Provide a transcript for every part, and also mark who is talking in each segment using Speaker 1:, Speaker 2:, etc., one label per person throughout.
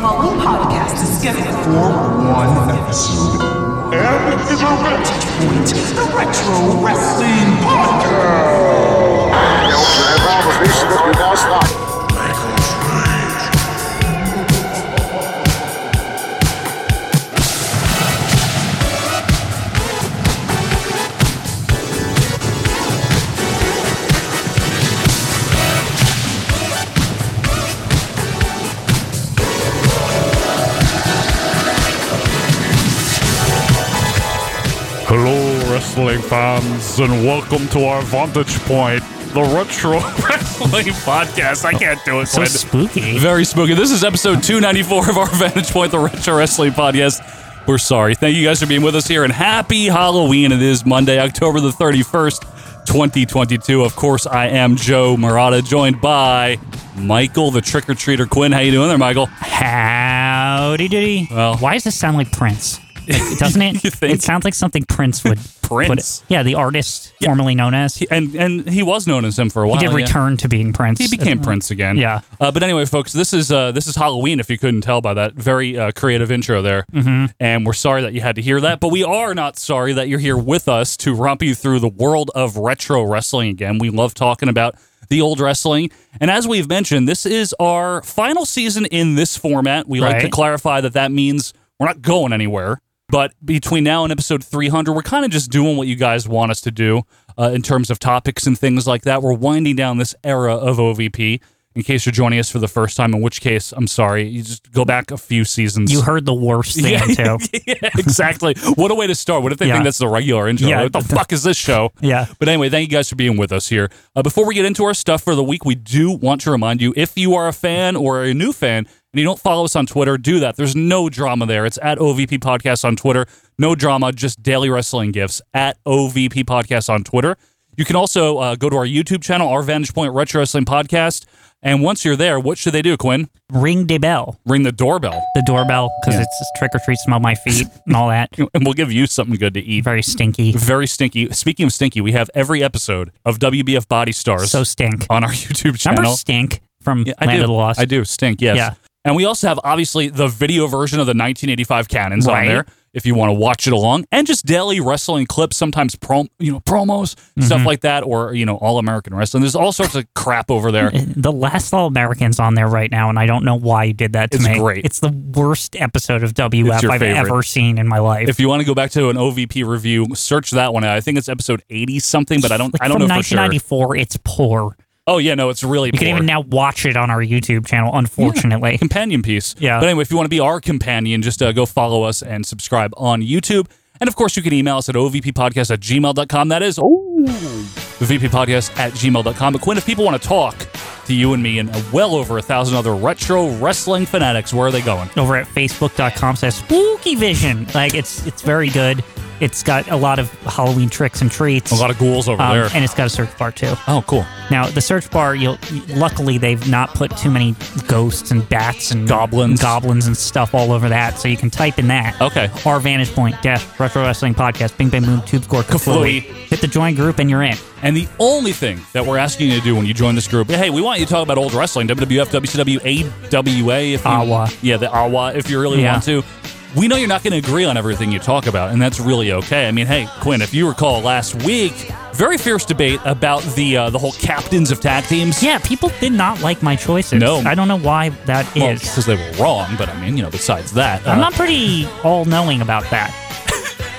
Speaker 1: following podcast is scheduled for
Speaker 2: one episode. And it's a rented
Speaker 1: Point, the Retro Wrestling Podcast.
Speaker 3: Hello, wrestling fans, and welcome to our Vantage Point, the Retro Wrestling Podcast. I can't do it,
Speaker 4: So
Speaker 3: Quinn.
Speaker 4: spooky.
Speaker 5: Very spooky. This is episode 294 of our Vantage Point, the Retro Wrestling Podcast. We're sorry. Thank you guys for being with us here, and happy Halloween. It is Monday, October the 31st, 2022. Of course, I am Joe Murata, joined by Michael, the trick or treater Quinn. How you doing there, Michael?
Speaker 4: Howdy doody.
Speaker 5: Well-
Speaker 4: Why does this sound like Prince? Doesn't it?
Speaker 5: You think?
Speaker 4: It sounds like something Prince would.
Speaker 5: Prince?
Speaker 4: Would, yeah, the artist formerly known as. He,
Speaker 5: And and he was known as him for a while.
Speaker 4: did
Speaker 5: yeah.
Speaker 4: return to being Prince.
Speaker 5: He became Prince again.
Speaker 4: Yeah.
Speaker 5: Uh, but anyway, folks, this is uh, this is Halloween. If you couldn't tell by that very uh, creative intro there, mm-hmm. and we're sorry that you had to hear that, but we are not sorry that you're here with us to romp you through the world of retro wrestling again. We love talking about the old wrestling, and as we've mentioned, this is our final season in this format. We like to
Speaker 4: Right.
Speaker 5: clarify that that means we're not going anywhere. But between now and episode 300, we're kind of just doing what you guys want us to do uh, in terms of topics and things like that. We're winding down this era of OVP. In case you're joining us for the first time, in which case, I'm sorry, you just go back a few seasons.
Speaker 4: You heard the worst thing
Speaker 5: yeah,
Speaker 4: too.
Speaker 5: yeah, exactly. What a way to start. What if they
Speaker 4: Yeah.
Speaker 5: think that's the regular intro?
Speaker 4: Yeah.
Speaker 5: What the fuck is this show?
Speaker 4: Yeah.
Speaker 5: But anyway, thank you guys for being with us here. Uh, before we get into our stuff for the week, we do want to remind you if you are a fan or a new fan and you don't follow us on Twitter, do that. There's no drama there. It's at OVP Podcast on Twitter. No drama, just daily wrestling gifts at OVP Podcast on Twitter. You can also uh, go to our YouTube channel, our Vantage Point Retro Wrestling Podcast. And once you're there, what should they do, Quinn?
Speaker 4: Ring the bell,
Speaker 5: Ring the doorbell,
Speaker 4: the doorbell, because it's trick or treat, smell my feet and all that.
Speaker 5: and we'll give you something good to eat.
Speaker 4: Very stinky.
Speaker 5: Very stinky. Speaking of stinky, we have every episode of WBF Body Stars
Speaker 4: So stink.
Speaker 5: on our YouTube channel.
Speaker 4: Remember stink from
Speaker 5: Yeah,
Speaker 4: Land
Speaker 5: do.
Speaker 4: of the Lost?
Speaker 5: I do stink. Yes.
Speaker 4: Yeah.
Speaker 5: And we also have obviously the video version of the 1985 cannons on
Speaker 4: Right.
Speaker 5: there if you want to watch it along, and just daily wrestling clips, sometimes prom, you know, promos,
Speaker 4: Mm-hmm.
Speaker 5: stuff like that, or you know, All American Wrestling. There's all sorts of crap over there.
Speaker 4: The last All Americans on there right now, and I don't know why you did that to
Speaker 5: It's
Speaker 4: me.
Speaker 5: great.
Speaker 4: It's the worst episode of WF I've
Speaker 5: your favorite.
Speaker 4: ever seen in my life.
Speaker 5: If you want to go back to an OVP review, search that one. out. I think it's episode 80 something, but I don't,
Speaker 4: Like,
Speaker 5: I don't
Speaker 4: from
Speaker 5: know for sure.
Speaker 4: 1994, it's poor.
Speaker 5: Oh yeah, no, it's really.
Speaker 4: You can
Speaker 5: poor.
Speaker 4: even now watch it on our YouTube channel.
Speaker 5: Yeah,
Speaker 4: Unfortunately,
Speaker 5: companion piece.
Speaker 4: Yeah.
Speaker 5: But anyway, if you want to be our companion, just uh, go follow us and subscribe on YouTube. And of course, you can email us at ovppodcast at gmail.com. That is ovppodcast at gmail.com. But Quinn, if people want to talk to you and me and uh, well over a thousand other retro wrestling fanatics, where are they going?
Speaker 4: over at facebook.com slash spooky vision. Like it's it's very good. It's got a lot of Halloween tricks and treats. Um,
Speaker 5: A lot of ghouls over there.
Speaker 4: and it's got a search bar too.
Speaker 5: oh, cool.
Speaker 4: Now the search bar, you'll luckily they've not put too many ghosts and bats and
Speaker 5: Goblins.
Speaker 4: goblins and stuff all over that, so you can type in that.
Speaker 5: Okay.
Speaker 4: Our vantage point dash retro wrestling podcast. Bing bang boom tube score
Speaker 5: Kaflooey.
Speaker 4: kaflooey. Hit the join group and you're in.
Speaker 5: And the only thing that we're asking you to do when you join this group, hey, we want you to talk about old wrestling, WWF, WCW, AWA, if you,
Speaker 4: Awa.
Speaker 5: yeah, the AWA, if you really
Speaker 4: Yeah.
Speaker 5: want to. We know you're not going to agree on everything you talk about, and that's really okay. I mean, hey, Quinn, if you recall last week, very fierce debate about the uh, the whole captains of tag teams.
Speaker 4: Yeah, people did not like my choices.
Speaker 5: No.
Speaker 4: I don't know why that is.
Speaker 5: because they were wrong. But I mean, you know, besides that,
Speaker 4: I'm
Speaker 5: uh,
Speaker 4: not pretty all knowing about that.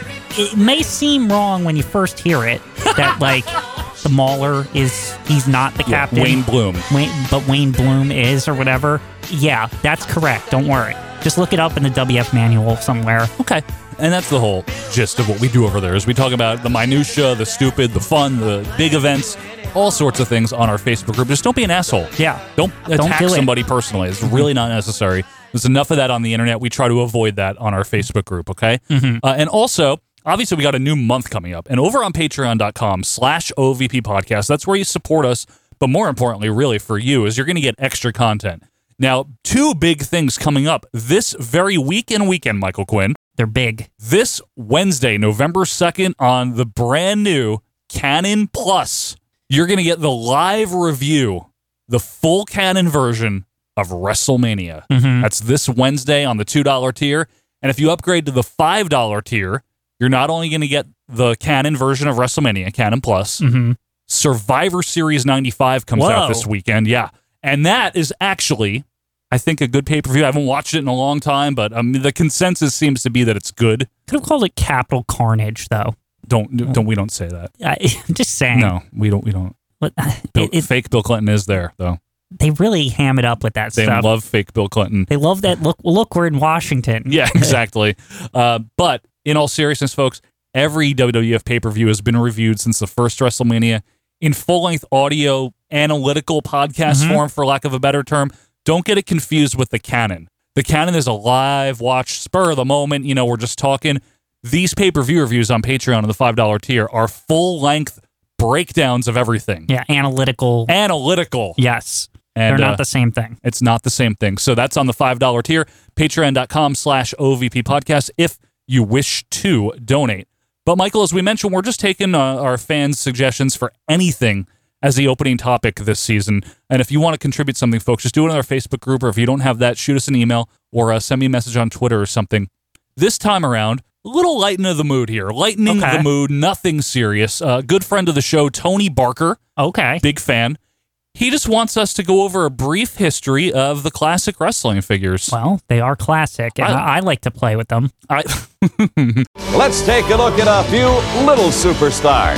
Speaker 4: it may seem wrong when you first hear it that like the Mauler is he's not the
Speaker 5: yeah,
Speaker 4: captain.
Speaker 5: Wayne Bloom.
Speaker 4: Wayne, but Wayne Bloom is or whatever. Yeah, that's correct. Don't worry. Just look it up in the WF manual somewhere.
Speaker 5: Okay. And that's the whole gist of what we do over there is we talk about the minutia, the stupid, the fun, the big events, all sorts of things on our Facebook group. Just don't be an asshole.
Speaker 4: Yeah.
Speaker 5: Don't attack
Speaker 4: do it.
Speaker 5: somebody personally. It's really not necessary. There's enough of that on the internet. We try to avoid that on our Facebook group, okay?
Speaker 4: Mm-hmm.
Speaker 5: Uh, and also, obviously, we got a new month coming up. And over on patreon.com slash OVP podcast, that's where you support us. But more importantly, really for you, is you're going to get extra content. Now, two big things coming up this very week and weekend, Michael Quinn
Speaker 4: They're big.
Speaker 5: this Wednesday, November 2nd, on the brand new Canon Plus, you're going to get the live review, the full Canon version of WrestleMania.
Speaker 4: Mm-hmm.
Speaker 5: That's this Wednesday on the $2 tier. And if you upgrade to the $5 tier, you're not only going to get the canon version of WrestleMania, Canon Plus,
Speaker 4: Mm. Mm-hmm.
Speaker 5: Survivor Series 95 comes
Speaker 4: Whoa.
Speaker 5: out this weekend. Yeah. And that is actually, I think, a good pay per view. I haven't watched it in a long time, but um, the consensus seems to be that it's good.
Speaker 4: Could have called it Capital Carnage, though.
Speaker 5: Don't, don't, we don't say that.
Speaker 4: I, just saying.
Speaker 5: No, we don't, we don't.
Speaker 4: But, uh,
Speaker 5: Bill,
Speaker 4: it, it,
Speaker 5: fake Bill Clinton is there, though.
Speaker 4: they really ham it up with that
Speaker 5: They
Speaker 4: stuff.
Speaker 5: love fake Bill Clinton.
Speaker 4: they love that. Look, look, we're in Washington.
Speaker 5: Yeah, exactly. uh, but in all seriousness, folks, every WWF pay per view has been reviewed since the first WrestleMania in full length audio analytical podcast
Speaker 4: Mm-hmm.
Speaker 5: form, for lack of a better term. Don't get it confused with the canon. The canon is a live watch, spur of the moment. You know, we're just talking. These pay per view reviews on Patreon and the $5 tier are full length breakdowns of everything.
Speaker 4: Yeah, analytical.
Speaker 5: Analytical.
Speaker 4: yes,
Speaker 5: And,
Speaker 4: they're not
Speaker 5: uh,
Speaker 4: the same thing.
Speaker 5: it's not the same thing. So that's on the $5 tier, patreon.com slash OVP podcast if you wish to donate. But Michael, as we mentioned, we're just taking uh, our fans' suggestions for anything as the opening topic this season. And if you want to contribute something, folks, just do it on our Facebook group, or if you don't have that, shoot us an email or uh, send me a message on Twitter or something. This time around, a little lighten of the mood here, lightening
Speaker 4: Okay.
Speaker 5: the mood, nothing serious. Uh, good friend of the show, Tony Barker,
Speaker 4: Okay.
Speaker 5: big fan. He just wants us to go over a brief history of the classic wrestling figures.
Speaker 4: Well, they are classic, and
Speaker 5: I-
Speaker 4: I, I like to play with them.
Speaker 5: I
Speaker 6: Let's take a look at a few little superstars.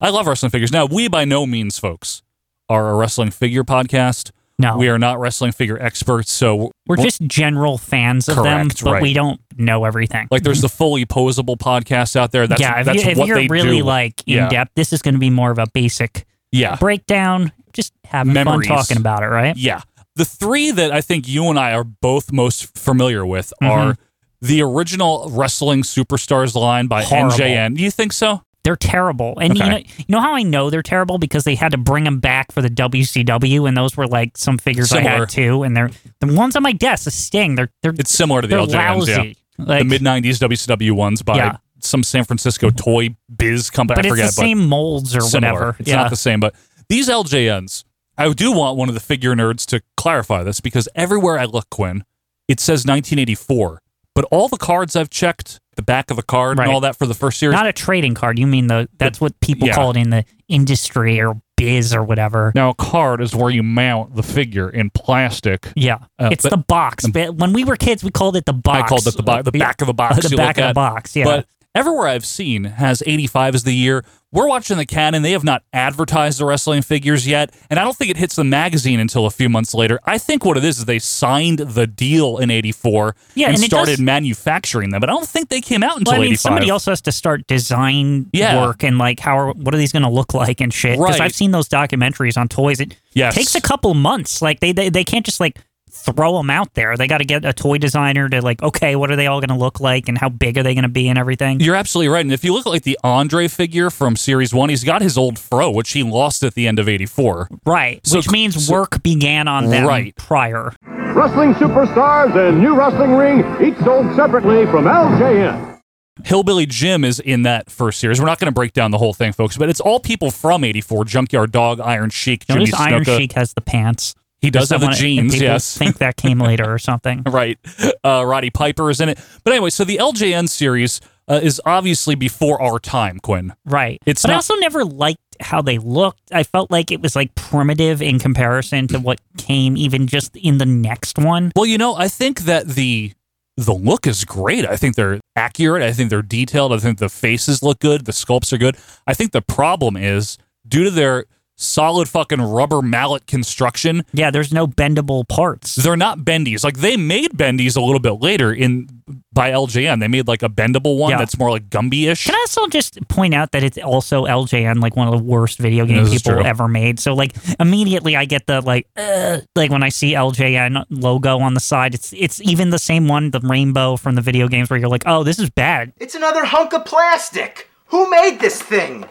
Speaker 5: I love wrestling figures. Now, we by no means, folks, are a wrestling figure podcast.
Speaker 4: No,
Speaker 5: We are not wrestling figure experts, so
Speaker 4: We're just general fans of
Speaker 5: Correct,
Speaker 4: them, but
Speaker 5: right.
Speaker 4: we don't know everything.
Speaker 5: like there's the fully posable podcast out there. That's
Speaker 4: yeah, if,
Speaker 5: that's
Speaker 4: you, if
Speaker 5: what
Speaker 4: you're
Speaker 5: they
Speaker 4: really
Speaker 5: do.
Speaker 4: like in
Speaker 5: Yeah.
Speaker 4: depth, this is going to be more of a basic
Speaker 5: yeah,
Speaker 4: breakdown. Just having
Speaker 5: Memories.
Speaker 4: fun talking about it, right?
Speaker 5: yeah. The three that I think you and I are both most familiar with
Speaker 4: Mm-hmm.
Speaker 5: are the original wrestling superstars line by
Speaker 4: Horrible.
Speaker 5: NJN. Do you think so?
Speaker 4: They're terrible, and you
Speaker 5: Okay.
Speaker 4: know, you know how I know they're terrible because they had to bring them back for the WCW, and those were like some figures I
Speaker 5: Similar.
Speaker 4: had too, and they're the ones on my desk, the Sting. They're they're
Speaker 5: It's similar to the
Speaker 4: they're
Speaker 5: LJNs.
Speaker 4: lousy.
Speaker 5: Yeah.
Speaker 4: Like,
Speaker 5: the mid '90s WCW ones by
Speaker 4: Yeah.
Speaker 5: some San Francisco toy biz company.
Speaker 4: but
Speaker 5: I
Speaker 4: it's
Speaker 5: forget,
Speaker 4: the same molds or
Speaker 5: but similar.
Speaker 4: whatever.
Speaker 5: It's
Speaker 4: yeah,
Speaker 5: not the same, but these LJNs. I do want one of the figure nerds to clarify this because everywhere I look, Quinn, it says 1984. But all the cards I've checked, the back of the card
Speaker 4: Right.
Speaker 5: and all that for the first series.
Speaker 4: not a trading card. You mean the that's what people
Speaker 5: yeah.
Speaker 4: call it in the industry or biz or whatever.
Speaker 5: now, a card is where you mount the figure in plastic.
Speaker 4: Yeah,
Speaker 5: Uh,
Speaker 4: it's
Speaker 5: but-
Speaker 4: the box. But when we were kids, we called it the box.
Speaker 5: I called it the, bo- the
Speaker 4: Yeah.
Speaker 5: back of the box.
Speaker 4: the
Speaker 5: you
Speaker 4: back
Speaker 5: look
Speaker 4: of the
Speaker 5: at.
Speaker 4: box. Yeah,
Speaker 5: But everywhere I've seen has 85 as the year. We're watching the canon. They have not advertised the wrestling figures yet. And I don't think it hits the magazine until a few months later. I think what it is is they signed the deal in 84
Speaker 4: Yeah,
Speaker 5: and,
Speaker 4: and it
Speaker 5: started
Speaker 4: does-
Speaker 5: manufacturing them. But I don't think they came out until
Speaker 4: well, I mean,
Speaker 5: 85.
Speaker 4: somebody else has to start design
Speaker 5: Yeah.
Speaker 4: work and like how are what are these going to look like and shit. Because
Speaker 5: Right.
Speaker 4: I've seen those documentaries on toys. It
Speaker 5: Yes.
Speaker 4: takes a couple months. Like they they, they can't just like throw them out there. They got to get a toy designer to like okay, what are they all going to look like and how big are they going to be and everything.
Speaker 5: You're absolutely right. And if you look at like the Andre figure from Series 1, he's got his old fro, which he lost at the end of 84.
Speaker 4: Right,
Speaker 5: So
Speaker 4: which
Speaker 5: c-
Speaker 4: means
Speaker 5: so-
Speaker 4: work began on them
Speaker 5: Right.
Speaker 4: prior.
Speaker 7: Wrestling superstars and new wrestling ring, each sold separately from LJN.
Speaker 5: Hillbilly Jim is in that first series. We're not going to break down the whole thing, folks, but it's all people from 84 Junkyard Dog, Iron Sheik, Jimmy
Speaker 4: Notice Iron
Speaker 5: Snuka.
Speaker 4: Sheik has the pants.
Speaker 5: He does have
Speaker 4: Someone-
Speaker 5: the
Speaker 4: and
Speaker 5: jeans,
Speaker 4: people
Speaker 5: yes.
Speaker 4: think that came later or something.
Speaker 5: right. Uh, Roddy Piper is in it. But anyway, so the LJN series uh, is obviously before our time, Quinn.
Speaker 4: Right.
Speaker 5: It's
Speaker 4: but I
Speaker 5: not-
Speaker 4: also never liked how they looked. I felt like it was like primitive in comparison to what came even just in the next one.
Speaker 5: Well, you know, I think that the the look is great. I think they're accurate. I think they're detailed. I think the faces look good. The sculpts are good. I think the problem is due to their solid fucking rubber mallet construction,
Speaker 4: Yeah, there's no bendable parts.
Speaker 5: they're not bendies. Like they made bendies a little bit later in by LJN. They made like a bendable one
Speaker 4: Yeah.
Speaker 5: that's more like Gumby-ish.
Speaker 4: Can I also just point out that it's also LJN, like one of the worst video game
Speaker 5: This is
Speaker 4: people
Speaker 5: true.
Speaker 4: ever made. So like immediately I get the like, uh, like when I see LJN logo on the side, it's it's even the same one, the rainbow from the video games, where you're like, oh, this is bad.
Speaker 8: It's another hunk of plastic. Who made this thing?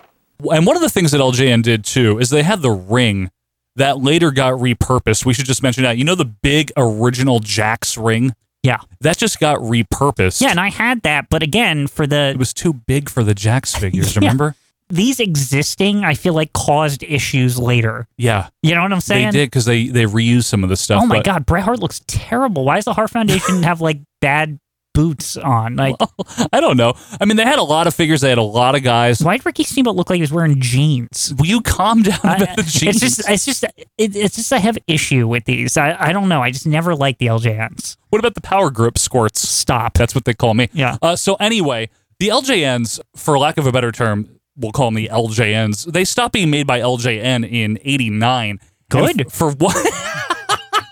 Speaker 5: And one of the things that LJN did too is they had the ring that later got repurposed. We should just mention that. You know the big original Jax ring?
Speaker 4: Yeah,
Speaker 5: That just got repurposed.
Speaker 4: yeah, and I had that, but again, for the
Speaker 5: it was too big for the Jax figures,
Speaker 4: Yeah.
Speaker 5: remember?
Speaker 4: these existing, I feel like caused issues later.
Speaker 5: Yeah,
Speaker 4: You know what I'm saying?
Speaker 5: they did because they they reused some of the stuff.
Speaker 4: Oh my
Speaker 5: but-
Speaker 4: god, Bret Hart looks terrible. Why does the Hart Foundation have like bad boots on? Like,
Speaker 5: I don't know. I mean, they had a lot of figures. They had a lot of guys.
Speaker 4: why did Ricky Steamboat look like he was wearing jeans?
Speaker 5: Will you calm down
Speaker 4: I-
Speaker 5: about the jeans?
Speaker 4: It's just, it's just, it, it's just. I have issue with these. I, I don't know. I just never like the LJNs.
Speaker 5: what about the power grip squirts?
Speaker 4: Stop.
Speaker 5: That's what they call me.
Speaker 4: Yeah.
Speaker 5: Uh, so anyway, the LJNs, for lack of a better term, we'll call them the LJNs. They stopped being made by LJN in '89.
Speaker 4: Good.
Speaker 5: for one.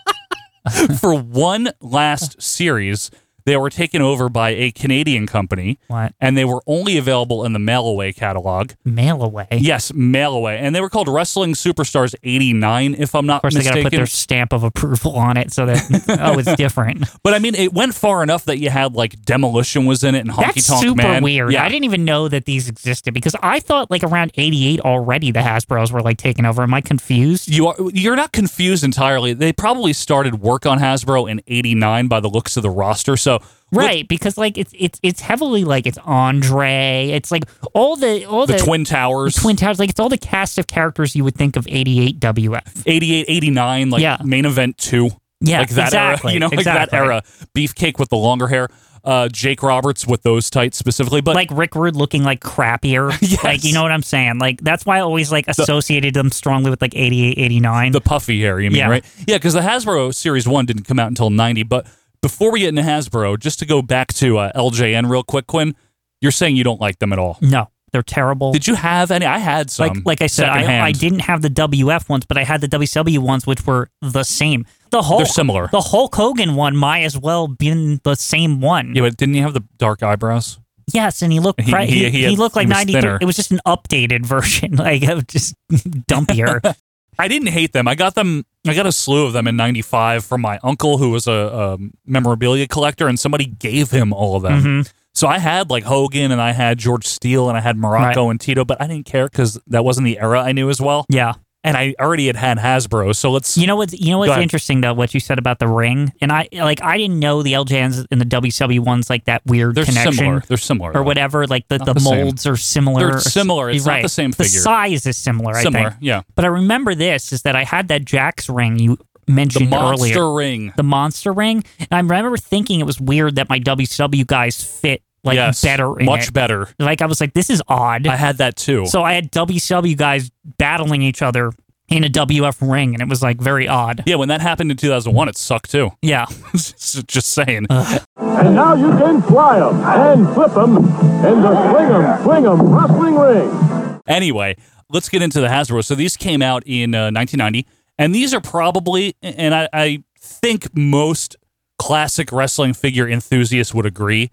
Speaker 5: for one last series, they were taken over by a Canadian company,
Speaker 4: What
Speaker 5: and they were only available in the mail away catalog.
Speaker 4: mail away? Of
Speaker 5: Yes, mail away, and they were called Wrestling Superstars '89, if I'm not
Speaker 4: course, they got
Speaker 5: mistaken.
Speaker 4: to put their stamp of approval on it so that oh, it's different.
Speaker 5: but I mean, it went far enough that you had like Demolition was in it and Honky
Speaker 4: That's
Speaker 5: Tonk
Speaker 4: super
Speaker 5: Man.
Speaker 4: weird.
Speaker 5: Yeah,
Speaker 4: I didn't even know that these existed because I thought like around '88 already the Hasbro's were like taken over. Am I confused?
Speaker 5: you are you're not confused entirely. They probably started work on Hasbro in '89 by the looks of the roster. So look,
Speaker 4: Right, because like it's it's it's heavily like it's Andre. It's like all the all
Speaker 5: the,
Speaker 4: the,
Speaker 5: Twin Towers,
Speaker 4: Twin Towers. Like it's all the cast of characters you would think of '88 WF.
Speaker 5: '88, '89, like
Speaker 4: Yeah.
Speaker 5: main event two.
Speaker 4: Yeah,
Speaker 5: like that
Speaker 4: exactly.
Speaker 5: era, you know, like
Speaker 4: exactly.
Speaker 5: that era. Beefcake with the longer hair, uh, Jake Roberts with those tights specifically, but
Speaker 4: Like Rick Rude looking like crappier.
Speaker 5: Yes.
Speaker 4: Like you know what I'm saying. Like that's why I always like associated them strongly with like '88, '89.
Speaker 5: The puffy hair, you mean,
Speaker 4: Yeah.
Speaker 5: right? Yeah, because the Hasbro Series 1 didn't come out until 90. But before we get into Hasbro, just to go back to uh, LJN real quick, Quinn, you're saying you don't like them at all.
Speaker 4: no, they're terrible.
Speaker 5: Did you have any? I had some.
Speaker 4: like like I said, I, I
Speaker 5: secondhand.
Speaker 4: didn't have the WF ones, but I had the WCW ones, which were the same. The Hulk,
Speaker 5: They're similar.
Speaker 4: The Hulk Hogan one might as well been the same one.
Speaker 5: Yeah, but didn't you have the dark eyebrows?
Speaker 4: Yes, and he looked
Speaker 5: He-
Speaker 4: cra-
Speaker 5: he-
Speaker 4: he,
Speaker 5: he
Speaker 4: he,
Speaker 5: had-
Speaker 4: looked like
Speaker 5: he was
Speaker 4: ninety three.
Speaker 5: thinner.
Speaker 4: It was just an updated version, like of just dumpier.
Speaker 5: I didn't hate them. I got them. I got a slew of them in '95 from my uncle, who was a, um memorabilia collector, and somebody gave him all of them.
Speaker 4: Mm-hmm.
Speaker 5: So I had like Hogan, and I had George Steele, and I had Morocco and Tito, but I didn't care because that wasn't the era I knew as well.
Speaker 4: yeah.
Speaker 5: and I already had had Hasbro. So let's.
Speaker 4: You know what's you know what's
Speaker 5: ahead.
Speaker 4: interesting though, what you said about the ring, and I like I didn't know the LJNs and the WCW ones like that weird
Speaker 5: they're
Speaker 4: connection
Speaker 5: similar. They're similar.
Speaker 4: or whatever. Like the, the,
Speaker 5: the same.
Speaker 4: molds are similar.
Speaker 5: They're
Speaker 4: or s-
Speaker 5: similar. It's not
Speaker 4: right.
Speaker 5: the same
Speaker 4: The
Speaker 5: figure.
Speaker 4: size is similar. I
Speaker 5: Similar.
Speaker 4: think.
Speaker 5: Yeah.
Speaker 4: But I remember this is that I had that Jack's ring you
Speaker 5: The
Speaker 4: mentioned
Speaker 5: monster
Speaker 4: earlier,
Speaker 5: ring.
Speaker 4: the monster ring, and I remember thinking it was weird that my WCW guys fit like
Speaker 5: yes.
Speaker 4: better, in
Speaker 5: Much
Speaker 4: it.
Speaker 5: better.
Speaker 4: Like I was like, this is odd.
Speaker 5: I had that too.
Speaker 4: So I had WCW guys battling each other in a WF ring, and it was like very odd.
Speaker 5: yeah, when that happened in 2001, it sucked too.
Speaker 4: Yeah.
Speaker 5: Just saying.
Speaker 7: And now you can fly 'em and flip 'em in the swing 'em, swing 'em wrestling ring.
Speaker 5: Anyway, let's get into the Hasbro. So these came out in uh, 1990, and these are probably, and I, I think most classic wrestling figure enthusiasts would agree,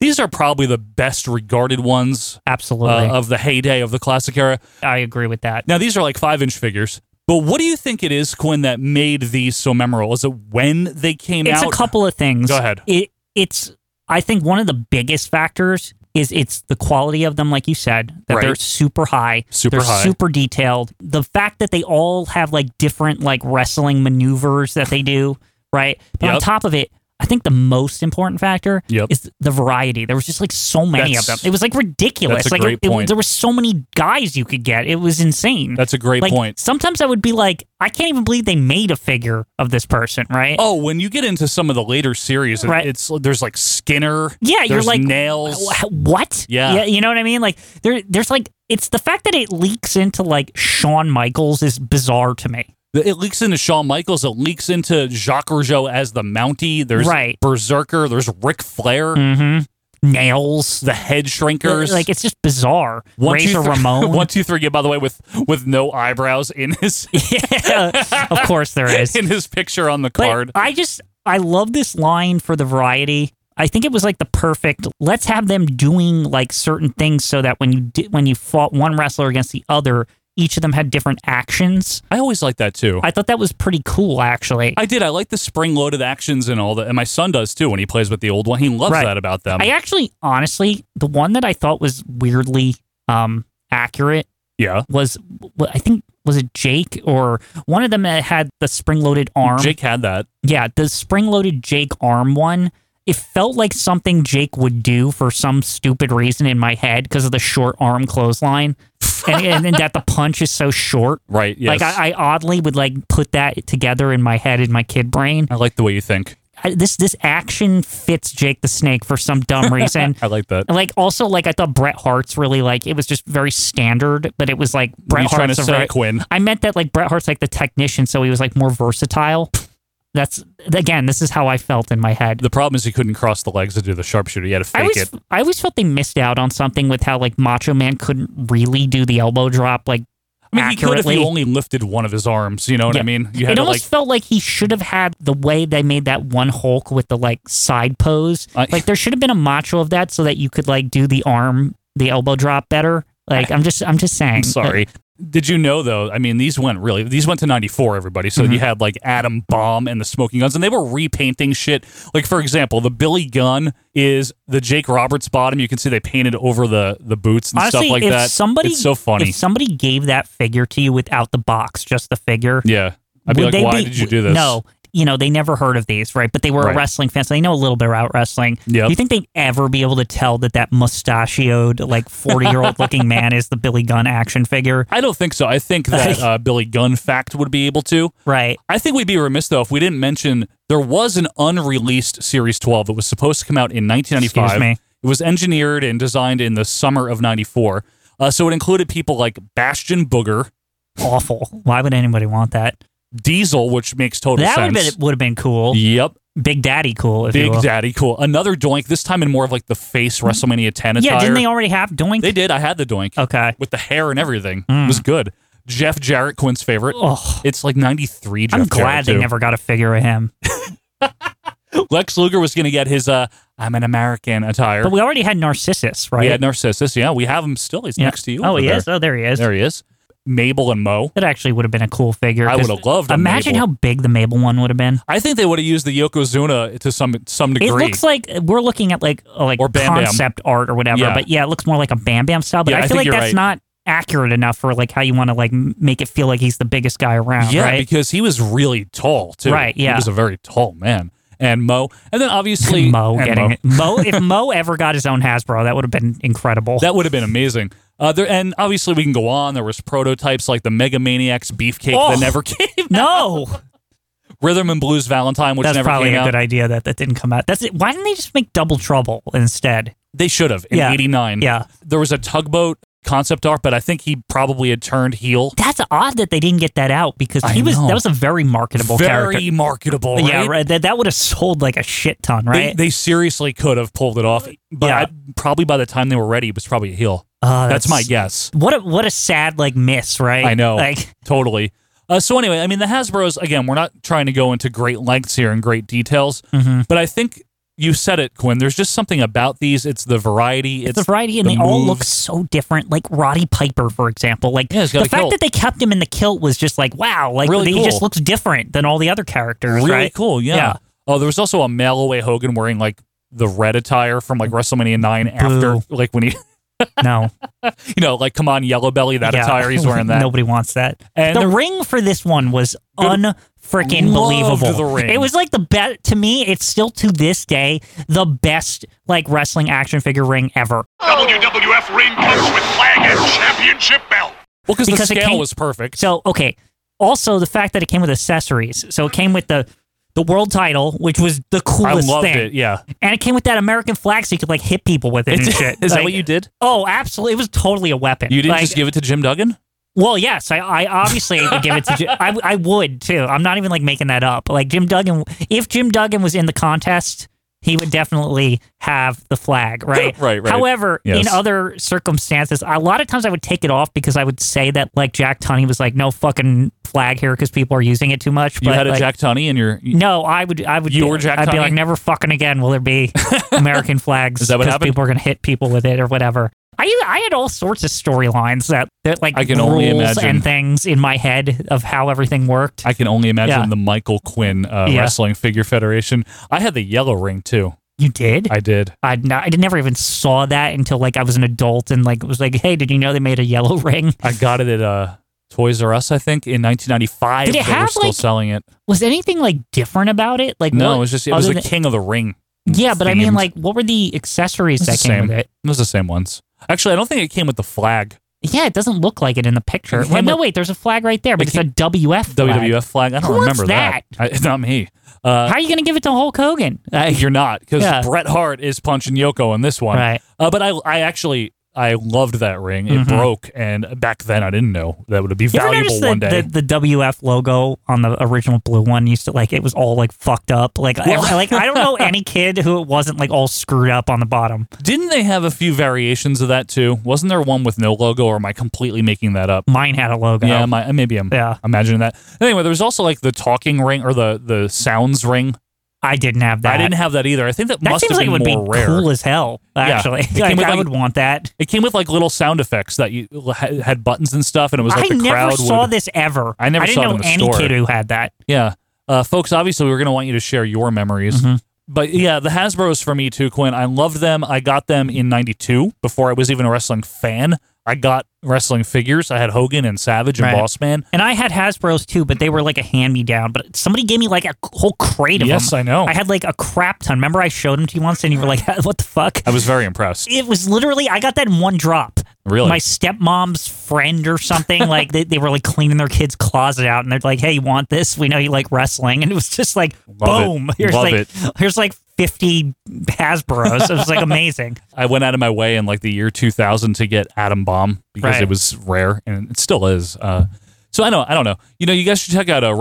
Speaker 5: these are probably the best regarded ones
Speaker 4: Absolutely.
Speaker 5: uh, of the heyday of the classic era.
Speaker 4: I agree with that.
Speaker 5: Now these are like five inch figures, but what do you think it is, Quinn, that made these so memorable? Is it when they came
Speaker 4: It's
Speaker 5: out?
Speaker 4: a couple of things.
Speaker 5: Go ahead.
Speaker 4: It, it's, I think, one of the biggest factors is it's the quality of them, like you said, that
Speaker 5: Right.
Speaker 4: they're super high,
Speaker 5: Super
Speaker 4: they're
Speaker 5: high.
Speaker 4: super detailed. The fact that they all have like different like wrestling maneuvers that they do, right? But on
Speaker 5: Yep.
Speaker 4: top of it, I think the most important factor
Speaker 5: Yep.
Speaker 4: is the variety. There was just like so many of them.
Speaker 5: That's-
Speaker 4: It was like ridiculous.
Speaker 5: that's a
Speaker 4: like
Speaker 5: great
Speaker 4: it- it-
Speaker 5: point.
Speaker 4: there were so many guys you could get. It was insane.
Speaker 5: That's a great
Speaker 4: like,
Speaker 5: point.
Speaker 4: Sometimes I would be like, I can't even believe they made a figure of this person, right?
Speaker 5: Oh, when you get into some of the later series, it-
Speaker 4: Right.
Speaker 5: it's there's like Skinner.
Speaker 4: Yeah, you're
Speaker 5: there's
Speaker 4: like
Speaker 5: nails.
Speaker 4: wh- What?
Speaker 5: Yeah.
Speaker 4: you know what I mean. Like there, there's like it's the fact that it leaks into like Shawn Michaels is bizarre to me.
Speaker 5: It leaks into Shawn Michaels. It leaks into Jacques Rougeau as the Mountie. There's
Speaker 4: Right.
Speaker 5: Berserker. There's Ric Flair.
Speaker 4: Nails,
Speaker 5: The head shrinkers.
Speaker 4: like it's just bizarre.
Speaker 5: One, two,
Speaker 4: Razor
Speaker 5: three-
Speaker 4: Ramon.
Speaker 5: One, two, three. Yeah, by the way, with with no eyebrows in his
Speaker 4: yeah, of course there is.
Speaker 5: in his picture on the
Speaker 4: But
Speaker 5: card.
Speaker 4: I just I love this line for the variety. I think it was like the perfect. Let's have them doing like certain things so that when you did when you fought one wrestler against the other, each of them had different actions.
Speaker 5: I always like that too.
Speaker 4: I thought that was pretty cool, actually.
Speaker 5: I did. I like the spring loaded actions and all that. And my son does too when he plays with the old one. He loves
Speaker 4: Right.
Speaker 5: that about them.
Speaker 4: I actually, honestly, the one that I thought was weirdly um, accurate
Speaker 5: yeah.
Speaker 4: was wh- I think was it Jake or one of them that had the spring-loaded arm.
Speaker 5: Jake had that.
Speaker 4: Yeah, the spring-loaded Jake arm one. It felt like something Jake would do for some stupid reason in my head because of the short arm clothesline. and, and, and that the punch is so short.
Speaker 5: Right, yes.
Speaker 4: Like I, I oddly would like put that together in my head in my kid brain.
Speaker 5: I like the way you think.
Speaker 4: I, this this action fits Jake the Snake for some dumb reason.
Speaker 5: I like that.
Speaker 4: And, like also like I thought Bret Hart's really like it was just very standard, but it was like Bret
Speaker 5: you
Speaker 4: Hart's
Speaker 5: trying to
Speaker 4: a
Speaker 5: say,
Speaker 4: very-
Speaker 5: Quinn?
Speaker 4: I meant that like Bret Hart's like the technician, so he was like more versatile. That's again, this is how I felt in my head.
Speaker 5: The problem is he couldn't cross the legs to do the sharpshooter. He had to
Speaker 4: I
Speaker 5: fake
Speaker 4: always,
Speaker 5: it.
Speaker 4: I always felt they missed out on something with how like Macho Man couldn't really do the elbow drop like
Speaker 5: I mean, he could
Speaker 4: accurately.
Speaker 5: if he only lifted one of his arms. You know what I
Speaker 4: Yeah.
Speaker 5: mean? You
Speaker 4: it
Speaker 5: had to like
Speaker 4: almost felt like he should have had the way they made that one Hulk with the like side pose.
Speaker 5: I-
Speaker 4: like there should have been a macho of that so that you could like do the arm, the elbow drop better. Like I'm just, I'm just saying.
Speaker 5: I'm sorry. Did you know though? I mean, these went really. These went to '94. Everybody. So you
Speaker 4: Mm-hmm.
Speaker 5: had like Atom Bomb and the Smoking Guns, and they were repainting shit. Like for example, the Billy Gun is the Jake Roberts bottom. You can see they painted over the the boots and
Speaker 4: Honestly,
Speaker 5: stuff like
Speaker 4: if
Speaker 5: that.
Speaker 4: somebody,
Speaker 5: it's so funny.
Speaker 4: If somebody gave that figure to you without the box, just the figure,
Speaker 5: yeah, I'd be
Speaker 4: would
Speaker 5: like,
Speaker 4: they
Speaker 5: why did you do this?
Speaker 4: No, you know, they never heard of these, right? But they were
Speaker 5: Right.
Speaker 4: a wrestling fan, so they know a little bit about wrestling.
Speaker 5: Yep.
Speaker 4: Do you think they'd ever be able to tell that that mustachioed, like 40 year old looking man is the Billy Gunn action figure?
Speaker 5: I don't think so. I think that uh, Billy Gunn fact would be able to.
Speaker 4: Right.
Speaker 5: I think we'd be remiss though if we didn't mention there was an unreleased Series 12 that was supposed to come out in 1995.
Speaker 4: Excuse me.
Speaker 5: It was engineered and designed in the summer of 94. Uh, so it included people like Bastion Booger,
Speaker 4: Awful. Why would anybody want that?
Speaker 5: Diesel, which makes total
Speaker 4: That would
Speaker 5: sense.
Speaker 4: have been, would have been cool.
Speaker 5: Yep,
Speaker 4: Big Daddy cool, if you
Speaker 5: Big
Speaker 4: will. Mm-hmm.
Speaker 5: Daddy, cool. Another Doink, this time in more of like the face WrestleMania 10 attire.
Speaker 4: Yeah, didn't they already have Doink?
Speaker 5: They did. I had the Doink
Speaker 4: Okay. Mm.
Speaker 5: with the hair and everything. It was good. Jeff Jarrett, Quinn's favorite.
Speaker 4: Oh,
Speaker 5: It's like 93 Jeff
Speaker 4: I'm
Speaker 5: Jarrett,
Speaker 4: glad they
Speaker 5: too.
Speaker 4: never got a figure of him.
Speaker 5: Lex Luger was going to get his uh, I'm an American attire.
Speaker 4: But we already had Narcissus, right?
Speaker 5: We had Narcissus. Yeah, we have him still. He's
Speaker 4: Yeah.
Speaker 5: next to you.
Speaker 4: Oh,
Speaker 5: over
Speaker 4: he
Speaker 5: there.
Speaker 4: is. Oh, there he is.
Speaker 5: There he is. Mabel and Mo.
Speaker 4: That actually would have been a cool figure.
Speaker 5: I
Speaker 4: 'cause
Speaker 5: would have loved a
Speaker 4: Imagine
Speaker 5: Mabel.
Speaker 4: how big the Mabel one would have been.
Speaker 5: I think they would have used the Yokozuna to some some degree.
Speaker 4: It looks like we're looking at like uh, like
Speaker 5: Or Bam Bam.
Speaker 4: concept art or whatever,
Speaker 5: Yeah.
Speaker 4: but yeah, it looks more like a Bam Bam style. But
Speaker 5: Yeah, I
Speaker 4: I feel
Speaker 5: think
Speaker 4: like
Speaker 5: you're
Speaker 4: that's
Speaker 5: right.
Speaker 4: not accurate enough for like how you want to like m- make it feel like he's the biggest guy around,
Speaker 5: yeah,
Speaker 4: right?
Speaker 5: because he was really tall too.
Speaker 4: Right, yeah.
Speaker 5: he was a very tall man. And Mo, and then obviously
Speaker 4: Mo
Speaker 5: and
Speaker 4: getting
Speaker 5: Mo.
Speaker 4: it. Mm. Mo, if Mo ever got his own Hasbro, that would have been incredible.
Speaker 5: That would have been amazing. Uh, there, and obviously we can go on. There was prototypes like the Mega Maniacs Beefcake
Speaker 4: Oh.
Speaker 5: that never came.
Speaker 4: no,
Speaker 5: Rhythm and Blues Valentine, which
Speaker 4: that's
Speaker 5: never
Speaker 4: probably
Speaker 5: came
Speaker 4: a
Speaker 5: out.
Speaker 4: good idea that that didn't come out. That's it. Why didn't they just make Double Trouble instead?
Speaker 5: They should have in
Speaker 4: Yeah.
Speaker 5: '89.
Speaker 4: Yeah.
Speaker 5: there was a tugboat concept art, but I think he probably had turned heel.
Speaker 4: That's odd that they didn't get that out because
Speaker 5: I
Speaker 4: he was
Speaker 5: know.
Speaker 4: that was a very marketable
Speaker 5: very
Speaker 4: character.
Speaker 5: marketable. Right?
Speaker 4: Yeah, right. That, that would have sold like a shit ton,
Speaker 5: They,
Speaker 4: right?
Speaker 5: they seriously could have pulled it off, but
Speaker 4: Yeah.
Speaker 5: I, probably by the time they were ready, it was probably a heel.
Speaker 4: Ah,
Speaker 5: that's,
Speaker 4: that's-
Speaker 5: my guess.
Speaker 4: what a what a sad like miss, right?
Speaker 5: I know,
Speaker 4: Like
Speaker 5: totally. Uh, so anyway, I mean, the Hasbro's again. We're not trying to go into great lengths here and great details,
Speaker 4: Mm-hmm.
Speaker 5: but I think you said it, Quinn. There's just something about these. It's the variety. It's,
Speaker 4: the variety, and
Speaker 5: the
Speaker 4: they all look
Speaker 5: moves.
Speaker 4: so different. Like Roddy Piper, for example. Like
Speaker 5: Yeah, he's got
Speaker 4: the
Speaker 5: a
Speaker 4: fact
Speaker 5: kilt.
Speaker 4: that they kept him in the kilt was just like wow. Like
Speaker 5: Really
Speaker 4: he
Speaker 5: cool.
Speaker 4: just looks different than all the other characters.
Speaker 5: really
Speaker 4: right?
Speaker 5: cool. Yeah.
Speaker 4: Yeah.
Speaker 5: Oh, there was also a mail away Hogan wearing like the red attire from like WrestleMania nine after
Speaker 4: Boo.
Speaker 5: like when he
Speaker 4: No,
Speaker 5: you know like come on yellow belly that
Speaker 4: Yeah.
Speaker 5: attire he's wearing that
Speaker 4: Nobody wants that.
Speaker 5: And
Speaker 4: the
Speaker 5: the-
Speaker 4: ring for this one was un freaking
Speaker 5: Loved
Speaker 4: believable.
Speaker 5: the ring.
Speaker 4: It was like the best to me. It's still to this day the best like wrestling action figure ring ever.
Speaker 1: WWF ring comes with flag and championship belt.
Speaker 5: well because the
Speaker 4: Because it
Speaker 5: scale
Speaker 4: came-
Speaker 5: was perfect.
Speaker 4: So okay. Also, the fact that it came with accessories. So it came with the the world title, which was the
Speaker 5: I
Speaker 4: coolest
Speaker 5: loved
Speaker 4: thing.
Speaker 5: it. Yeah.
Speaker 4: And it came with that American flag, so you could like hit people with it and shit.
Speaker 5: Is that
Speaker 4: Like,
Speaker 5: what you did?
Speaker 4: Oh, absolutely! It was totally a weapon.
Speaker 5: You didn't
Speaker 4: Like,
Speaker 5: just give it to Jim Duggan?
Speaker 4: Well, yes, I, I obviously would give it to. Jim. I, I would too. I'm not even like making that up. Like Jim Duggan, if Jim Duggan was in the contest, he would definitely have the flag, right?
Speaker 5: Right, right.
Speaker 4: However,
Speaker 5: Yes.
Speaker 4: in other circumstances, a lot of times I would take it off because I would say that like Jack Tunney was like, no fucking flag here because people are using it too much.
Speaker 5: You
Speaker 4: but,
Speaker 5: had a
Speaker 4: like,
Speaker 5: Jack Tunney and your
Speaker 4: No, I would. I would.
Speaker 5: You
Speaker 4: be-
Speaker 5: were Jack
Speaker 4: I'd be
Speaker 5: Tunney?
Speaker 4: like, never fucking again. Will there be American flags?
Speaker 5: Is that what
Speaker 4: 'cause
Speaker 5: happened?
Speaker 4: People are gonna hit people with it or whatever. I I had all sorts of storylines that that like
Speaker 5: I can
Speaker 4: rules
Speaker 5: only imagine.
Speaker 4: and things in my head of how everything worked.
Speaker 5: I can only imagine
Speaker 4: Yeah.
Speaker 5: the Michael Quinn uh,
Speaker 4: Yeah.
Speaker 5: Wrestling Figure Federation. I had the yellow ring too.
Speaker 4: you did.
Speaker 5: I did.
Speaker 4: I I never even saw that until like I was an adult and like was like, hey, did you know they made a yellow ring?
Speaker 5: I got it at uh, Toys R Us, I think, in 1995.
Speaker 4: Did it
Speaker 5: they were
Speaker 4: have,
Speaker 5: still
Speaker 4: like-
Speaker 5: selling it.
Speaker 4: Was anything like different about it? Like
Speaker 5: No,
Speaker 4: what-
Speaker 5: it was just it was
Speaker 4: other
Speaker 5: the
Speaker 4: than-
Speaker 5: King of the Ring.
Speaker 4: yeah, but I mean
Speaker 5: themed.
Speaker 4: like what were the accessories
Speaker 5: Mm, It's
Speaker 4: that
Speaker 5: the
Speaker 4: came
Speaker 5: same.
Speaker 4: with it?
Speaker 5: It was the same ones. Actually, I don't think it came with the flag.
Speaker 4: Yeah, it doesn't look like it in the picture.
Speaker 5: It
Speaker 4: Well, no,
Speaker 5: came-
Speaker 4: wait, there's a flag right there, but it's a
Speaker 5: came-
Speaker 4: WF flag.
Speaker 5: WWF flag. I don't
Speaker 4: Who wants
Speaker 5: remember that. I, it's not me. Uh,
Speaker 4: How are you going to give it to Hulk Hogan? Uh,
Speaker 5: You're not because
Speaker 4: Yeah.
Speaker 5: Bret Hart is punching Yoko in this one.
Speaker 4: Right. Mm-hmm.
Speaker 5: Uh, but I, I actually, I loved that ring. It broke, and back then I didn't know that would be
Speaker 4: You ever
Speaker 5: valuable
Speaker 4: notice
Speaker 5: one day.
Speaker 4: that The, the WF logo on the original blue one used to like it was all like fucked up. Like, I, like I don't know any kid who it wasn't like all screwed up on the bottom.
Speaker 5: Didn't they have a few variations of that too? Wasn't there one with no logo, or am I completely making that up?
Speaker 4: Mine had a logo.
Speaker 5: Yeah, my, maybe I'm
Speaker 4: Yeah.
Speaker 5: imagining that. Anyway, there was also like the talking ring or the the sounds ring.
Speaker 4: I didn't have that.
Speaker 5: I didn't have that either. I think that,
Speaker 4: That
Speaker 5: must
Speaker 4: seems like
Speaker 5: have
Speaker 4: it
Speaker 5: been
Speaker 4: would be
Speaker 5: more rare.
Speaker 4: cool as hell. Actually,
Speaker 5: It came
Speaker 4: Like,
Speaker 5: with,
Speaker 4: I
Speaker 5: like-
Speaker 4: would want that.
Speaker 5: It came with like little sound effects that you ha- had buttons and stuff, and it was like
Speaker 4: I
Speaker 5: the
Speaker 4: never
Speaker 5: crowd
Speaker 4: saw
Speaker 5: would.
Speaker 4: this ever.
Speaker 5: I never
Speaker 4: didn't
Speaker 5: saw it
Speaker 4: know
Speaker 5: in the
Speaker 4: any
Speaker 5: store.
Speaker 4: kid who had that.
Speaker 5: Yeah, uh, folks. Obviously, we were gonna want you to share your memories.
Speaker 4: Mm-hmm.
Speaker 5: But yeah, the Hasbro's for me too, Quinn. I loved them. I got them in '92 before I was even a wrestling fan. I got wrestling figures. I had Hogan and Savage and
Speaker 4: Right.
Speaker 5: Boss Man.
Speaker 4: And I had Hasbro's too, but they were like a hand me down. But somebody gave me like a whole crate of
Speaker 5: Yes,
Speaker 4: them.
Speaker 5: I know.
Speaker 4: I had like a crap ton. Remember, I showed them to you once, and you were like, "What the fuck?"
Speaker 5: I was very impressed.
Speaker 4: It was literally I got that in one drop.
Speaker 5: Really?
Speaker 4: my stepmom's friend or something. like they, they were like cleaning their kid's closet out, and they're like, "Hey, you want this? We know you like wrestling." And it was just like,
Speaker 5: Love it.
Speaker 4: boom! Here's
Speaker 5: Love
Speaker 4: like
Speaker 5: it.
Speaker 4: here's like fifty Hasbro's. It was like amazing.
Speaker 5: I went out of my way in like the year 2000 to get Atom Bomb because
Speaker 4: Right.
Speaker 5: it was rare and it still is. Uh, so I know I don't know. You know, you guys should check out uh,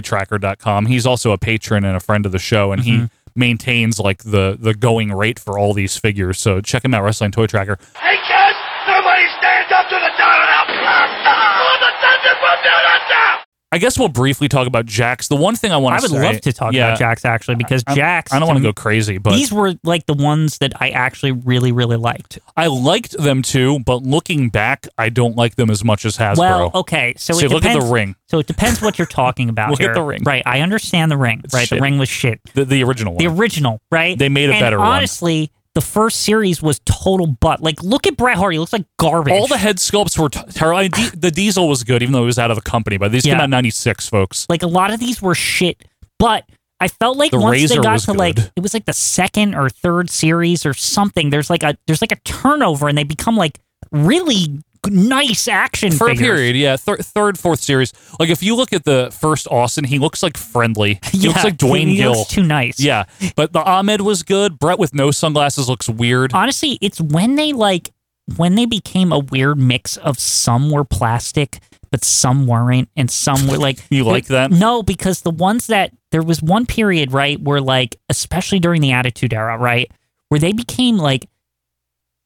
Speaker 5: WrestlingToyTracker.com. He's also a patron and a friend of the show, and
Speaker 4: Mm-hmm.
Speaker 5: he maintains like the the going rate for all these figures. So check him out, Wrestling Toy Tracker.
Speaker 1: Hey, kids! Somebody stand up to the dollar now! For the thunder from down under!
Speaker 5: I guess we'll briefly talk about Jax. The one thing I want
Speaker 4: I
Speaker 5: to
Speaker 4: would
Speaker 5: say,
Speaker 4: love to talk
Speaker 5: yeah,
Speaker 4: about Jax actually because Jax.
Speaker 5: I don't want
Speaker 4: to
Speaker 5: to go crazy, but
Speaker 4: These were like the ones that I actually really really liked.
Speaker 5: I liked them too. But looking back, I don't like them as much as Hasbro.
Speaker 4: Well, okay, so
Speaker 5: See,
Speaker 4: it
Speaker 5: look at the
Speaker 4: depends.
Speaker 5: ring.
Speaker 4: So it depends what you're talking about.
Speaker 5: Look at
Speaker 4: here.
Speaker 5: the ring.
Speaker 4: right? I understand the ring. right,
Speaker 5: shit.
Speaker 4: the ring was shit.
Speaker 5: the, the original one.
Speaker 4: The original, right?
Speaker 5: They made a
Speaker 4: And
Speaker 5: better one.
Speaker 4: honestly, the first series was total butt. Like, look at Bret Hart; he looks like garbage.
Speaker 5: All the head sculpts were t- terrible. I mean, D- the Diesel was good, even though it was out of the company. But these came
Speaker 4: Yeah.
Speaker 5: out in '96, folks.
Speaker 4: like a lot of these were shit. But I felt like
Speaker 5: The
Speaker 4: once
Speaker 5: Razor
Speaker 4: they got
Speaker 5: was
Speaker 4: to like
Speaker 5: good.
Speaker 4: it was like the second or third series or something. There's like a there's like a turnover, and they become like really nice action
Speaker 5: For
Speaker 4: figures.
Speaker 5: a period, yeah, Thir- third, fourth series. Like if you look at the first Austin, he looks like friendly. He
Speaker 4: Yeah,
Speaker 5: looks like Dwayne
Speaker 4: he
Speaker 5: Gill.
Speaker 4: Looks too nice.
Speaker 5: yeah, but the Ahmed was good. Brett with no sunglasses looks weird.
Speaker 4: honestly, it's when they like when they became a weird mix of some were plastic but some weren't and some were like
Speaker 5: You like that?
Speaker 4: No, because the ones that there was one period, right, where like especially during the attitude era, right, where they became like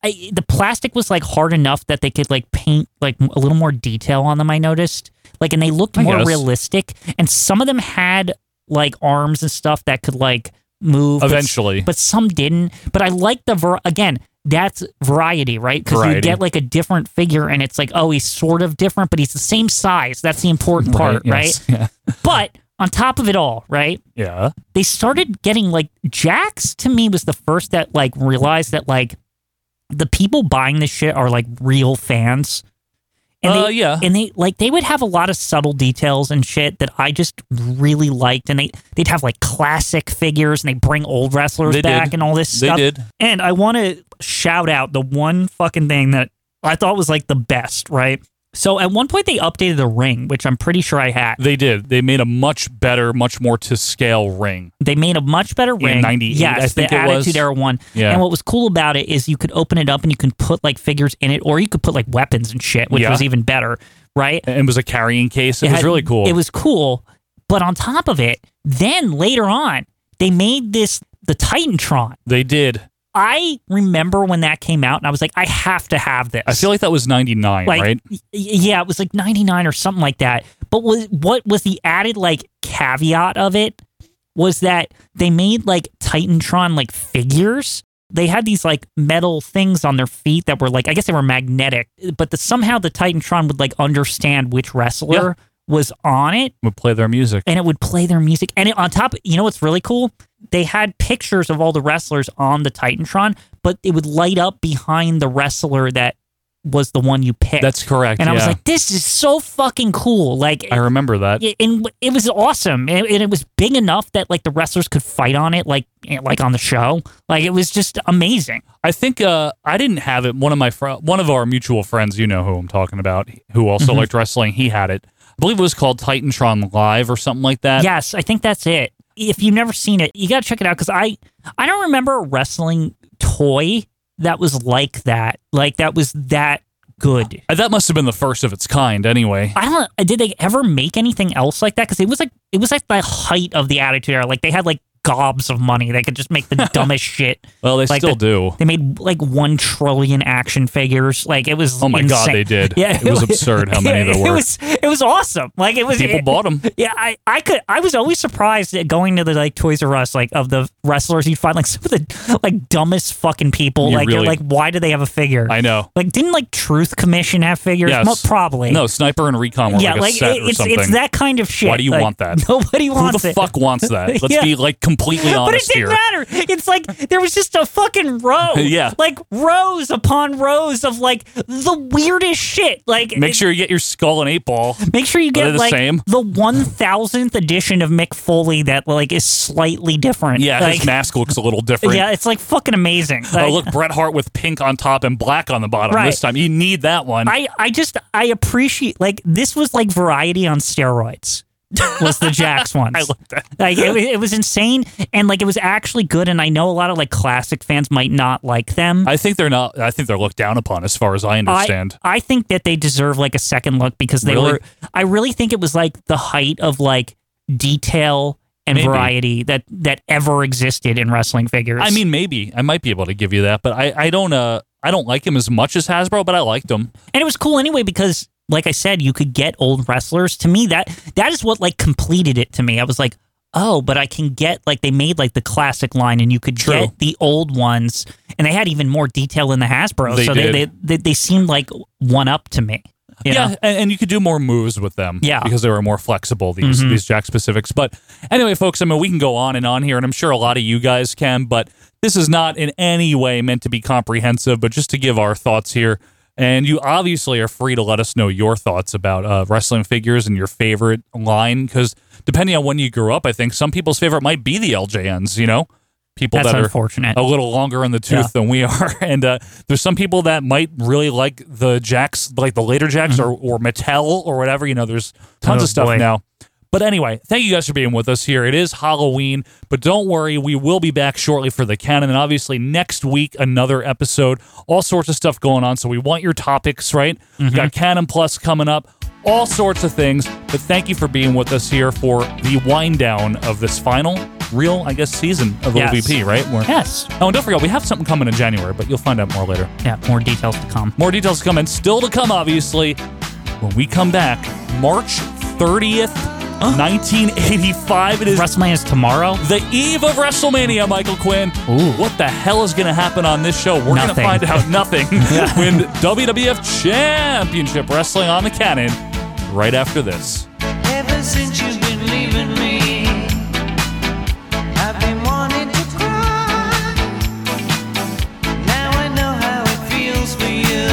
Speaker 4: I, the plastic was like hard enough that they could like paint like a little more detail on them. I noticed like, and they looked
Speaker 5: I
Speaker 4: more
Speaker 5: guess.
Speaker 4: realistic. And some of them had like arms and stuff that could like move but s-
Speaker 5: Eventually.
Speaker 4: but, some didn't. But I like the ver- again. That's variety, right? Because you
Speaker 5: Variety.
Speaker 4: get like a different figure, and it's like, oh, he's sort of different, but he's the same size. That's the important part, right?
Speaker 5: yes, Yeah.
Speaker 4: But on top of it all, right?
Speaker 5: yeah.
Speaker 4: They started getting like Jax to me was the first that like realized that like the people buying this shit are like real fans. And
Speaker 5: Uh,
Speaker 4: they,
Speaker 5: yeah.
Speaker 4: And they like they would have a lot of subtle details and shit that I just really liked. And they they'd have like classic figures and they bring old wrestlers
Speaker 5: They did.
Speaker 4: back and all this
Speaker 5: They
Speaker 4: stuff.
Speaker 5: did.
Speaker 4: And I want to shout out the one fucking thing that I thought was like the best, right? So at one point they updated the ring, which I'm pretty sure I had.
Speaker 5: They did. They made a much better, much more to scale ring.
Speaker 4: They made a much better ring.
Speaker 5: 98,
Speaker 4: yes,
Speaker 5: I think
Speaker 4: the
Speaker 5: it
Speaker 4: Attitude
Speaker 5: was.
Speaker 4: Era one.
Speaker 5: Yeah.
Speaker 4: And what was cool about it is you could open it up and you can put like figures in it, or you could put like weapons and shit, which
Speaker 5: Yeah.
Speaker 4: was even better, right?
Speaker 5: And it was a carrying case. It, was
Speaker 4: had-
Speaker 5: really cool.
Speaker 4: It was cool. But on top of it, then later on, they made this the Titantron.
Speaker 5: They did.
Speaker 4: I remember when that came out, and I was like, I have to have this.
Speaker 5: I feel like that was '99,
Speaker 4: like
Speaker 5: right?
Speaker 4: y- yeah it was like 99 or something like that but was what was the added like caveat of it was that they made like titantron like figures they had these like metal things on their feet that were like i guess they were magnetic but the, somehow the titantron would like understand which wrestler was on it
Speaker 5: Would play their music.
Speaker 4: and it would play their music. And it, on top, you know what's really cool? They had pictures of all the wrestlers on the Titantron, but it would light up behind the wrestler that was the one you picked.
Speaker 5: That's correct,
Speaker 4: And I was
Speaker 5: yeah.
Speaker 4: like, this is so fucking cool. Like,
Speaker 5: I remember that.
Speaker 4: it- and it was awesome, and, and it was big enough that like the wrestlers could fight on it, like eh, like on the show. Like it was just amazing.
Speaker 5: I think uh, I didn't have it. One of my fr- one of our mutual friends, you know who I'm talking about, who also
Speaker 4: Mm-hmm.
Speaker 5: liked wrestling. He had it. I believe it was called Titantron Live or something like that.
Speaker 4: yes, I think that's it. If you've never seen it, you got to check it out because I I don't remember a wrestling toy that was like that. Like that was that good.
Speaker 5: Uh, That must have been the first of its kind, anyway.
Speaker 4: I don't. Did they ever make anything else like that? Because it was like it was like the height of the Attitude Era. Like they had like gobs of money. They could just make the dumbest shit.
Speaker 5: Well, they
Speaker 4: Like
Speaker 5: still
Speaker 4: the-
Speaker 5: do.
Speaker 4: They made like one trillion action figures. Like it was.
Speaker 5: Oh my God,
Speaker 4: insane.
Speaker 5: they did.
Speaker 4: Yeah,
Speaker 5: It was absurd how many
Speaker 4: yeah,
Speaker 5: there were.
Speaker 4: It was. It was awesome. Like it was.
Speaker 5: People
Speaker 4: it-
Speaker 5: bought 'em.
Speaker 4: Yeah, I, I could. I was always surprised at going to the like Toys R Us, like of the wrestlers. You'd find like some of the like dumbest fucking people.
Speaker 5: You
Speaker 4: like you're
Speaker 5: really-
Speaker 4: like, why do they have a figure?
Speaker 5: I know.
Speaker 4: Like didn't like Truth Commission have figures?
Speaker 5: Yes.
Speaker 4: Mo- probably.
Speaker 5: No, Sniper and Recon were
Speaker 4: yeah,
Speaker 5: like a
Speaker 4: like,
Speaker 5: set
Speaker 4: it-
Speaker 5: or
Speaker 4: it's
Speaker 5: something.
Speaker 4: it's that kind of shit.
Speaker 5: Why do you
Speaker 4: Like,
Speaker 5: want that?
Speaker 4: Nobody
Speaker 5: who
Speaker 4: wants
Speaker 5: the
Speaker 4: it.
Speaker 5: fuck wants that? Let's
Speaker 4: Yeah.
Speaker 5: be like completely
Speaker 4: But it
Speaker 5: honest
Speaker 4: didn't
Speaker 5: here.
Speaker 4: matter. It's like there was just a fucking row.
Speaker 5: Yeah.
Speaker 4: Like rows upon rows of like the weirdest shit. Like
Speaker 5: Make
Speaker 4: it-
Speaker 5: sure you get your skull and eight ball.
Speaker 4: Make sure you
Speaker 5: they
Speaker 4: get
Speaker 5: the
Speaker 4: like
Speaker 5: same?
Speaker 4: the one thousandth edition of Mick Foley that like is slightly different.
Speaker 5: Yeah,
Speaker 4: like,
Speaker 5: his mask looks a little different.
Speaker 4: yeah, it's like fucking amazing. Like,
Speaker 5: oh, look, Bret Hart with pink on top and black on the bottom
Speaker 4: Right.
Speaker 5: this time. You need that one.
Speaker 4: I I just I appreciate like this was like variety on steroids. was the Jax ones. I
Speaker 5: love that.
Speaker 4: Like it, wa- it was insane and like it was actually good and I know a lot of like classic fans might not like them.
Speaker 5: I think they're not. I think they're looked down upon, as far as I understand.
Speaker 4: I, I think that they deserve like a second look because they
Speaker 5: Really?
Speaker 4: were. I really think it was like the height of like detail and
Speaker 5: Maybe.
Speaker 4: variety that that ever existed in wrestling figures.
Speaker 5: I, mean, maybe I might be able to give you that, but I, I don't. Uh, I don't like him as much as Hasbro, but I liked him.
Speaker 4: and it was cool anyway because, like I said, you could get old wrestlers. To me, that that is what like completed it to me. I was like, oh, but I can get like they made like the classic line, and you could
Speaker 5: True.
Speaker 4: get the old ones, and they had even more detail in the Hasbro,
Speaker 5: They
Speaker 4: so They,
Speaker 5: did.
Speaker 4: they they they seemed like one up to me. You know?
Speaker 5: Yeah, and, and you could do more moves with them.
Speaker 4: Yeah. Mm-hmm.
Speaker 5: because they were more flexible these these Jack specifics. But anyway, folks, I mean, we can go on and on here, and I'm sure a lot of you guys can. But this is not in any way meant to be comprehensive, but just to give our thoughts here. And you obviously are free to let us know your thoughts about uh, wrestling figures and your favorite line, because depending on when you grew up, I think some people's favorite might be the LJNs. You know, people
Speaker 4: That's
Speaker 5: that are
Speaker 4: unfortunate.
Speaker 5: a little longer in the tooth
Speaker 4: Yeah.
Speaker 5: than we are. And uh, there's some people that might really like the Jacks, like the later Jacks or, or Mattel or whatever. You know, there's tons
Speaker 4: Mm-hmm. Oh,
Speaker 5: of stuff
Speaker 4: boy.
Speaker 5: now. But anyway, thank you guys for being with us here. It is Halloween, but don't worry, we will be back shortly for the canon. And obviously, next week, another episode, all sorts of stuff going on. So we want your topics, right? We've
Speaker 4: Mm-hmm.
Speaker 5: got Canon Plus coming up, all sorts of things. But thank you for being with us here for the wind down of this final real, I guess, season of
Speaker 4: Yes.
Speaker 5: OVP, right? We're-
Speaker 4: Yes.
Speaker 5: Oh, and don't forget, we have something coming in January, but you'll find out more later.
Speaker 4: Yeah, more details to come.
Speaker 5: More details to come, and still to come, obviously, when we come back, March 30th, 1985. It is
Speaker 4: WrestleMania is tomorrow.
Speaker 5: the eve of WrestleMania, Michael Quinn.
Speaker 4: Ooh.
Speaker 5: What the hell is going to happen on this show? We're going to
Speaker 4: Nothing.
Speaker 5: find out nothing when WWF Championship Wrestling on the Cannon right after this.
Speaker 9: Ever since you've been leaving me, I've been wanting to cry. Now I know how it feels for you.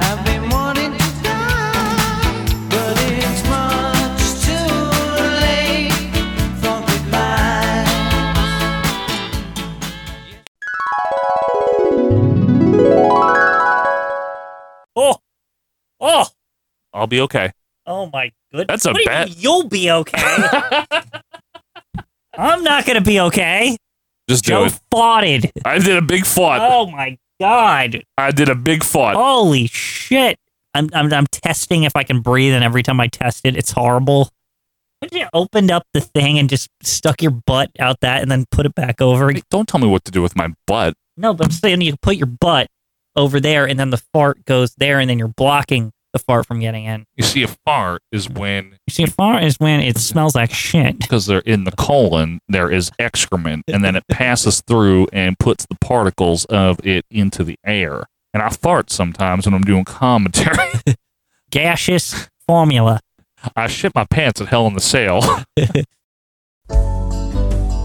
Speaker 9: I've been wanting to die, but it's much too late for goodbye.
Speaker 4: Oh, oh,
Speaker 5: I'll be okay.
Speaker 4: oh my goodness.
Speaker 5: That's a
Speaker 4: What do you
Speaker 5: bad-
Speaker 4: mean You'll be okay. I'm not gonna be okay.
Speaker 5: Just do
Speaker 4: Joe
Speaker 5: it.
Speaker 4: farted.
Speaker 5: I did a big fought.
Speaker 4: Oh my god.
Speaker 5: I did a big fought.
Speaker 4: Holy shit. I'm, I'm I'm testing if I can breathe, and every time I test it, it's horrible. What if you opened up the thing and just stuck your butt out that, and then put it back over?
Speaker 5: Don't tell me what to do with my butt.
Speaker 4: No, but I'm saying you put your butt over there, and then the fart goes there, and then you're blocking the fart from getting in.
Speaker 10: You see, a fart is when,
Speaker 4: You see, a fart is when it smells like shit.
Speaker 10: because they're in the colon, there is excrement, and then it passes through and puts the particles of it into the air. And I fart sometimes when I'm doing commentary.
Speaker 4: Gaseous formula.
Speaker 10: I shit my pants at Hell in the Cell.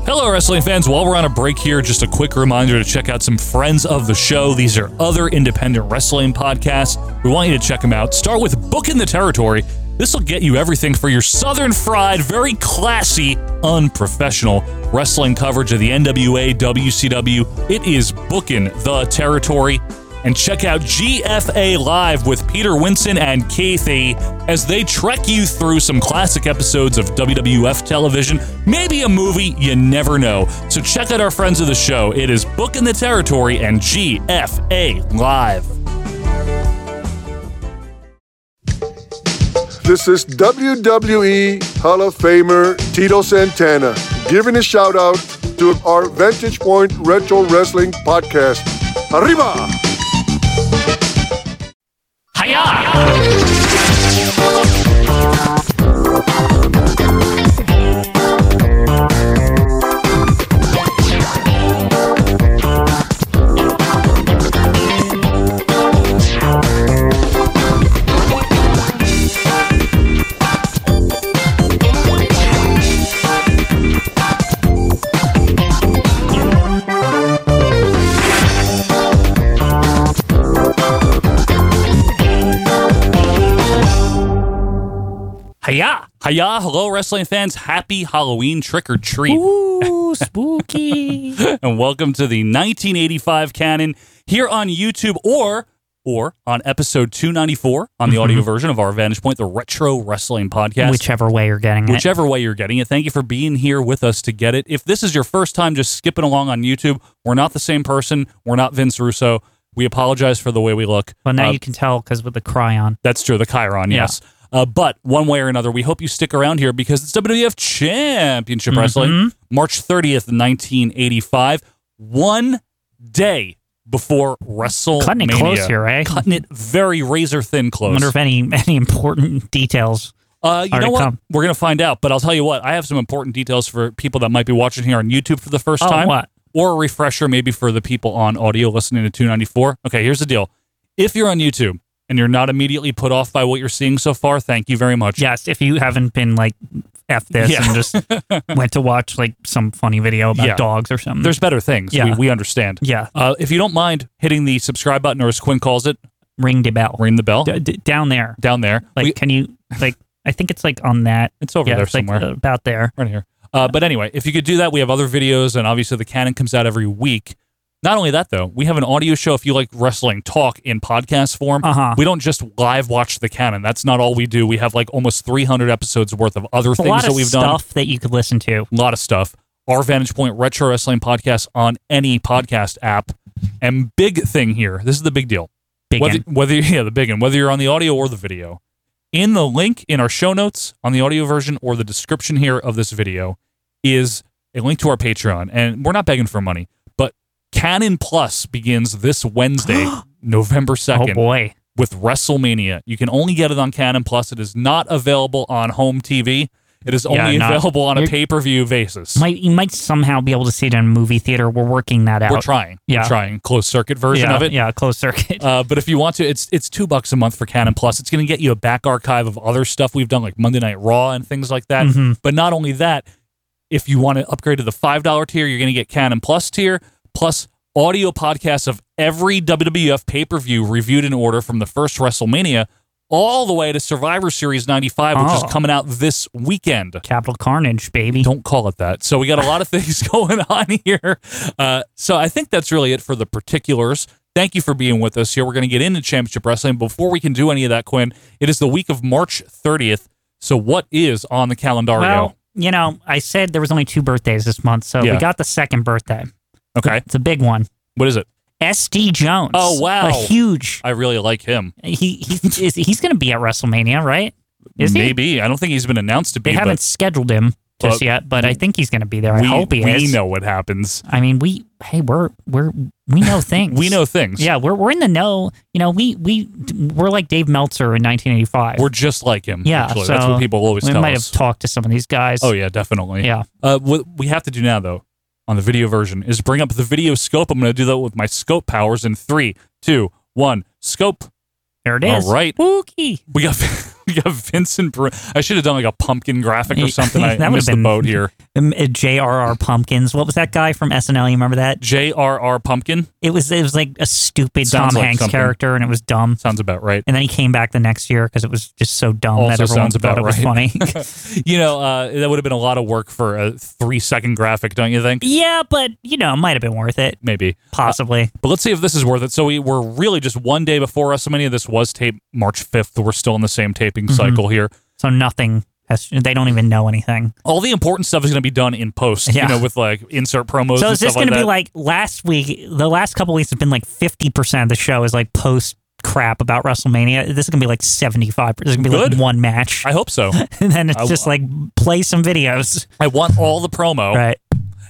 Speaker 5: Hello, wrestling fans. While we're on a break here, just a quick reminder to check out some friends of the show. These are other independent wrestling podcasts. We want you to check them out. Start with Booking the Territory. This will get you everything for your Southern fried, very classy, unprofessional wrestling coverage of the NWA, WCW. It is Booking the Territory and check out GFA Live with Peter Winson and Kathy as they trek you through some classic episodes of WWF television, maybe a movie, you never know. So check out our friends of the show. It is Book in the Territory and GFA Live.
Speaker 11: This is WWE Hall of Famer Tito Santana giving a shout out to our Vantage Point Retro Wrestling Podcast. Arriba!
Speaker 4: Hiya!
Speaker 5: Hiya, hello, wrestling fans. Happy Halloween trick or treat.
Speaker 4: Ooh, spooky.
Speaker 5: and welcome to the 1985 canon here on YouTube or or on episode 294 on the audio version of our Vantage Point, the Retro Wrestling Podcast.
Speaker 4: Mm-hmm. Whichever way you're getting it.
Speaker 5: Whichever way you're getting it, thank you for being here with us to get it. If this is your first time just skipping along on YouTube, we're not the same person. We're not Vince Russo. We apologize for the way we look.
Speaker 4: Well, now
Speaker 5: Uh,
Speaker 4: you can tell because with the cryon.
Speaker 5: that's true. The Chiron,
Speaker 4: Yeah.
Speaker 5: yes. Uh, but one way or another, we hope you stick around here because it's WWF Championship
Speaker 4: Mm-hmm.
Speaker 5: Wrestling, March 30th, 1985, one day before WrestleMania.
Speaker 4: Cutting it close here, eh?
Speaker 5: Cutting it very razor thin
Speaker 4: I
Speaker 5: close.
Speaker 4: wonder if any any important details.
Speaker 5: Uh, you
Speaker 4: All
Speaker 5: know
Speaker 4: right,
Speaker 5: what?
Speaker 4: come.
Speaker 5: We're gonna find out. But I'll tell you what. I have some important details for people that might be watching here on YouTube for the first
Speaker 4: Oh,
Speaker 5: time,
Speaker 4: what?
Speaker 5: or a refresher maybe for the people on audio listening to 294. Okay, here's the deal. If you're on YouTube and you're not immediately put off by what you're seeing so far, thank you very much.
Speaker 4: Yes, if you haven't been like f this
Speaker 5: Yeah.
Speaker 4: and just went to watch like some funny video about
Speaker 5: Yeah.
Speaker 4: dogs or something.
Speaker 5: There's better things.
Speaker 4: Yeah.
Speaker 5: We, we understand.
Speaker 4: yeah,
Speaker 5: Uh, if you don't mind hitting the subscribe button, or as Quinn calls it,
Speaker 4: ring the bell
Speaker 5: ring the bell
Speaker 4: D- d- down there.
Speaker 5: down there.
Speaker 4: Like,
Speaker 5: We-
Speaker 4: can you like? I think it's like on that.
Speaker 5: it's over
Speaker 4: yeah,
Speaker 5: there
Speaker 4: it's like
Speaker 5: somewhere.
Speaker 4: about there.
Speaker 5: right here. Uh, but anyway, if you could do that, we have other videos, and obviously the canon comes out every week. Not only that, though, we have an audio show if you like wrestling talk in podcast form.
Speaker 4: Uh-huh.
Speaker 5: We don't just live watch the canon. That's not all we do. We have like almost 300 episodes worth of other
Speaker 4: A
Speaker 5: things
Speaker 4: lot
Speaker 5: that
Speaker 4: of
Speaker 5: we've done.
Speaker 4: stuff that you could listen to.
Speaker 5: A lot of stuff. Our Vantage Point Retro Wrestling Podcast on any podcast app. And big thing here this is the big deal
Speaker 4: Big
Speaker 5: whether,
Speaker 4: end.
Speaker 5: whether yeah, the big one, whether you're on the audio or the video. In the link in our show notes on the audio version or the description here of this video is a link to our Patreon. And we're not begging for money, but Canon Plus begins this Wednesday, November
Speaker 4: Oh
Speaker 5: 2nd,
Speaker 4: boy,
Speaker 5: with WrestleMania. You can only get it on Canon Plus. It is not available on home TV. It is
Speaker 4: Yeah,
Speaker 5: only
Speaker 4: not-
Speaker 5: available on a
Speaker 4: you're-
Speaker 5: pay-per-view basis.
Speaker 4: might you might somehow be able to see it in a movie theater. We're working that out.
Speaker 5: We're trying.
Speaker 4: Yeah.
Speaker 5: We're trying closed circuit version
Speaker 4: yeah,
Speaker 5: of it.
Speaker 4: Yeah, closed circuit.
Speaker 5: Uh, but if you want to, it's it's two bucks a month for Canon Plus. It's going to get you a back archive of other stuff we've done, like Monday Night Raw and things like that.
Speaker 4: Mhm.
Speaker 5: But not only that, if you want to upgrade to the five dollar tier, you're going to get Canon Plus tier plus audio podcasts of every WWF pay per view reviewed in order from the first WrestleMania all the way to Survivor Series '95, which
Speaker 4: Oh.
Speaker 5: is coming out this weekend.
Speaker 4: Capital Carnage, baby.
Speaker 5: Don't call it that. So we got a lot of things going on here. Uh, so I think that's really it for the particulars. Thank you for being with us here. We're going to get into championship wrestling. Before we can do any of that, Quinn, it is the week of March 30th. So what is on the calendario?
Speaker 4: Well, you know, I said there was only two birthdays this month, so
Speaker 5: Yeah.
Speaker 4: we got the second birthday.
Speaker 5: okay,
Speaker 4: It's a big one.
Speaker 5: what is it?
Speaker 4: SD Jones.
Speaker 5: Oh, wow.
Speaker 4: A huge.
Speaker 5: I really like him.
Speaker 4: He he's is, he's going to be at WrestleMania, right? Is he?
Speaker 5: Maybe I don't think he's been announced to be.
Speaker 4: They haven't scheduled him just
Speaker 5: But
Speaker 4: yet, but I think he's going to be there. I
Speaker 5: but we,
Speaker 4: hope he
Speaker 5: we
Speaker 4: is.
Speaker 5: know what happens.
Speaker 4: I mean, we hey, we're we're we know things.
Speaker 5: We know things.
Speaker 4: Yeah, we're we're in the know. You know, we we we're like Dave Meltzer in 1985.
Speaker 5: we're just like him.
Speaker 4: yeah,
Speaker 5: actually.
Speaker 4: so
Speaker 5: that's what people always
Speaker 4: we
Speaker 5: tell
Speaker 4: might
Speaker 5: us.
Speaker 4: have talked to some of these guys.
Speaker 5: oh yeah, definitely.
Speaker 4: yeah.
Speaker 5: Uh, what we have to do now, though, on the video version, is bring up the video scope. I'm going to do that with my scope powers in three, two, one. Scope.
Speaker 4: There it is.
Speaker 5: All right.
Speaker 4: Spooky.
Speaker 5: We got we got Vincent Bruno. I should have done like a pumpkin graphic or something. I
Speaker 4: That would've
Speaker 5: missed the
Speaker 4: been-
Speaker 5: boat here.
Speaker 4: Um, uh, J.R.R. Pumpkins. What was that guy from SNL? You remember that?
Speaker 5: J.R.R. Pumpkin.
Speaker 4: It was it was like a stupid
Speaker 5: Sounds
Speaker 4: Tom
Speaker 5: like
Speaker 4: Hanks
Speaker 5: something.
Speaker 4: character, and it was dumb.
Speaker 5: Sounds about right.
Speaker 4: And then he came back the next year because it was just so dumb that
Speaker 5: Also
Speaker 4: everyone
Speaker 5: sounds
Speaker 4: thought
Speaker 5: about
Speaker 4: it was funny.
Speaker 5: right. You know, uh, that would have been a lot of work for a three second graphic, don't you think?
Speaker 4: yeah, but you know, it might have been worth it,
Speaker 5: Maybe.
Speaker 4: possibly.
Speaker 5: But let's see if this is worth it. So we were really just one day before WrestleMania. This was taped March 5th. We're still in the same taping cycle here.
Speaker 4: Mm-hmm. so nothing has. They don't even know anything.
Speaker 5: All the important stuff is going to be done in post,
Speaker 4: Yeah.
Speaker 5: you know, with like insert promos
Speaker 4: So
Speaker 5: and
Speaker 4: is this
Speaker 5: stuff
Speaker 4: going
Speaker 5: like
Speaker 4: to be
Speaker 5: that.
Speaker 4: like last week? The last couple weeks have been like fifty percent of the show is like post crap about WrestleMania. This is going to be like seventy five. This is going to be
Speaker 5: Good.
Speaker 4: like one match,
Speaker 5: I hope so.
Speaker 4: and then it's
Speaker 5: I-
Speaker 4: just like play some videos,
Speaker 5: I want all the promo.
Speaker 4: right?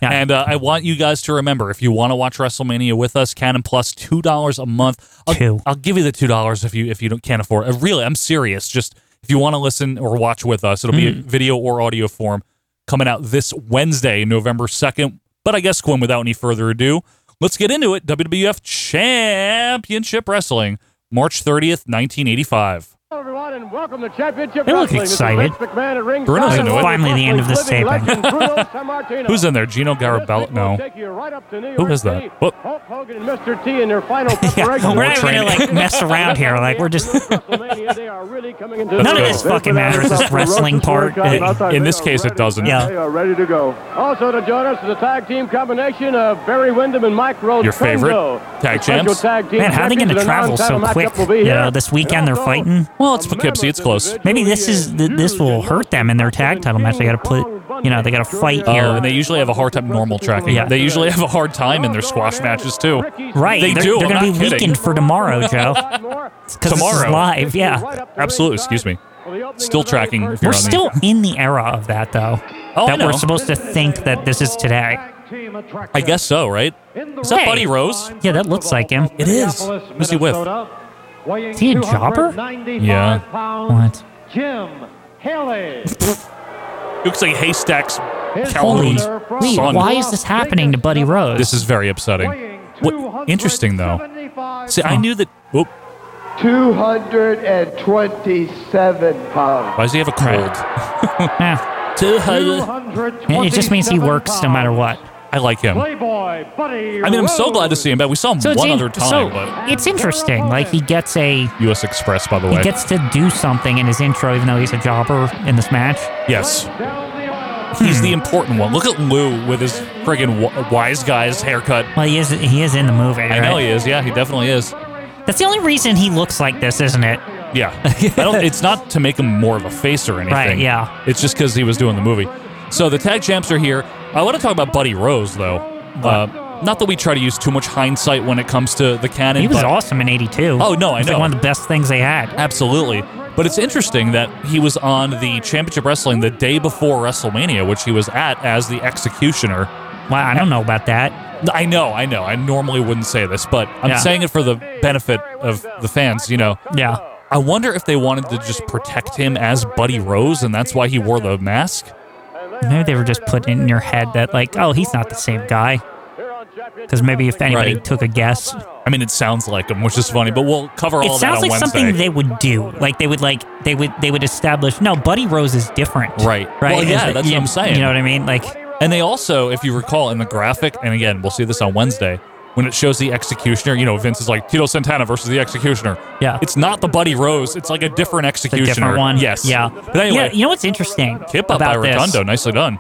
Speaker 4: Yeah.
Speaker 5: And uh, I want you guys to remember if you want to watch WrestleMania with us, Canon Plus two dollars a month. I'll,
Speaker 4: Two.
Speaker 5: I'll give you the two dollars if you if you don't, can't afford. It. Uh, Really, I'm serious. Just if you want to listen or watch with us, it'll be
Speaker 4: Mm.
Speaker 5: in video or audio form coming out this Wednesday, November second. But I guess Quinn, without any further ado, let's get into it. WWF Championship Wrestling, March thirtieth, nineteen eighty five.
Speaker 7: Hello, everyone, and welcome to Championship
Speaker 4: They look
Speaker 7: Wrestling. This is
Speaker 4: excited.
Speaker 7: Vince McMahon at ringside.
Speaker 5: Bruno's into it.
Speaker 4: Finally the end of this
Speaker 7: Living
Speaker 4: taping.
Speaker 7: legend, Bruno Sammartino.
Speaker 5: Who's in there? Gino Garabella?
Speaker 7: This will
Speaker 5: No.
Speaker 7: take you right up to New
Speaker 5: Who
Speaker 7: York
Speaker 5: is
Speaker 7: City.
Speaker 5: that? What?
Speaker 7: Hulk Hogan and Mr. T in their final
Speaker 4: Yeah, we're
Speaker 7: preparation.
Speaker 4: not going to like mess around here. Like we're just
Speaker 7: WrestleMania, they are really coming into
Speaker 4: None
Speaker 5: of
Speaker 7: their
Speaker 5: this
Speaker 7: own.
Speaker 4: fucking matters, this wrestling part.
Speaker 5: In- in this case, it doesn't.
Speaker 4: Yeah.
Speaker 7: They are ready to go. Also to join us is a tag team combination of Barry Windham and Mike Rhodes.
Speaker 5: Your favorite
Speaker 12: Oh,
Speaker 5: tag champs?
Speaker 4: man. How are they going to travel so quick? You know, this weekend they're fighting.
Speaker 5: Well, it's Poughkeepsie. It's close.
Speaker 4: Maybe this is th- this will hurt them in their tag title match. They got to put, you know, they got to fight here.
Speaker 5: Oh, and they usually have a hard time normal tracking.
Speaker 4: Yeah.
Speaker 5: They usually have a hard time in their squash matches too.
Speaker 4: right?
Speaker 5: They
Speaker 4: are
Speaker 5: do.
Speaker 4: They're gonna
Speaker 5: I'm not
Speaker 4: be
Speaker 5: kidding.
Speaker 4: weakened for tomorrow, Joe. Because this is
Speaker 5: Tomorrow.
Speaker 4: live. Yeah,
Speaker 5: Absolutely. Excuse me. Still tracking. If you're
Speaker 4: we're
Speaker 5: on
Speaker 4: still
Speaker 5: the-
Speaker 4: in the era of that though.
Speaker 5: Oh, I
Speaker 4: that we're
Speaker 5: know.
Speaker 4: supposed to think that this is today.
Speaker 5: I guess so, right? Is that
Speaker 4: Hey.
Speaker 5: Buddy Rose?
Speaker 4: Yeah, that looks like him.
Speaker 5: It is. Who's he with?
Speaker 4: Is he a jobber?
Speaker 5: Yeah.
Speaker 4: What?
Speaker 7: Jim Haley.
Speaker 5: Looks like Haystacks.
Speaker 4: Holy.
Speaker 5: Calvin.
Speaker 4: Wait,
Speaker 5: Son.
Speaker 4: why is this happening to Buddy Rose?
Speaker 5: This is very upsetting. What? Interesting though. See, I
Speaker 4: Huh.
Speaker 5: knew that. Whoop.
Speaker 1: 227 pounds.
Speaker 5: Why does he have a cold?
Speaker 4: Yeah.
Speaker 5: Two hundred-
Speaker 4: It
Speaker 7: It
Speaker 4: just means he works no matter what.
Speaker 5: I like him. I
Speaker 7: Playboy, buddy.
Speaker 5: mean, I'm so glad to see him back. We saw him
Speaker 4: So it's
Speaker 5: one
Speaker 4: in-
Speaker 5: other time,
Speaker 4: so
Speaker 5: but
Speaker 4: it's interesting. Like he gets a
Speaker 5: U.S. Express, by the
Speaker 4: he
Speaker 5: way.
Speaker 4: gets to do something in his intro, even though he's a jobber in this match.
Speaker 5: yes. He's
Speaker 4: hmm.
Speaker 5: the important one. Look at Lou with his friggin' wi- wise guy's haircut.
Speaker 4: Well, he is he is in the movie.
Speaker 5: I know he is. Yeah, he definitely is.
Speaker 4: That's the only reason he looks like this, isn't it?
Speaker 5: Yeah, I don't, it's not to make him more of a face or anything.
Speaker 4: Right, yeah.
Speaker 5: it's just because he was doing the movie. So the tag champs are here. I want to talk about Buddy Rose though. Uh, not that we try to use too much hindsight when it comes to the canon.
Speaker 4: He was
Speaker 5: but-
Speaker 4: awesome in '82.
Speaker 5: Oh, no, I
Speaker 4: It's
Speaker 5: know.
Speaker 4: Like one of the best things they had.
Speaker 5: Absolutely. But it's interesting that he was on the Championship Wrestling the day before WrestleMania, which he was at as the Executioner.
Speaker 4: Well, I don't know about that.
Speaker 5: I know, I know. I normally wouldn't say this, but I'm
Speaker 4: Yeah.
Speaker 5: saying it for the benefit of the fans, you know.
Speaker 4: Yeah.
Speaker 5: I wonder if they wanted to just protect him as Buddy Rose, and that's why he wore the mask.
Speaker 4: Maybe they were just putting it in your head that like, oh, he's not the same guy. Because maybe if anybody
Speaker 5: Right.
Speaker 4: took a guess,
Speaker 5: I mean, it sounds like him, which is funny, but we'll cover all
Speaker 4: it
Speaker 5: that
Speaker 4: sounds
Speaker 5: on
Speaker 4: like
Speaker 5: Wednesday.
Speaker 4: something they would do. Like they would like they would they would establish. No, Buddy Rose is different.
Speaker 5: Right.
Speaker 4: Right.
Speaker 5: Well, yeah,
Speaker 4: Is-
Speaker 5: that's
Speaker 4: you-
Speaker 5: what I'm saying.
Speaker 4: You know what I mean? Like,
Speaker 5: and they also, if you recall, in the graphic, and again, we'll see this on Wednesday, when it shows the Executioner, you know, Vince is like Tito Santana versus the Executioner.
Speaker 4: Yeah.
Speaker 5: It's not the Buddy Rose, it's like a different
Speaker 4: the
Speaker 5: Executioner.
Speaker 4: different one.
Speaker 5: Yes.
Speaker 4: Yeah.
Speaker 5: But anyway,
Speaker 4: yeah. You know what's interesting
Speaker 5: Hip up by
Speaker 4: about this?
Speaker 5: Redondo. Nicely done.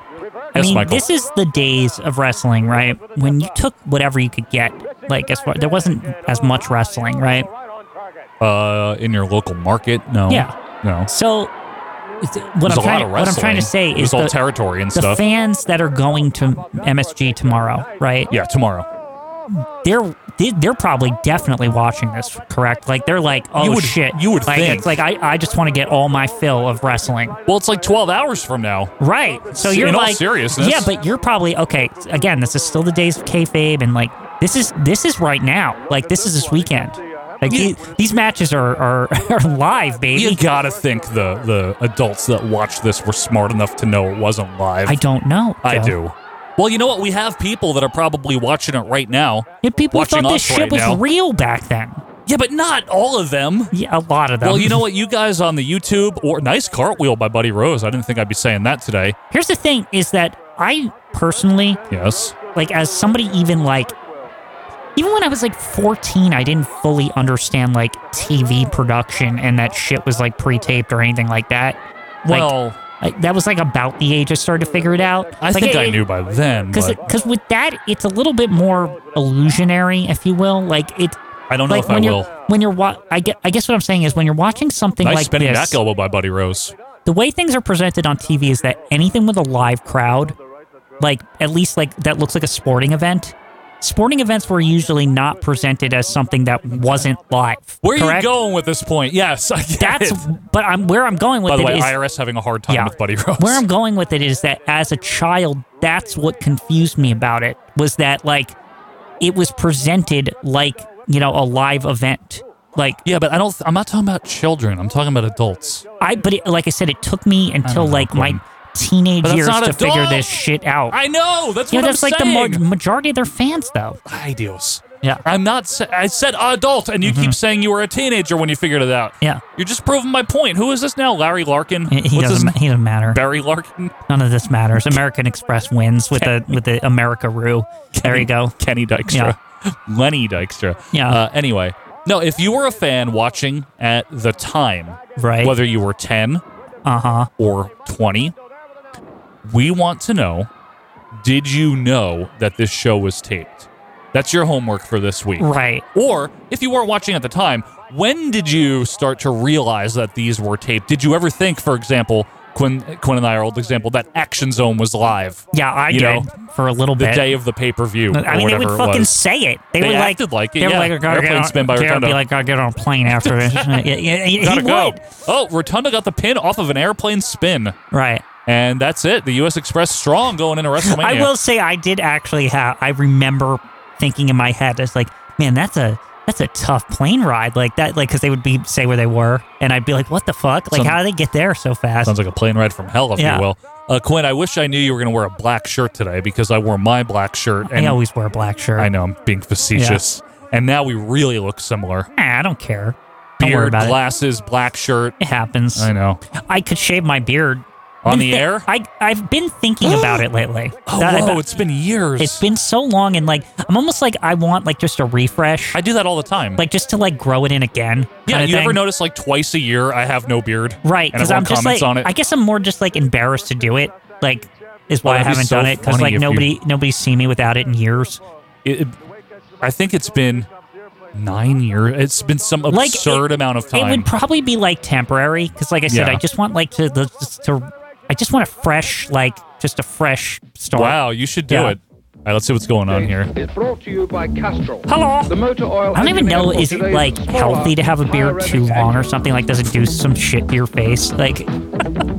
Speaker 4: I
Speaker 5: yes,
Speaker 4: mean,
Speaker 5: Michael.
Speaker 4: this is the days of wrestling, right? When you took whatever you could get. Like, as far there wasn't as much wrestling, right?
Speaker 5: uh, in your local market. No.
Speaker 4: Yeah.
Speaker 5: No.
Speaker 4: So, it's- what
Speaker 5: There's
Speaker 4: I'm,
Speaker 5: a lot
Speaker 4: trying,
Speaker 5: of
Speaker 4: what I'm trying
Speaker 5: wrestling.
Speaker 4: to say
Speaker 5: It was
Speaker 4: is
Speaker 5: all
Speaker 4: the,
Speaker 5: territory and
Speaker 4: the
Speaker 5: stuff.
Speaker 4: fans that are going to MSG tomorrow, right?
Speaker 5: Yeah, tomorrow.
Speaker 4: They're they- they're probably definitely watching this, correct? Like they're like, oh
Speaker 5: You would-
Speaker 4: shit,
Speaker 5: you would
Speaker 4: like,
Speaker 5: think.
Speaker 4: It's like I, I just want to get all my fill of wrestling,
Speaker 5: Well, it's like 12 hours from now.
Speaker 4: right? So
Speaker 5: In
Speaker 4: you're
Speaker 5: all
Speaker 4: like,
Speaker 5: seriousness.
Speaker 4: yeah, but you're probably okay. Again, this is still the days of kayfabe, and like this is this is right now. Like this is this weekend. Like
Speaker 5: You-
Speaker 4: the- these matches are are, are live, baby.
Speaker 5: You gotta think the the adults that watched this were smart enough to know it wasn't live.
Speaker 4: I don't know.
Speaker 5: I
Speaker 4: Joe.
Speaker 5: do. Well, you know what? We have people that are probably watching it right now.
Speaker 4: Yeah, people
Speaker 5: watching
Speaker 4: thought
Speaker 5: us
Speaker 4: this shit
Speaker 5: right
Speaker 4: was
Speaker 5: now.
Speaker 4: real back then.
Speaker 5: Yeah, but not all of them.
Speaker 4: Yeah, a lot of them.
Speaker 5: Well, you know what? You guys on the YouTube or nice cartwheel by Buddy Rose. I didn't think I'd be saying that today.
Speaker 4: Here's the thing: is that I personally,
Speaker 5: yes,
Speaker 4: like as somebody even like, even when I was like 14, I didn't fully understand like TV production and that shit was like pre-taped or anything like that. Like,
Speaker 5: Well-
Speaker 4: like, that was like about the age I started to figure it out.
Speaker 5: I
Speaker 4: Like,
Speaker 5: think
Speaker 4: it-
Speaker 5: I knew by then.
Speaker 4: because
Speaker 5: but
Speaker 4: because with that it's a little bit more illusionary if you will like it
Speaker 5: I don't know
Speaker 4: like
Speaker 5: if I
Speaker 4: when
Speaker 5: will.
Speaker 4: you're when you're wa- I, get, I guess what i'm saying is when you're watching something
Speaker 5: nice
Speaker 4: like
Speaker 5: spinning
Speaker 4: this
Speaker 5: back elbow by Buddy Rose.
Speaker 4: the way things are presented on tv is that anything with a live crowd like at least like that looks like a sporting event sporting events were usually not presented as something that wasn't live
Speaker 5: Where are you
Speaker 4: correct?
Speaker 5: going with this point? Yes, I get
Speaker 4: that's
Speaker 5: it.
Speaker 4: but i'm where i'm going with
Speaker 5: By the
Speaker 4: it
Speaker 5: way,
Speaker 4: is-
Speaker 5: IRS having a hard time
Speaker 4: Yeah.
Speaker 5: with Buddy Rose.
Speaker 4: Where I'm going with it is that as a child, that's what confused me about it was that like it was presented like, you know, a live event. Like
Speaker 5: yeah, but I don't. I'm not talking about children. I'm talking about adults.
Speaker 4: I but it, like I said, it took me until
Speaker 5: know,
Speaker 4: like my
Speaker 5: Gordon.
Speaker 4: teenage
Speaker 5: But that's
Speaker 4: years
Speaker 5: not
Speaker 4: to figure
Speaker 5: adult!
Speaker 4: this shit out.
Speaker 5: I know. That's
Speaker 4: you
Speaker 5: what
Speaker 4: know, that's
Speaker 5: I'm
Speaker 4: like
Speaker 5: saying.
Speaker 4: the ma- majority of their fans though.
Speaker 5: Ay, Dios.
Speaker 4: Yeah. Mm-hmm.
Speaker 5: I'm not. sa- I said adult, and you keep saying you were a teenager when you figured it out.
Speaker 4: Yeah.
Speaker 5: You're just proving my point. Who is this now? Larry Larkin?
Speaker 4: He, he
Speaker 5: What's his
Speaker 4: doesn't ma-
Speaker 5: name?
Speaker 4: he doesn't matter.
Speaker 5: Barry Larkin?
Speaker 4: None of this matters. American Express wins with the with the America Roo. There you go.
Speaker 5: Kenny Dykstra. Lenny Dykstra.
Speaker 4: Yeah.
Speaker 5: Uh, anyway, no, if you were a fan watching at the time,
Speaker 4: Right.
Speaker 5: whether you were 10
Speaker 4: Uh-huh.
Speaker 5: or 20, we want to know did you know that this show was taped? That's your homework for this week.
Speaker 4: Right.
Speaker 5: Or if you weren't watching at the time, when did you start to realize that these were taped? Did you ever think, for example, Quinn, Quinn and I are old example, that Action Zone was live?
Speaker 4: Yeah, I
Speaker 5: You
Speaker 4: did
Speaker 5: know,
Speaker 4: for a little
Speaker 5: the
Speaker 4: bit.
Speaker 5: day of the pay per view.
Speaker 4: I mean, they would fucking say it. They,
Speaker 5: They
Speaker 4: would like,
Speaker 5: acted like
Speaker 4: They
Speaker 5: it, yeah.
Speaker 4: were like, "Gotta get
Speaker 5: Airplane
Speaker 4: on-
Speaker 5: spin by
Speaker 4: Jared
Speaker 5: Rotundo.
Speaker 4: Be like, I get on a plane after this. yeah, yeah, yeah, he
Speaker 5: Gotta go.
Speaker 4: would.
Speaker 5: Oh, Rotunda got the pin off of an airplane spin.
Speaker 4: Right.
Speaker 5: And that's it. The U.S. Express strong going into WrestleMania.
Speaker 4: I will say, I did actually have. I remember thinking in my head, it's like, man, that's a that's a tough plane ride, like that, like because they would be say where they were, and I'd be like, what the fuck? Like,
Speaker 5: Some-
Speaker 4: how did they get there so fast?
Speaker 5: Sounds like a plane ride from hell, if
Speaker 4: Yeah.
Speaker 5: you will. Uh, Quinn, I wish I knew you were going to wear a black shirt today because I wore my black shirt. And
Speaker 4: I always wear a black shirt.
Speaker 5: I know I'm being facetious. And now we really look similar.
Speaker 4: Eh, I don't care. Don't worry
Speaker 5: Beard,
Speaker 4: about
Speaker 5: glasses, black shirt.
Speaker 4: it. It happens.
Speaker 5: I know.
Speaker 4: I could shave my beard
Speaker 5: On
Speaker 4: Been
Speaker 5: the
Speaker 4: thi-
Speaker 5: air?
Speaker 4: I I've been thinking about it lately.
Speaker 5: Oh,
Speaker 4: That-
Speaker 5: whoa,
Speaker 4: that-
Speaker 5: it's been years.
Speaker 4: It's been so long, and like I'm almost like I want like just a refresh,
Speaker 5: I do that all the time.
Speaker 4: like just to like grow it in again.
Speaker 5: yeah,
Speaker 4: kinda
Speaker 5: you ever
Speaker 4: thing.
Speaker 5: notice like twice a year I have no beard?
Speaker 4: right?
Speaker 5: And
Speaker 4: Because
Speaker 5: everyone
Speaker 4: I'm just
Speaker 5: comments
Speaker 4: like
Speaker 5: on it.
Speaker 4: I guess I'm more just like embarrassed to do it. Like is why I
Speaker 5: that'd be
Speaker 4: haven't
Speaker 5: so
Speaker 4: done it because
Speaker 5: funny
Speaker 4: like
Speaker 5: if you-
Speaker 4: nobody nobody's seen me without it in years.
Speaker 5: It- it- I think it's been nine years. It's been some
Speaker 4: Like, it-
Speaker 5: absurd amount of
Speaker 4: It
Speaker 5: time.
Speaker 4: would probably be like temporary because like I said,
Speaker 5: Yeah.
Speaker 4: I just want like to the just to I just want a fresh like just a fresh start.
Speaker 5: wow, you should do
Speaker 4: Yeah.
Speaker 5: it. All right, let's see what's going on here.
Speaker 1: Is brought to you by Castrol.
Speaker 4: Hello.
Speaker 1: The motor oil.
Speaker 4: I don't even know is it like healthy to have a beard too long or something like does it do some shit to your face like.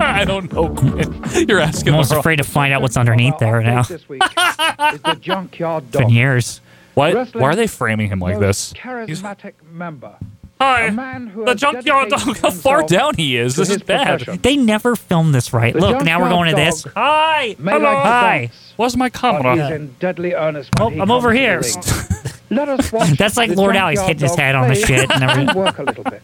Speaker 5: I don't know. Quinn. You're asking
Speaker 4: I'm
Speaker 5: the
Speaker 4: almost
Speaker 5: wrong-
Speaker 4: afraid to find out what's underneath there now. It's
Speaker 1: This week is the junkyard dog.
Speaker 4: been years.
Speaker 5: Why,
Speaker 1: Wrestling-
Speaker 5: why are they framing him like this?
Speaker 1: Most Charismatic member.
Speaker 5: Hi,
Speaker 1: A man who
Speaker 5: the
Speaker 1: has
Speaker 5: junkyard
Speaker 1: dedicated
Speaker 5: dog. How far
Speaker 1: himself
Speaker 5: down he is.
Speaker 1: to
Speaker 5: This
Speaker 1: his
Speaker 5: is bad.
Speaker 1: profession.
Speaker 4: They never filmed this right.
Speaker 1: The
Speaker 4: Look, now we're going to
Speaker 1: junkyard
Speaker 4: this.
Speaker 1: dog
Speaker 4: Hi,
Speaker 1: may
Speaker 4: hello,
Speaker 1: like to
Speaker 4: hi.
Speaker 1: dance,
Speaker 5: Where's my
Speaker 1: but
Speaker 5: camera?
Speaker 1: he's in deadly earnest.
Speaker 4: Oh,
Speaker 1: when he
Speaker 4: I'm over
Speaker 1: comes to
Speaker 4: here.
Speaker 1: the ring. Let us watch.
Speaker 4: That's like
Speaker 1: the
Speaker 4: Lord Alley's
Speaker 1: junkyard
Speaker 4: hitting his
Speaker 1: dog
Speaker 4: head on the
Speaker 1: play
Speaker 4: shit and everything.
Speaker 1: work a little bit.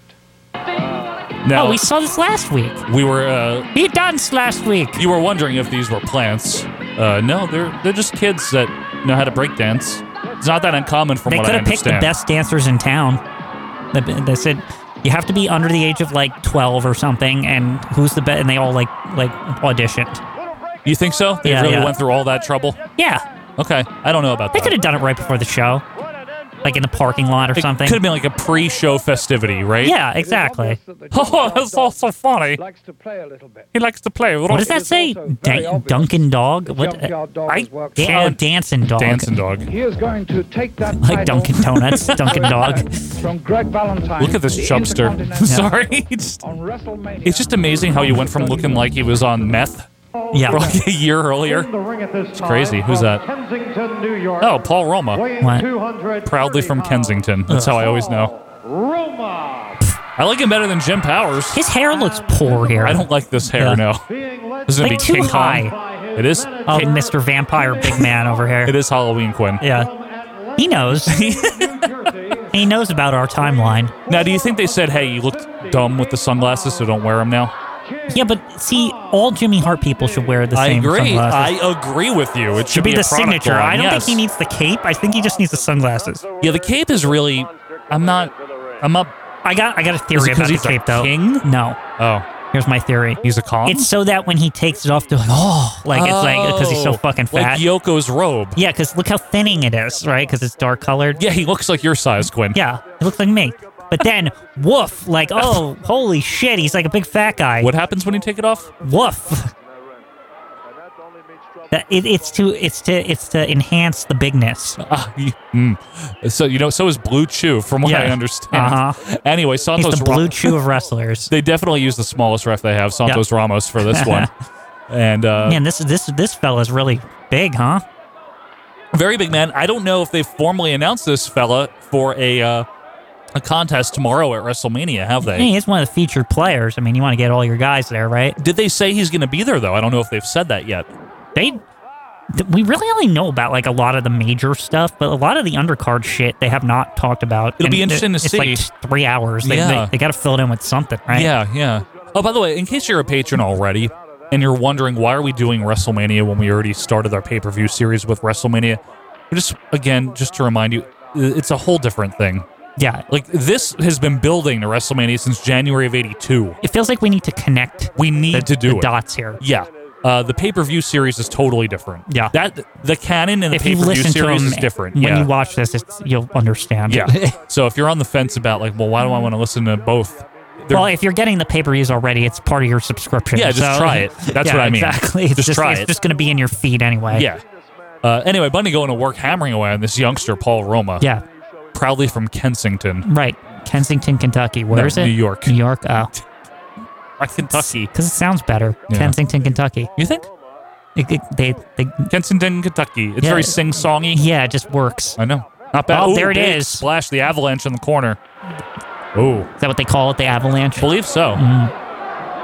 Speaker 5: Now,
Speaker 4: Oh, we saw this last week.
Speaker 5: we were uh,
Speaker 4: He danced last week.
Speaker 5: you were wondering if these were plants. Uh, no, they're they're just kids that know how to break dance. It's not that uncommon from
Speaker 4: They
Speaker 5: what
Speaker 4: could
Speaker 5: I
Speaker 4: have picked the
Speaker 5: understand.
Speaker 4: best dancers in town. They, they said you have to be under the age of like 12 or something, and who's the best? And they all like like auditioned.
Speaker 5: You think so? They
Speaker 4: Yeah,
Speaker 5: really
Speaker 4: yeah.
Speaker 5: went through all that trouble.
Speaker 4: Yeah,
Speaker 5: Okay, I don't know about
Speaker 4: they
Speaker 5: that.
Speaker 4: could have done it right before the show, like in the parking lot or
Speaker 5: It
Speaker 4: something.
Speaker 5: could have been like a pre-show festivity, right?
Speaker 4: Yeah, exactly.
Speaker 5: Oh, that's also funny.
Speaker 1: Likes to play a little bit.
Speaker 5: He likes to play.
Speaker 4: What does that say?
Speaker 1: also very
Speaker 4: Dan-
Speaker 1: obvious.
Speaker 4: Dunkin' Dog?
Speaker 1: The
Speaker 4: What?
Speaker 1: junkyard dog
Speaker 4: I
Speaker 1: is worked
Speaker 4: Dan-
Speaker 1: hard.
Speaker 4: oh, dancing dog.
Speaker 5: Dancing dog.
Speaker 1: He is going to take that
Speaker 4: Like
Speaker 1: title
Speaker 4: Dunkin' Donuts, Dunkin' Dog.
Speaker 1: from Greg Valentine.
Speaker 5: Look at this
Speaker 1: the
Speaker 5: chubster.
Speaker 1: Intercontinental
Speaker 5: Sorry, it's,
Speaker 1: on WrestleMania.
Speaker 5: it's just amazing how you went from looking like he was on meth
Speaker 4: Yeah.
Speaker 5: like a year earlier.
Speaker 1: In the ring at this it's
Speaker 5: crazy. Who's that?
Speaker 1: Kensington, New York.
Speaker 5: Oh, Paul Roma.
Speaker 1: weighing
Speaker 4: What?
Speaker 1: 230
Speaker 5: Proudly from
Speaker 1: pounds.
Speaker 5: Kensington. That's how I always know.
Speaker 1: Roma
Speaker 5: I like him better than Jim Powers.
Speaker 4: His hair looks poor here.
Speaker 5: I don't like this hair
Speaker 4: Yeah.
Speaker 5: now.
Speaker 1: being led
Speaker 5: This is gonna
Speaker 4: Like
Speaker 5: be
Speaker 4: too
Speaker 5: King Kong.
Speaker 4: high.
Speaker 5: It is.
Speaker 4: Oh,
Speaker 5: Ki-
Speaker 4: Mr. Vampire Big Man over here.
Speaker 5: It is Halloween, Quinn.
Speaker 4: Yeah. He knows. He knows about our timeline.
Speaker 5: Now, do you think they said, hey, you looked dumb with the sunglasses, so don't wear them now?
Speaker 4: Yeah, but see, all Jimmy Hart people should wear the
Speaker 5: I
Speaker 4: same
Speaker 5: agree.
Speaker 4: sunglasses.
Speaker 5: I uh, agree with you. It should,
Speaker 4: should be, the
Speaker 5: a chronicle
Speaker 4: signature.
Speaker 5: line,
Speaker 4: I don't
Speaker 5: yes.
Speaker 4: think he needs the cape. I think he just needs the sunglasses.
Speaker 5: Yeah, the cape is really. I'm not. I'm not.
Speaker 4: I got I got a
Speaker 5: Is
Speaker 4: theory
Speaker 5: it 'cause
Speaker 4: about the
Speaker 5: he's a
Speaker 4: cape though.
Speaker 5: king?
Speaker 4: No.
Speaker 5: Oh,
Speaker 4: Here's my theory.
Speaker 5: he's a con.
Speaker 4: It's so that when he takes it off, they're like, oh, like it's like because he's so
Speaker 5: Oh,
Speaker 4: fucking
Speaker 5: Like
Speaker 4: fat.
Speaker 5: Yoko's robe.
Speaker 4: yeah, because look how thinning it is, right? Because it's dark colored.
Speaker 5: Yeah, he looks like your size, Quinn.
Speaker 4: Yeah, it looks like me. But then, woof, like, oh, holy shit, he's like a big fat guy.
Speaker 5: What happens when you take it off?
Speaker 4: Woof. That, it, it's to it's to it's to enhance the bigness.
Speaker 5: Ah, y- mm. So you know, so is Blue Chew, from what
Speaker 4: Yeah.
Speaker 5: I understand.
Speaker 4: Uh-huh.
Speaker 5: Anyway, Santos.
Speaker 4: He's the
Speaker 5: Ra-
Speaker 4: blue chew of wrestlers.
Speaker 5: they definitely use the smallest ref they have, Santos Ramos, for this one. And uh,
Speaker 4: Man, this this this fella's really big, huh?
Speaker 5: very big man. I don't know if they formally announced this fella for a uh, a contest tomorrow at WrestleMania. Have
Speaker 4: I
Speaker 5: they?
Speaker 4: mean, he's one of the featured players. I mean, you want to get all your guys there, right?
Speaker 5: Did they say he's going to be there though? I don't know if they've said that yet.
Speaker 4: They th- we really only know about like a lot of the major stuff, but a lot of the undercard shit they have not talked about.
Speaker 5: It'll be
Speaker 4: And
Speaker 5: interesting to
Speaker 4: it's like
Speaker 5: see.
Speaker 4: three hours. They,
Speaker 5: Yeah.
Speaker 4: they, got to fill it in with something, right?
Speaker 5: Yeah, yeah. Oh, by the way, in case you're a patron already and you're wondering why are we doing WrestleMania when we already started our pay-per-view series with WrestleMania, just again, just to remind you, it's a whole different thing.
Speaker 4: yeah.
Speaker 5: Like this has been building to WrestleMania since January of '82.
Speaker 4: It feels like we need to connect
Speaker 5: We need
Speaker 4: the,
Speaker 5: to do
Speaker 4: the
Speaker 5: it.
Speaker 4: dots here.
Speaker 5: Yeah. Uh, the pay per view series is totally different.
Speaker 4: Yeah.
Speaker 5: That the canon and the
Speaker 4: if
Speaker 5: pay
Speaker 4: you
Speaker 5: per view
Speaker 4: listen to
Speaker 5: series
Speaker 4: them
Speaker 5: is different.
Speaker 4: when
Speaker 5: yeah.
Speaker 4: you watch this, it's, you'll understand.
Speaker 5: yeah. so if you're on the fence about like, well, why do I want to listen to both? They're-
Speaker 4: well, if you're getting the pay per views already, it's part of your subscription.
Speaker 5: Yeah, just
Speaker 4: so-
Speaker 5: try it. That's
Speaker 4: Yeah,
Speaker 5: what I mean.
Speaker 4: Exactly. It's
Speaker 5: Just
Speaker 4: just,
Speaker 5: try
Speaker 4: it's
Speaker 5: it.
Speaker 4: just going to be in your feed anyway.
Speaker 5: yeah. Uh, anyway, Bundy going to work hammering away on this youngster Paul Roma.
Speaker 4: Yeah.
Speaker 5: Proudly from Kensington,
Speaker 4: Right. Kensington, Kentucky. Where
Speaker 5: No,
Speaker 4: is
Speaker 5: New
Speaker 4: it?
Speaker 5: York.
Speaker 4: New York. Oh,
Speaker 5: Kentucky.
Speaker 4: because it sounds better.
Speaker 5: Yeah.
Speaker 4: Kensington, Kentucky.
Speaker 5: You think
Speaker 4: It, it- they, they,
Speaker 5: Kensington, Kentucky? It's
Speaker 4: Yeah.
Speaker 5: very sing songy.
Speaker 4: yeah, it just works.
Speaker 5: I know. Not bad.
Speaker 4: Oh,
Speaker 5: Ooh,
Speaker 4: there it
Speaker 5: big
Speaker 4: is.
Speaker 5: Splash the avalanche in the corner. Oh,
Speaker 4: Is that what they call it? The avalanche? Mm-hmm.
Speaker 5: believe so.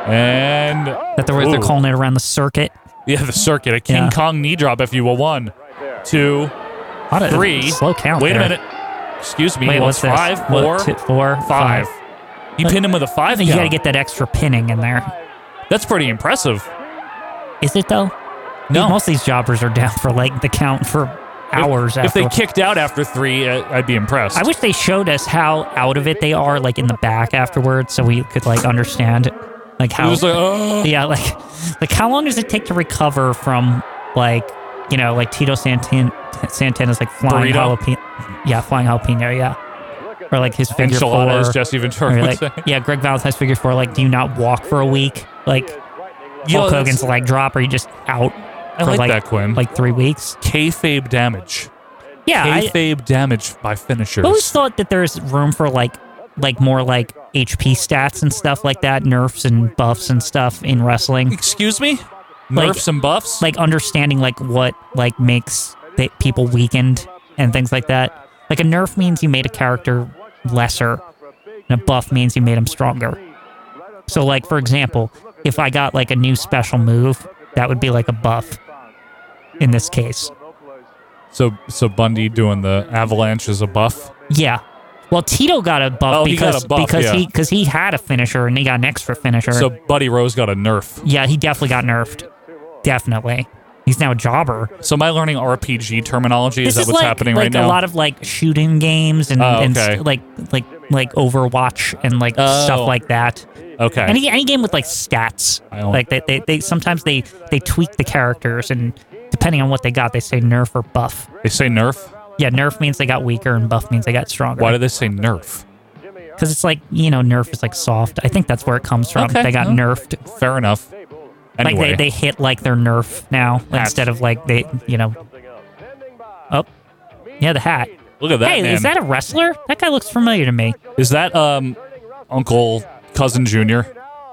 Speaker 5: And
Speaker 4: That the way they're
Speaker 5: Ooh.
Speaker 4: calling it around the circuit.
Speaker 5: Yeah, the circuit. A King
Speaker 4: Yeah.
Speaker 5: Kong knee drop, if you will. One, two,
Speaker 4: Lot of-
Speaker 5: three.
Speaker 4: Slow count.
Speaker 5: Wait
Speaker 4: there.
Speaker 5: a minute. Excuse me.
Speaker 4: Wait, what's
Speaker 5: what's
Speaker 4: this?
Speaker 5: five,
Speaker 4: One,
Speaker 5: four,
Speaker 4: two- four, five.
Speaker 5: five. He pinned him with a five.
Speaker 4: You got to
Speaker 5: count.
Speaker 4: get that extra pinning in there.
Speaker 5: That's pretty impressive.
Speaker 4: Is it though?
Speaker 5: No.
Speaker 4: Most of these jobbers are down for like the count for hours
Speaker 5: If, if
Speaker 4: after.
Speaker 5: they kicked out after three, uh, I'd be impressed.
Speaker 4: I wish they showed us how out of it they are, like in the back afterwards, so we could like understand, like
Speaker 5: It
Speaker 4: how.
Speaker 5: was like, oh.
Speaker 4: yeah, like, like how long does it take to recover from like, you know, like Tito Santan- Santana's like flying
Speaker 5: Burrito?
Speaker 4: jalapeno, yeah, flying jalapeno, yeah, or like his figure four,
Speaker 5: Enchiladas, Jesse Ventura
Speaker 4: or,
Speaker 5: would
Speaker 4: like,
Speaker 5: say.
Speaker 4: yeah, Greg Valentine's figure four, like, do you not walk for a week, like
Speaker 5: Yo,
Speaker 4: Hulk
Speaker 5: that's-
Speaker 4: Hogan's leg drop, or you just out
Speaker 5: I
Speaker 4: for
Speaker 5: like,
Speaker 4: like
Speaker 5: that, Quinn.
Speaker 4: like three weeks?
Speaker 5: kayfabe damage.
Speaker 4: Yeah, I-
Speaker 5: Kayfabe damage by finishers.
Speaker 4: I always thought that there's room for like like more like HP stats and stuff like that, nerfs and buffs and stuff in wrestling.
Speaker 5: Excuse me?
Speaker 4: Like-
Speaker 5: Nerfs and buffs?
Speaker 4: Like understanding like what like makes th- people weakened and things like that. Like a nerf means you made a character lesser, and a buff means you made him stronger. So like for example, if I got like a new special move, that would be like a buff. In this case,
Speaker 5: so, so Bundy doing the avalanche is a buff.
Speaker 4: yeah. Well, Tito got a buff
Speaker 5: Oh, he got
Speaker 4: because
Speaker 5: a buff,
Speaker 4: because
Speaker 5: yeah.
Speaker 4: he because he had a finisher and he got an extra finisher.
Speaker 5: So Buddy Rose got a nerf.
Speaker 4: Yeah, he definitely got nerfed. Definitely. He's now a jobber.
Speaker 5: So am I learning RPG terminology?
Speaker 4: this
Speaker 5: is that
Speaker 4: is
Speaker 5: what's
Speaker 4: like,
Speaker 5: happening
Speaker 4: like
Speaker 5: right
Speaker 4: a
Speaker 5: now?
Speaker 4: lot of like shooting games and,
Speaker 5: Oh,
Speaker 4: and s-
Speaker 5: okay.
Speaker 4: like like like Overwatch and like
Speaker 5: Oh.
Speaker 4: stuff like that.
Speaker 5: okay.
Speaker 4: Any any game with like stats.
Speaker 5: I don't-
Speaker 4: Like they, they, they sometimes they they tweak the characters and depending on what they got, they say nerf or buff.
Speaker 5: they say nerf.
Speaker 4: Yeah, nerf means they got weaker and buff means they got stronger.
Speaker 5: Why do they say nerf?
Speaker 4: Because it's like you know nerf is like soft. I think that's where it comes from.
Speaker 5: Okay,
Speaker 4: They got
Speaker 5: no.
Speaker 4: nerfed.
Speaker 5: Fair enough. Anyway,
Speaker 4: Like they, they hit like their nerf now
Speaker 5: Hats.
Speaker 4: instead of like they you know. Oh, yeah, the hat.
Speaker 5: look at that.
Speaker 4: hey,
Speaker 5: man.
Speaker 4: is that a wrestler? That guy looks familiar to me.
Speaker 5: Is that um Uncle Cousin Junior?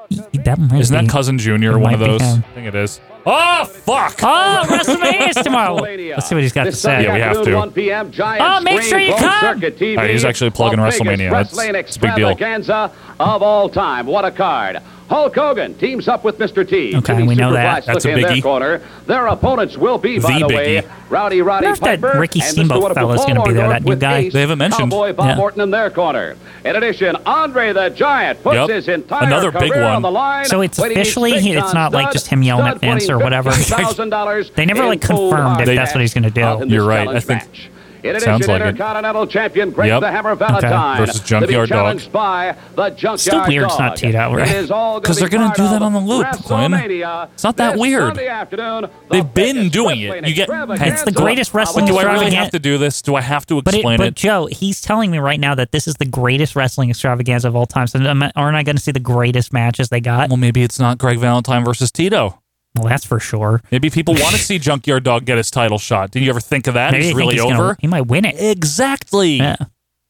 Speaker 4: He- That might
Speaker 5: Isn't
Speaker 4: be.
Speaker 5: that Cousin Junior
Speaker 4: It
Speaker 5: one of
Speaker 4: might be
Speaker 5: those? I
Speaker 4: him.
Speaker 5: think it is. Oh fuck!
Speaker 4: Oh, WrestleMania is tomorrow. Let's see what he's got to say.
Speaker 5: Yeah, we have to.
Speaker 1: p.m. Giant
Speaker 4: Oh, make sure you come.
Speaker 1: TV.
Speaker 5: Uh, he's actually plugging
Speaker 1: the
Speaker 5: WrestleMania.
Speaker 1: biggest
Speaker 5: That's
Speaker 1: wrestling
Speaker 5: it's a big deal.
Speaker 1: extravaganza of all time. What a card.
Speaker 13: Hulk Hogan teams up with Mr. T.
Speaker 4: Okay,
Speaker 13: Jimmy
Speaker 4: we know
Speaker 13: Superfly
Speaker 4: that. That's
Speaker 13: Slick
Speaker 4: a
Speaker 13: in their
Speaker 4: biggie.
Speaker 13: corner. Their opponents will be, by
Speaker 4: The
Speaker 13: the, way,
Speaker 4: biggie.
Speaker 13: Rowdy Roddy
Speaker 4: wonder if that
Speaker 13: Piper
Speaker 4: Ricky
Speaker 13: and
Speaker 4: Steamboat
Speaker 13: Mr.
Speaker 4: fella's
Speaker 13: Wonderful
Speaker 4: gonna
Speaker 13: Paul
Speaker 4: be there, that
Speaker 13: Orndorff
Speaker 4: new
Speaker 13: with
Speaker 4: guy.
Speaker 13: Ace,
Speaker 4: They haven't mentioned.
Speaker 13: Cowboy Bob
Speaker 4: Yeah.
Speaker 13: Orton in their corner. In addition, Andre the Giant puts
Speaker 4: Yep.
Speaker 13: his entire
Speaker 4: Another big
Speaker 13: career
Speaker 4: one.
Speaker 13: on the line.
Speaker 4: So it's
Speaker 13: when he meets
Speaker 4: officially-
Speaker 13: Big
Speaker 4: it's
Speaker 13: John
Speaker 4: not like
Speaker 13: Studd.
Speaker 4: just him yelling at
Speaker 13: Studd
Speaker 4: Vince or
Speaker 13: winning
Speaker 4: whatever.
Speaker 13: $50,000
Speaker 4: They never,
Speaker 13: in
Speaker 4: like,
Speaker 13: cold
Speaker 4: confirmed if
Speaker 13: hard
Speaker 4: that's what
Speaker 13: cash
Speaker 4: he's gonna do.
Speaker 13: out in this
Speaker 5: Uh, You're right. I
Speaker 13: challenge
Speaker 5: think-
Speaker 13: match. In
Speaker 5: sounds
Speaker 13: addition,
Speaker 5: like it.
Speaker 13: Intercontinental Champion Greg
Speaker 5: Yep.
Speaker 13: the Hammer
Speaker 5: Okay.
Speaker 13: Valentine to
Speaker 5: Versus
Speaker 13: be
Speaker 5: Junkyard Dog.
Speaker 13: challenged by the Junkyard
Speaker 5: Still weird it's not
Speaker 13: Dog.
Speaker 5: teed out,
Speaker 13: It
Speaker 5: right?
Speaker 13: is all gonna
Speaker 5: Because they're
Speaker 13: be
Speaker 5: gonna
Speaker 13: part
Speaker 5: do that
Speaker 13: of
Speaker 5: on the loop, Glenn.
Speaker 13: WrestleMania
Speaker 5: It's not that
Speaker 13: this
Speaker 5: weird.
Speaker 13: Sunday afternoon.
Speaker 5: They've been doing it. You get
Speaker 4: It's the greatest wrestling
Speaker 5: But do I really
Speaker 4: extravaganza.
Speaker 5: have to do this? Do I have to
Speaker 4: But, it,
Speaker 5: explain
Speaker 4: but
Speaker 5: it?
Speaker 4: Joe, he's telling me right now that this is the greatest wrestling extravaganza of all time. So am I- aren't I going to see the greatest matches they got?
Speaker 5: Well, maybe it's not Greg Valentine versus Tito.
Speaker 4: Well, that's for sure.
Speaker 5: Maybe people want to see Junkyard Dog get his title shot. Did you ever think of that?
Speaker 4: Maybe
Speaker 5: it's
Speaker 4: they think
Speaker 5: really
Speaker 4: he's gonna-
Speaker 5: over.
Speaker 4: he might win it.
Speaker 5: Exactly.
Speaker 13: The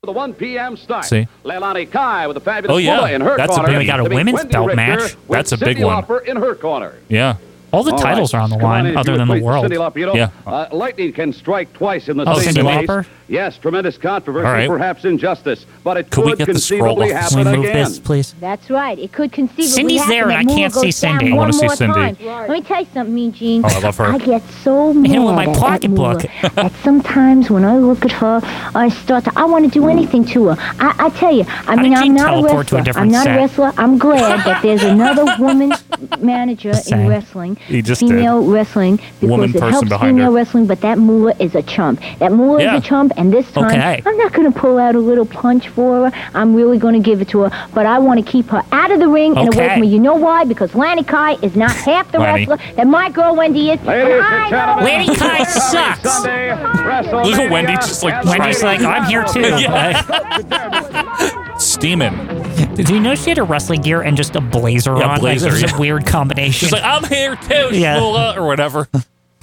Speaker 13: 1 p.m. start.
Speaker 5: See?
Speaker 13: Leilani Kai with a fabulous
Speaker 5: Oh, yeah.
Speaker 13: Moolah in her
Speaker 5: That's a
Speaker 13: corner.
Speaker 5: big- They got a
Speaker 13: To meet
Speaker 5: women's
Speaker 13: Wendy
Speaker 5: belt
Speaker 13: Richter
Speaker 5: match.
Speaker 13: with
Speaker 5: That's a big
Speaker 13: Cyndi
Speaker 5: one.
Speaker 13: Lauper in her corner.
Speaker 5: Yeah.
Speaker 4: All the
Speaker 13: All
Speaker 4: titles
Speaker 13: right.
Speaker 4: are on the
Speaker 13: Come
Speaker 4: line,
Speaker 13: in, if
Speaker 4: other
Speaker 13: you
Speaker 4: than the
Speaker 13: would please,
Speaker 4: world.
Speaker 13: Cyndi Lauper, you know,
Speaker 4: Yeah.
Speaker 13: uh, lightning can strike twice in the
Speaker 4: Oh,
Speaker 13: same
Speaker 4: Cyndi
Speaker 13: place.
Speaker 4: Lauper?
Speaker 13: Yes, tremendous controversy,
Speaker 4: All right.
Speaker 13: perhaps injustice, but it
Speaker 4: Could
Speaker 13: could
Speaker 4: we get the scroll
Speaker 13: conceivably
Speaker 4: off?
Speaker 13: happen
Speaker 4: Can we move
Speaker 13: again.
Speaker 4: this, please?
Speaker 14: That's right. It could conceivably
Speaker 4: Cindy's
Speaker 14: happen
Speaker 4: there,
Speaker 14: that
Speaker 4: and I
Speaker 14: Moolah
Speaker 4: can't
Speaker 14: goes
Speaker 4: see Cindy.
Speaker 14: down
Speaker 4: I
Speaker 14: One
Speaker 4: wanna see
Speaker 14: more
Speaker 4: Cindy.
Speaker 14: Time. Let me tell you something, Mean Gene.
Speaker 4: Oh, I love her.
Speaker 14: I get so
Speaker 4: I
Speaker 14: mad
Speaker 4: hit her with my
Speaker 14: at- at
Speaker 4: pocket
Speaker 14: Moolah
Speaker 4: book.
Speaker 14: that sometimes when I look at her, I start to. I want to do anything to her. I, I tell you. I mean,
Speaker 4: Hmm. did
Speaker 14: I'm
Speaker 4: you
Speaker 14: not a
Speaker 4: teleport to a
Speaker 14: wrestler.
Speaker 4: different
Speaker 14: I'm not
Speaker 4: set?
Speaker 14: a wrestler. I'm glad that there's another woman manager
Speaker 4: Same.
Speaker 14: in wrestling.
Speaker 4: He just did.
Speaker 14: female wrestling because
Speaker 4: Woman
Speaker 14: it
Speaker 4: person
Speaker 14: helps
Speaker 4: behind
Speaker 14: female
Speaker 4: her.
Speaker 14: wrestling. But that Moolah is a chump. That Moolah
Speaker 4: Yeah.
Speaker 14: is a chump, and this time
Speaker 4: Okay.
Speaker 14: I'm not going to pull out a little punch for her. I'm really going to give it to her, but I want to keep her out of the ring and away
Speaker 13: Okay.
Speaker 14: from her. You know why? Because Lanny Kai is not half the
Speaker 13: Lanny.
Speaker 14: wrestler that my girl Wendy is.
Speaker 13: Ladies
Speaker 14: and I
Speaker 13: and gentlemen,
Speaker 14: know-
Speaker 13: Lanny Kai sucks. Sunday,
Speaker 5: Look at Wendy just like
Speaker 4: Wendy's
Speaker 5: trying-
Speaker 4: like, I'm here too.
Speaker 5: yeah. Steaming.
Speaker 4: Did you know she had a wrestling gear and just a blazer
Speaker 5: Yeah,
Speaker 4: on?
Speaker 5: blazer,
Speaker 4: like, it was
Speaker 5: yeah.
Speaker 4: a weird combination.
Speaker 5: She's like, I'm here too,
Speaker 4: Yeah.
Speaker 5: Shmula, or whatever.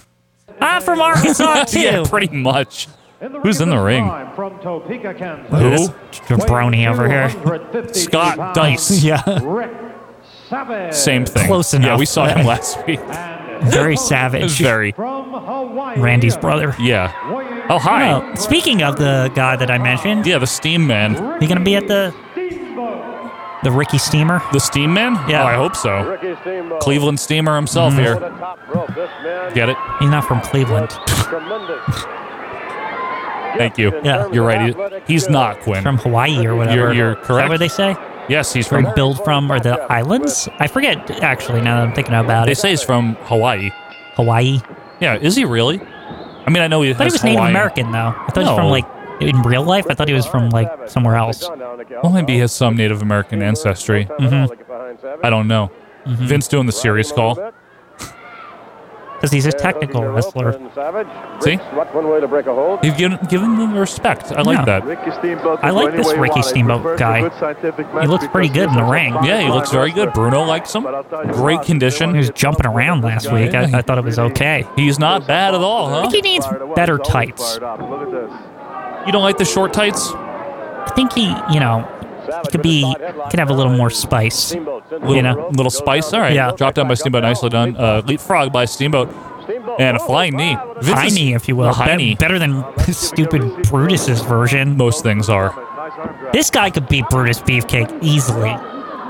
Speaker 4: I'm from Arkansas too.
Speaker 5: yeah, pretty much. Who's in the ring?
Speaker 15: From Topeka, Kansas.
Speaker 5: Who?
Speaker 4: This Jabroni over here.
Speaker 5: Scott Dice.
Speaker 4: Yeah.
Speaker 15: Savage.
Speaker 5: Same thing.
Speaker 4: Close
Speaker 5: Yeah,
Speaker 4: enough.
Speaker 5: we saw him last week.
Speaker 4: Very
Speaker 5: It was
Speaker 4: savage.
Speaker 5: Very.
Speaker 15: From Hawaii.
Speaker 4: Randy's brother.
Speaker 5: Yeah. Oh, hi.
Speaker 4: Oh, speaking of the guy that I mentioned.
Speaker 5: Yeah, the Steam Man.
Speaker 4: You gonna be at the the Ricky Steamer?
Speaker 5: The Steam Man?
Speaker 4: Yeah.
Speaker 5: Oh, I hope so. Cleveland Steamer himself
Speaker 4: Mhm.
Speaker 5: here. Get it?
Speaker 4: He's not from Cleveland.
Speaker 5: Thank you.
Speaker 4: Yeah.
Speaker 5: You're right. He- He's not, Quinn.
Speaker 4: From Hawaii or whatever.
Speaker 5: You're, you're
Speaker 4: Is that
Speaker 5: correct.
Speaker 4: what they say?
Speaker 5: Yes, he's
Speaker 4: Where
Speaker 5: from.
Speaker 4: he built from or the islands? I forget actually now that I'm thinking about
Speaker 5: They
Speaker 4: it.
Speaker 5: say he's from Hawaii.
Speaker 4: Hawaii.
Speaker 5: Yeah, is he really? I mean, I know he.
Speaker 4: I thought he was Native American though. I thought he was
Speaker 5: No.
Speaker 4: from like in real life. I thought he was from like somewhere else.
Speaker 5: Well, maybe he has some Native American ancestry.
Speaker 4: Mhm.
Speaker 5: I don't know.
Speaker 4: Mhm.
Speaker 5: Vince doing the serious call.
Speaker 4: Because he's a technical wrestler.
Speaker 5: See?
Speaker 16: What one way to break a hold?
Speaker 5: You've given, given them respect. I like that.
Speaker 16: Ricky Steamboat
Speaker 5: I
Speaker 16: is
Speaker 5: like
Speaker 16: going
Speaker 5: this
Speaker 16: away
Speaker 5: Ricky
Speaker 16: wide. He
Speaker 5: Steamboat
Speaker 16: prefers a
Speaker 5: guy.
Speaker 16: good scientific
Speaker 4: He
Speaker 16: match
Speaker 4: looks pretty
Speaker 16: because
Speaker 4: good in the
Speaker 16: he's a
Speaker 4: ring.
Speaker 16: fine
Speaker 5: Yeah, he looks very good.
Speaker 16: wrestler.
Speaker 5: Bruno likes him. Great condition.
Speaker 4: He was jumping around last week. I, I thought it was okay.
Speaker 5: He's not bad at all,
Speaker 4: I
Speaker 5: huh?
Speaker 4: think he needs better tights.
Speaker 5: You don't like the short tights?
Speaker 4: I think he, you know, he could be could have a little more spice.
Speaker 5: Little,
Speaker 4: You know,
Speaker 5: little spice. All right.
Speaker 4: Yeah.
Speaker 5: Drop down by Steamboat. Nicely done. Uh, leapfrog by Steamboat. And a flying knee. Vince
Speaker 4: high
Speaker 5: is-
Speaker 4: knee, if you will.
Speaker 5: A high
Speaker 4: Be-
Speaker 5: knee.
Speaker 4: better than stupid Brutus's version.
Speaker 5: Most things are.
Speaker 4: This guy could beat Brutus Beefcake easily.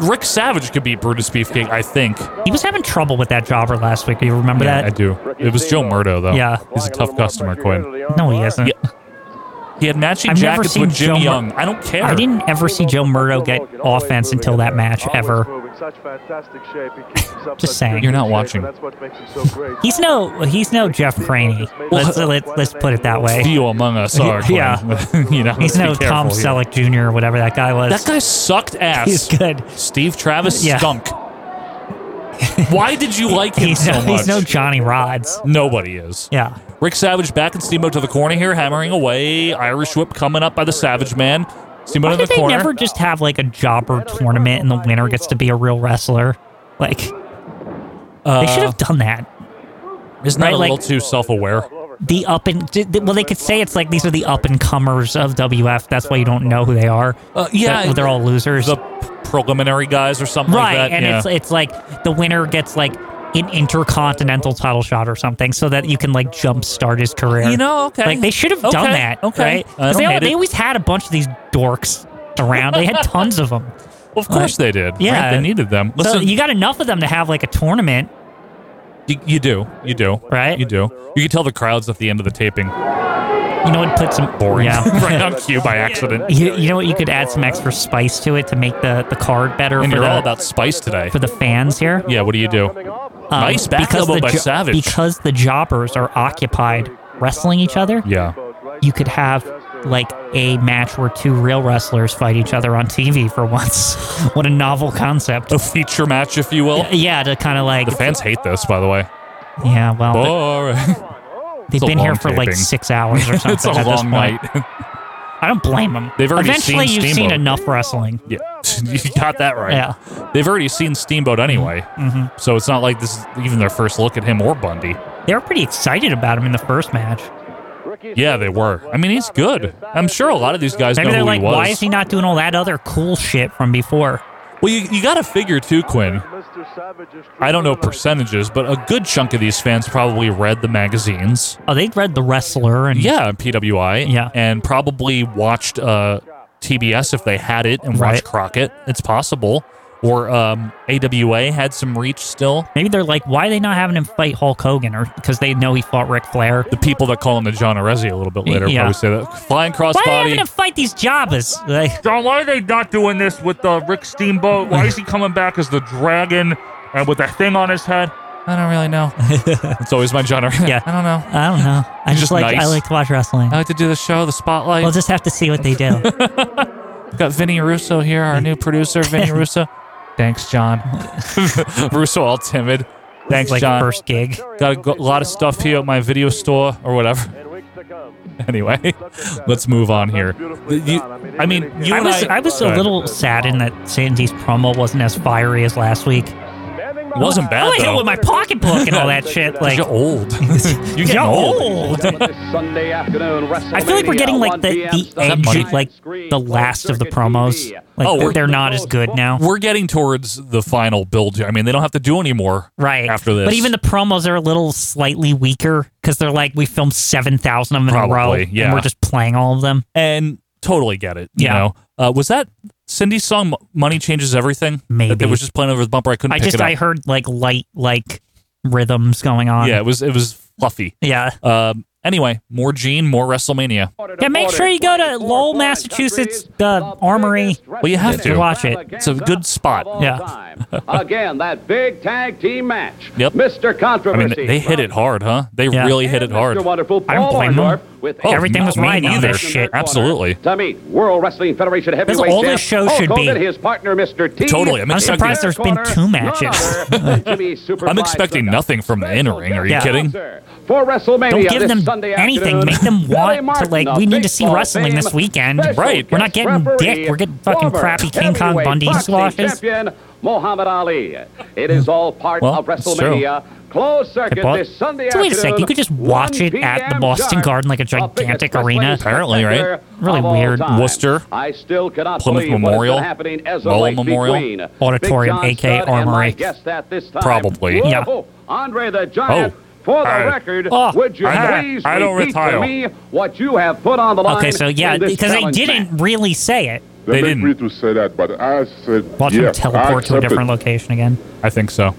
Speaker 5: Rick Savage could beat Brutus Beefcake, I think.
Speaker 4: He was having trouble with that jobber last week. Do you remember
Speaker 5: Yeah,
Speaker 4: that?
Speaker 5: I do. It was Joe Murdo, though.
Speaker 4: Yeah.
Speaker 5: He's a tough customer, Quinn.
Speaker 4: No, he isn't.
Speaker 5: He had matching
Speaker 4: I've never
Speaker 5: jackets
Speaker 4: seen
Speaker 5: with Jimmy
Speaker 4: Joe Mur-
Speaker 5: Young. I don't care.
Speaker 4: I didn't ever see Joe Murdo get offense until that match ever.
Speaker 16: Moving such fantastic shape. He keeps himself
Speaker 4: Just
Speaker 16: such
Speaker 4: saying.
Speaker 16: good
Speaker 4: You're not
Speaker 16: shape,
Speaker 5: watching.
Speaker 16: and That's what makes him so great.
Speaker 4: He's no he's no Jeff Craney. Let's let, let's put it that way.
Speaker 5: Few among us are. Quinn.
Speaker 4: Yeah.
Speaker 5: you know,
Speaker 4: He's
Speaker 5: be
Speaker 4: no Tom
Speaker 5: careful here.
Speaker 4: Selleck Jr. or whatever that guy was.
Speaker 5: That guy sucked ass.
Speaker 4: He's good.
Speaker 5: Steve Travis
Speaker 4: Yeah.
Speaker 5: stunk. Why did you like him
Speaker 4: he's
Speaker 5: so
Speaker 4: no,
Speaker 5: much?
Speaker 4: he's no Johnny Rods.
Speaker 5: Nobody is.
Speaker 4: Yeah.
Speaker 5: Rick Savage back and Steamboat to the corner here, hammering away. Irish whip coming up by the Savage Man. Steamboat
Speaker 4: Why
Speaker 5: in the
Speaker 4: did they
Speaker 5: corner.
Speaker 4: never just have like a jobber tournament and the winner gets to be a real wrestler? Like
Speaker 5: Uh,
Speaker 4: they should have done that.
Speaker 5: Isn't that
Speaker 4: right,
Speaker 5: a
Speaker 4: like-
Speaker 5: little too self-aware?
Speaker 4: The up and d- d- well, they could say it's like these are the up and comers of WF. That's why you don't know who they are.
Speaker 5: Uh, yeah,
Speaker 4: That- they're all losers.
Speaker 5: The preliminary guys or something
Speaker 4: right
Speaker 5: like that.
Speaker 4: and
Speaker 5: yeah.
Speaker 4: it's it's like the winner gets like an intercontinental title shot or something so that you can like jumpstart his career
Speaker 5: You know, okay.
Speaker 4: like they should have
Speaker 5: Okay,
Speaker 4: done that
Speaker 5: okay.
Speaker 4: right
Speaker 5: I don't
Speaker 4: they,
Speaker 5: hate
Speaker 4: they
Speaker 5: it.
Speaker 4: always had a bunch of these dorks around they had tons of them
Speaker 5: Of course they did.
Speaker 4: Yeah,
Speaker 5: Right? They needed them.
Speaker 4: So
Speaker 5: Listen-
Speaker 4: you got enough of them to have like a tournament.
Speaker 5: You, you do. You do.
Speaker 4: Right?
Speaker 5: You do. You can tell the crowds at the end of the taping.
Speaker 4: You know, it put some
Speaker 5: boring
Speaker 4: Yeah.
Speaker 5: right on cue by accident.
Speaker 4: You, you know what? You could add some extra spice to it to make the, the card better.
Speaker 5: And
Speaker 4: for
Speaker 5: you're
Speaker 4: the,
Speaker 5: all about spice today.
Speaker 4: for the fans here.
Speaker 5: Yeah, what do you do?
Speaker 4: Um,
Speaker 5: nice back
Speaker 4: because
Speaker 5: elbow
Speaker 4: the
Speaker 5: by
Speaker 4: jo-
Speaker 5: Savage.
Speaker 4: Because the jobbers are occupied wrestling each other.
Speaker 5: Yeah.
Speaker 4: You could have like a match where two real wrestlers fight each other on TV for once. what a novel concept.
Speaker 5: A feature match, if you will.
Speaker 4: Yeah, to kind of like.
Speaker 5: The fans hate this, by the way.
Speaker 4: Yeah, well. they-
Speaker 5: Boring.
Speaker 4: They've
Speaker 5: It's a
Speaker 4: been here
Speaker 5: long
Speaker 4: for like
Speaker 5: taping.
Speaker 4: six hours or something.
Speaker 5: it's a
Speaker 4: at this
Speaker 5: long night.
Speaker 4: point. I don't blame them.
Speaker 5: They've already
Speaker 4: Eventually,
Speaker 5: seen
Speaker 4: you've seen
Speaker 5: Steamboat.
Speaker 4: enough wrestling.
Speaker 5: Yeah, you got that right.
Speaker 4: Yeah.
Speaker 5: they've already seen Steamboat anyway,
Speaker 4: Mhm.
Speaker 5: so it's not like this is even their first look at him or Bundy.
Speaker 4: They were pretty excited about him in the first match.
Speaker 5: Yeah, they were. I mean, he's good. I'm sure a lot of these guys
Speaker 4: Maybe
Speaker 5: know
Speaker 4: they're
Speaker 5: who
Speaker 4: like,
Speaker 5: he was.
Speaker 4: why is he not doing all that other cool shit from before?
Speaker 5: Well, you, you got to figure too, Quinn. I don't know percentages, but a good chunk of these fans probably read the magazines.
Speaker 4: Oh, they read The Wrestler and
Speaker 5: yeah, PWI. Yeah, and probably watched uh, TBS if they had it, and watched
Speaker 4: Right.
Speaker 5: Crockett. It's possible. Or um, AWA had some reach still.
Speaker 4: Maybe they're like, why are they not having him fight Hulk Hogan? Or because they know he fought Ric Flair.
Speaker 5: The people that call him the John Arezzi a little bit later
Speaker 4: Yeah.
Speaker 5: probably say that. Flying
Speaker 4: Why are they
Speaker 5: crossbody.
Speaker 4: having him fight these jobbers? Like,
Speaker 5: John, why are they not doing this with uh, Rick Steamboat? Why is he coming back as the dragon and with that thing on his head? I don't really know. it's always my genre.
Speaker 4: Yeah.
Speaker 5: I don't know. Uh,
Speaker 4: I don't know. I just,
Speaker 5: He's just
Speaker 4: like
Speaker 5: nice.
Speaker 4: I like to watch wrestling.
Speaker 5: I like to do the show, the spotlight.
Speaker 4: We'll just have to see what they do.
Speaker 5: Got Vinny Russo here, our new producer, Vinny Russo. Thanks, John. Russo, all timid. Thanks,
Speaker 4: Like
Speaker 5: John.
Speaker 4: first gig.
Speaker 5: Got a go- lot of stuff here at my video store or whatever. Anyway, let's move on here. You- I mean, you
Speaker 4: I
Speaker 5: and
Speaker 4: was I, was a
Speaker 5: Go ahead.
Speaker 4: little saddened that Sandy's promo wasn't as fiery as last week.
Speaker 5: It wasn't bad.
Speaker 4: I hit
Speaker 5: though.
Speaker 4: with my pocketbook and all that shit. Like
Speaker 5: you're old. you get
Speaker 4: You're
Speaker 5: old.
Speaker 2: Sunday afternoon,
Speaker 4: I feel like we're getting like the, the edge, like the last of the promos. Like
Speaker 5: Oh,
Speaker 4: they're,
Speaker 5: we're-
Speaker 4: they're not as good now.
Speaker 5: We're getting towards the final build. here. I mean, they don't have to do anymore
Speaker 4: Right.
Speaker 5: after this.
Speaker 4: But even the promos are a little slightly weaker because they're like we filmed seven thousand of them in a row,
Speaker 5: Probably, yeah.
Speaker 4: and we're just playing all of them.
Speaker 5: and totally get it. You
Speaker 4: Yeah.
Speaker 5: know, uh, was that Cindy's song "Money Changes Everything"?
Speaker 4: Maybe.
Speaker 5: that they was just playing over the bumper. I couldn't.
Speaker 4: I
Speaker 5: pick
Speaker 4: just
Speaker 5: it up.
Speaker 4: I heard like light like rhythms going on.
Speaker 5: Yeah, it was it was fluffy.
Speaker 4: Yeah.
Speaker 5: Um. Anyway, more Gene, more WrestleMania.
Speaker 4: Yeah, make sure you go to Lowell, Massachusetts, the Armory.
Speaker 5: Well, you have to
Speaker 4: watch it.
Speaker 5: It's a good spot.
Speaker 4: Yeah.
Speaker 2: Again, that big tag team match.
Speaker 5: Yep.
Speaker 2: Mr.
Speaker 5: I mean,
Speaker 2: Controversy.
Speaker 5: they hit it hard, huh? They
Speaker 2: Yeah.
Speaker 5: really hit it hard.
Speaker 2: Mr. Wonderful
Speaker 5: I don't
Speaker 2: Paul
Speaker 5: blame them.
Speaker 2: Orndorff with
Speaker 5: Oh,
Speaker 2: Everything
Speaker 5: not
Speaker 2: was
Speaker 5: me
Speaker 2: right on
Speaker 5: either.
Speaker 2: this shit.
Speaker 5: Absolutely.
Speaker 2: To meet World Wrestling Federation heavyweight
Speaker 4: That's all
Speaker 2: champ
Speaker 4: this show
Speaker 2: Hulk
Speaker 4: should be.
Speaker 2: Hogan, his partner, Mr. T.
Speaker 5: Totally, I'm
Speaker 4: I'm
Speaker 5: expecting-
Speaker 4: surprised there's been two matches.
Speaker 5: I'm expecting nothing from the in ring. Are you
Speaker 4: Yeah.
Speaker 5: kidding?
Speaker 2: for WrestleMania.
Speaker 4: Don't give
Speaker 2: this
Speaker 4: them
Speaker 2: Sunday
Speaker 4: anything.
Speaker 2: afternoon.
Speaker 4: Make them
Speaker 2: Billy
Speaker 4: want to
Speaker 2: Martin
Speaker 4: like.
Speaker 2: of
Speaker 4: We need to see
Speaker 2: baseball
Speaker 4: wrestling
Speaker 2: fame,
Speaker 4: this weekend,
Speaker 2: special
Speaker 4: We're
Speaker 2: guest
Speaker 4: not getting
Speaker 2: referee,
Speaker 4: dick. We're getting fucking
Speaker 2: former
Speaker 4: crappy King Kong
Speaker 2: heavyweight
Speaker 4: Bundy
Speaker 2: boxing
Speaker 4: squashes.
Speaker 2: Champion Muhammad Ali. It is all part
Speaker 4: Well,
Speaker 2: of
Speaker 4: that's
Speaker 2: WrestleMania. Closed circuit
Speaker 4: But-
Speaker 2: this Sunday
Speaker 4: so wait a
Speaker 2: afternoon.
Speaker 4: sec, you could just watch it at the Boston Garden like a gigantic arena.
Speaker 5: Apparently, right?
Speaker 4: Really weird.
Speaker 5: Worcester.
Speaker 2: I still cannot
Speaker 5: Plymouth
Speaker 2: believe
Speaker 5: Memorial,
Speaker 2: what has been happening as of
Speaker 5: Lowell
Speaker 2: late
Speaker 5: Memorial,
Speaker 2: between
Speaker 5: Auditorium,
Speaker 2: Big
Speaker 5: aka
Speaker 2: John Studd and my
Speaker 5: Armory.
Speaker 2: guest at this time,
Speaker 5: Probably. Yeah.
Speaker 2: Rodolfo Andre the Giant.
Speaker 5: Oh.
Speaker 2: For the
Speaker 5: I-
Speaker 2: record,
Speaker 5: Oh,
Speaker 2: would you
Speaker 5: I-
Speaker 2: please
Speaker 5: I don't
Speaker 2: repeat
Speaker 5: retire.
Speaker 2: to me what you have put on the line?
Speaker 4: Okay, so yeah,
Speaker 2: in this
Speaker 4: because they
Speaker 2: challenge
Speaker 4: didn't really say it.
Speaker 5: They didn't.
Speaker 17: to say that, but I said
Speaker 4: Watch
Speaker 17: yeah,
Speaker 4: him teleport to
Speaker 17: I
Speaker 4: a
Speaker 17: accept
Speaker 4: different
Speaker 17: it.
Speaker 4: location again.
Speaker 5: I think so.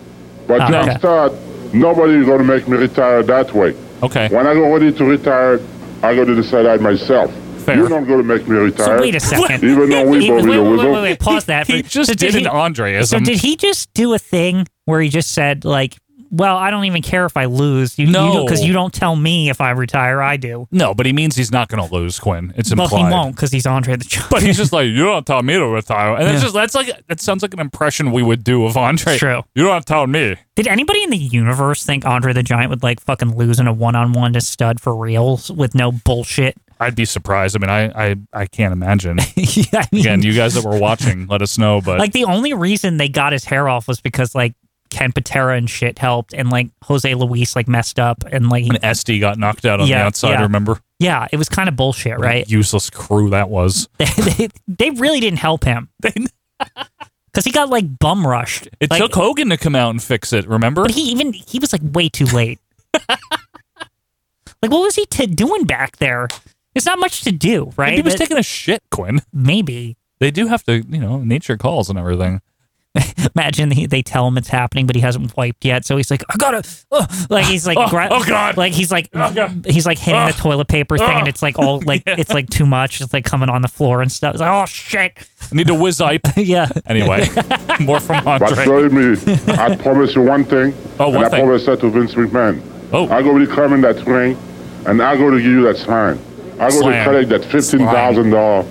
Speaker 17: But
Speaker 4: Oh,
Speaker 17: John
Speaker 4: okay.
Speaker 17: Stott, nobody's going to make me retire that way.
Speaker 5: Okay.
Speaker 17: When I'm ready to retire, I'm going to decide that myself.
Speaker 5: Fair.
Speaker 17: You're not going to make me retire.
Speaker 4: wait a second.
Speaker 17: Even though we
Speaker 4: He-
Speaker 17: both
Speaker 4: wait,
Speaker 17: know we're
Speaker 4: wait, wait, wait,
Speaker 17: going-
Speaker 4: wait, pause that.
Speaker 5: He
Speaker 4: for-
Speaker 5: just did an Andreism.
Speaker 4: So did he just do a thing where he just said like, "Well, I don't even care if I lose. You,
Speaker 5: No.
Speaker 4: because you, don't tell me if I retire. I do.
Speaker 5: No, but he means he's not going to lose, Quinn. It's
Speaker 4: well,
Speaker 5: implied.
Speaker 4: he won't because he's Andre the Giant.
Speaker 5: But he's just like, you don't tell me to retire, and that's
Speaker 4: Yeah.
Speaker 5: just that's like that sounds like an impression we would do of Andre.
Speaker 4: It's true.
Speaker 5: You don't tell me.
Speaker 4: Did anybody in the universe think Andre the Giant would like fucking lose in a one-on-one to Stud for reals with no bullshit?
Speaker 5: I'd be surprised. I mean, I I, I can't imagine.
Speaker 4: yeah, I mean,
Speaker 5: Again, you guys that were watching, let us know. But
Speaker 4: like the only reason they got his hair off was because like Ken Patera and shit helped, and like Jose Luis like messed up, and like
Speaker 5: when SD got knocked out on the
Speaker 4: Yeah,
Speaker 5: outside,
Speaker 4: yeah.
Speaker 5: remember?
Speaker 4: yeah, it was kind of bullshit, right?
Speaker 5: Useless crew that was.
Speaker 4: they, they really didn't help him because he got like bum rushed.
Speaker 5: It
Speaker 4: Like,
Speaker 5: took Hogan to come out and fix it. Remember?
Speaker 4: but he even he was like way too late. like, what was he t- doing back there? It's not much to do, right?
Speaker 5: Maybe he was
Speaker 4: That-
Speaker 5: taking a shit, Quinn.
Speaker 4: maybe.
Speaker 5: They do have to, you know, nature calls and everything.
Speaker 4: Imagine he, they tell him it's happening, but he hasn't wiped yet. So he's like, I gotta, uh," like he's like,
Speaker 5: Oh,
Speaker 4: gra-
Speaker 5: oh, God.
Speaker 4: like he's like, he's like hitting the
Speaker 5: Oh.
Speaker 4: toilet paper thing, and
Speaker 5: Oh.
Speaker 4: it's like all like it's like too much. It's like coming on the floor and stuff. It's like, oh shit.
Speaker 5: I need to whiz wipe.
Speaker 4: yeah.
Speaker 5: Anyway, more from
Speaker 17: But
Speaker 5: Andre.
Speaker 17: believe me, I promise you one thing,
Speaker 5: Oh, one
Speaker 17: and I
Speaker 5: thing.
Speaker 17: promise that to Vince McMahon. Oh. I go reclaiming that ring, and I go to give you that sign. I go
Speaker 5: Slam.
Speaker 17: to collect that fifteen thousand dollar,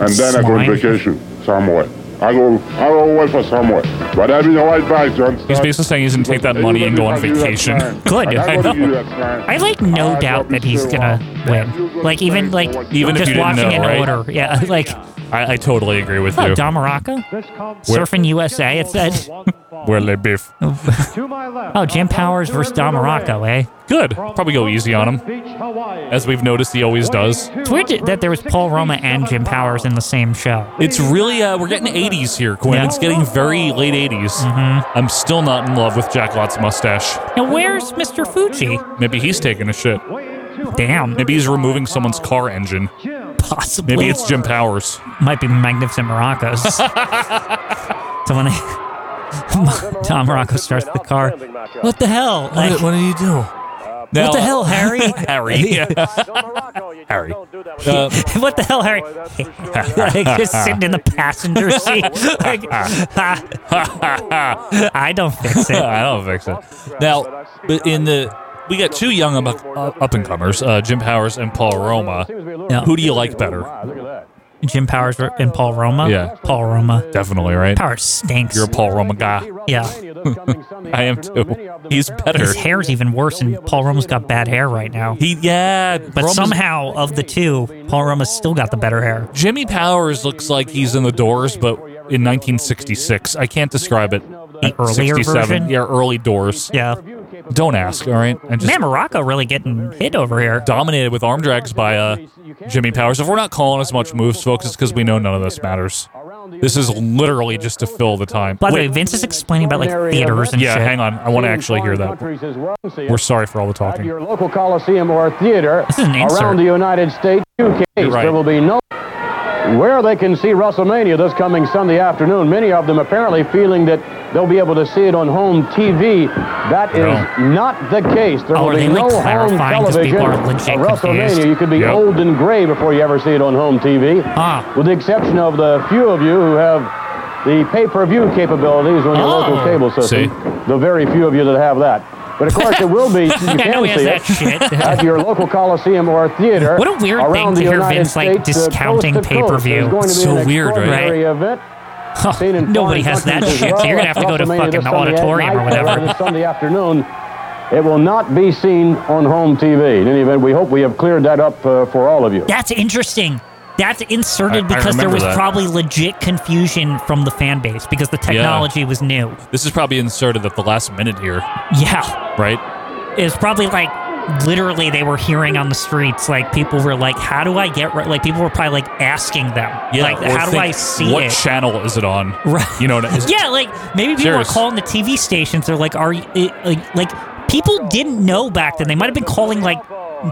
Speaker 17: and then I go on
Speaker 5: Slime.
Speaker 17: vacation somewhere. I go, I go away for somewhere, but I'll be right back, John.
Speaker 5: He's basically saying he's gonna take that money and go on vacation.
Speaker 4: Good.
Speaker 17: I
Speaker 4: I,
Speaker 17: go to give you
Speaker 5: uh,
Speaker 4: know.
Speaker 17: that sign.
Speaker 4: I like no doubt that he's gonna win. Like even like
Speaker 5: Even if
Speaker 4: just
Speaker 5: you didn't
Speaker 4: watching
Speaker 5: know,
Speaker 4: in
Speaker 5: right?
Speaker 4: order. Yeah. Like
Speaker 5: I, I totally agree with
Speaker 4: oh,
Speaker 5: you.
Speaker 4: Don Morocco, surfing USA. It said.
Speaker 5: Where they beef.
Speaker 4: Oh, Jim Powers versus Don Morocco, eh?
Speaker 5: Good. Probably go easy on him. As we've noticed, he always does.
Speaker 4: It's weird that there was Paul Roma and Jim Powers in the same show.
Speaker 5: It's really uh, we're getting 80s here, Quinn.
Speaker 4: Yeah. Mm-hmm.
Speaker 5: It's getting very late 80s. I'm still not in love with Jack Lot's mustache.
Speaker 4: Now, where's Mr. Fuji?
Speaker 5: Maybe he's taking a shit.
Speaker 4: Damn.
Speaker 5: Maybe he's removing someone's car engine.
Speaker 4: Possibly.
Speaker 5: Maybe it's Jim Powers.
Speaker 4: Might be Magnificent Morocco's. so when they, Tom Morocco starts the car, what the hell? Like,
Speaker 5: what do you do?
Speaker 4: what the hell, Harry?
Speaker 5: Harry. Harry. Uh,
Speaker 4: what the hell, Harry? like, just sitting in the passenger seat. like, I don't fix it.
Speaker 5: I don't fix it. Now, but in the we got two young up, up and comers, uh, Jim Powers and Paul Roma.
Speaker 4: Yeah.
Speaker 5: Who do you like better?
Speaker 4: Jim Powers and Paul Roma.
Speaker 5: Yeah.
Speaker 4: Paul Roma.
Speaker 5: Definitely, right?
Speaker 4: Powers stinks.
Speaker 5: You're a Paul Roma guy.
Speaker 4: yeah.
Speaker 5: I am too. He's better.
Speaker 4: His hair's even worse, and Paul Roma's got bad hair right now.
Speaker 5: He yeah,
Speaker 4: But somehow, of the two, Paul Roma's still got the better hair.
Speaker 5: Jimmy Powers looks like he's in the Doors, but in 1966. I can't describe it.
Speaker 4: The earlier
Speaker 5: 67.
Speaker 4: version?
Speaker 5: yeah, early Doors.
Speaker 4: Yeah.
Speaker 5: Don't ask, all right? And just
Speaker 4: Man, Morocco really getting hit over here.
Speaker 5: dominated with arm drags by uh, Jimmy Powers. If we're not calling as much moves, folks, it's because we know none of this matters. This is literally just to fill the time.
Speaker 4: By the
Speaker 5: Wait.
Speaker 4: way, Vince is explaining about like theaters and
Speaker 5: yeah,
Speaker 4: shit.
Speaker 5: hang on. I want to actually hear that. We're sorry for all the
Speaker 12: At
Speaker 5: talking.
Speaker 12: your local coliseum or theater
Speaker 4: This is an insert.
Speaker 12: around the United States, two case,
Speaker 5: right.
Speaker 12: there will be no where they can see WrestleMania this coming Sunday afternoon. Many of them apparently feeling that they'll be able to see it on home TV. That is not the case. There
Speaker 4: Oh,
Speaker 12: will
Speaker 4: are
Speaker 12: be
Speaker 4: they, like,
Speaker 12: no home
Speaker 4: clarifying 'cause
Speaker 12: television.
Speaker 4: people are
Speaker 12: of
Speaker 4: legit
Speaker 12: WrestleMania,
Speaker 4: confused?
Speaker 12: you could be
Speaker 4: Yep.
Speaker 12: old and gray before you ever see it on home TV.
Speaker 4: Ah.
Speaker 12: With the exception of the few of you who have the pay-per-view capabilities on your
Speaker 4: Oh.
Speaker 12: local cable system. The very few of you that have that. But of course, it will be. You
Speaker 4: I
Speaker 12: can
Speaker 4: know he has
Speaker 12: see
Speaker 4: that
Speaker 12: it
Speaker 4: shit.
Speaker 12: at your local coliseum or theater.
Speaker 4: What a weird thing
Speaker 12: around the
Speaker 4: to hear
Speaker 12: United
Speaker 4: Vince, like,
Speaker 12: States, uh, coast
Speaker 4: discounting
Speaker 12: to coast.
Speaker 4: pay-per-view.
Speaker 12: There's going to
Speaker 5: It's
Speaker 12: be
Speaker 5: so
Speaker 12: an
Speaker 5: weird, right?
Speaker 12: extraordinary event seen in
Speaker 4: nobody
Speaker 12: foreign
Speaker 4: has that
Speaker 12: countries
Speaker 4: shit,
Speaker 12: as
Speaker 4: so you're
Speaker 12: well.
Speaker 4: gonna have to go to
Speaker 12: WrestleMania
Speaker 4: fucking
Speaker 12: this
Speaker 4: the
Speaker 12: Sunday
Speaker 4: auditorium or
Speaker 12: night,
Speaker 4: whatever.
Speaker 12: Saturday, Sunday afternoon. It will not be seen on home TV. In any event, we hope we have cleared that up uh, for all of you.
Speaker 4: That's interesting. That's inserted
Speaker 5: I- I
Speaker 4: because there
Speaker 5: remember
Speaker 4: was
Speaker 5: that.
Speaker 4: probably legit confusion from the fan base because the technology was new.
Speaker 5: This is probably inserted at the last minute here,
Speaker 4: Yeah.
Speaker 5: right?
Speaker 4: It was probably like literally they were hearing on the streets, like people were like, how do I get, re-? like people were probably like asking them,
Speaker 5: Yeah.
Speaker 4: like,
Speaker 5: or
Speaker 4: how do
Speaker 5: think,
Speaker 4: I see
Speaker 5: what
Speaker 4: it?
Speaker 5: channel is it on? Right. You know, is,
Speaker 4: Yeah, like maybe people
Speaker 5: Serious.
Speaker 4: were calling the TV stations. They're like, "Are you, it, like, like people didn't know back then? They might have been calling like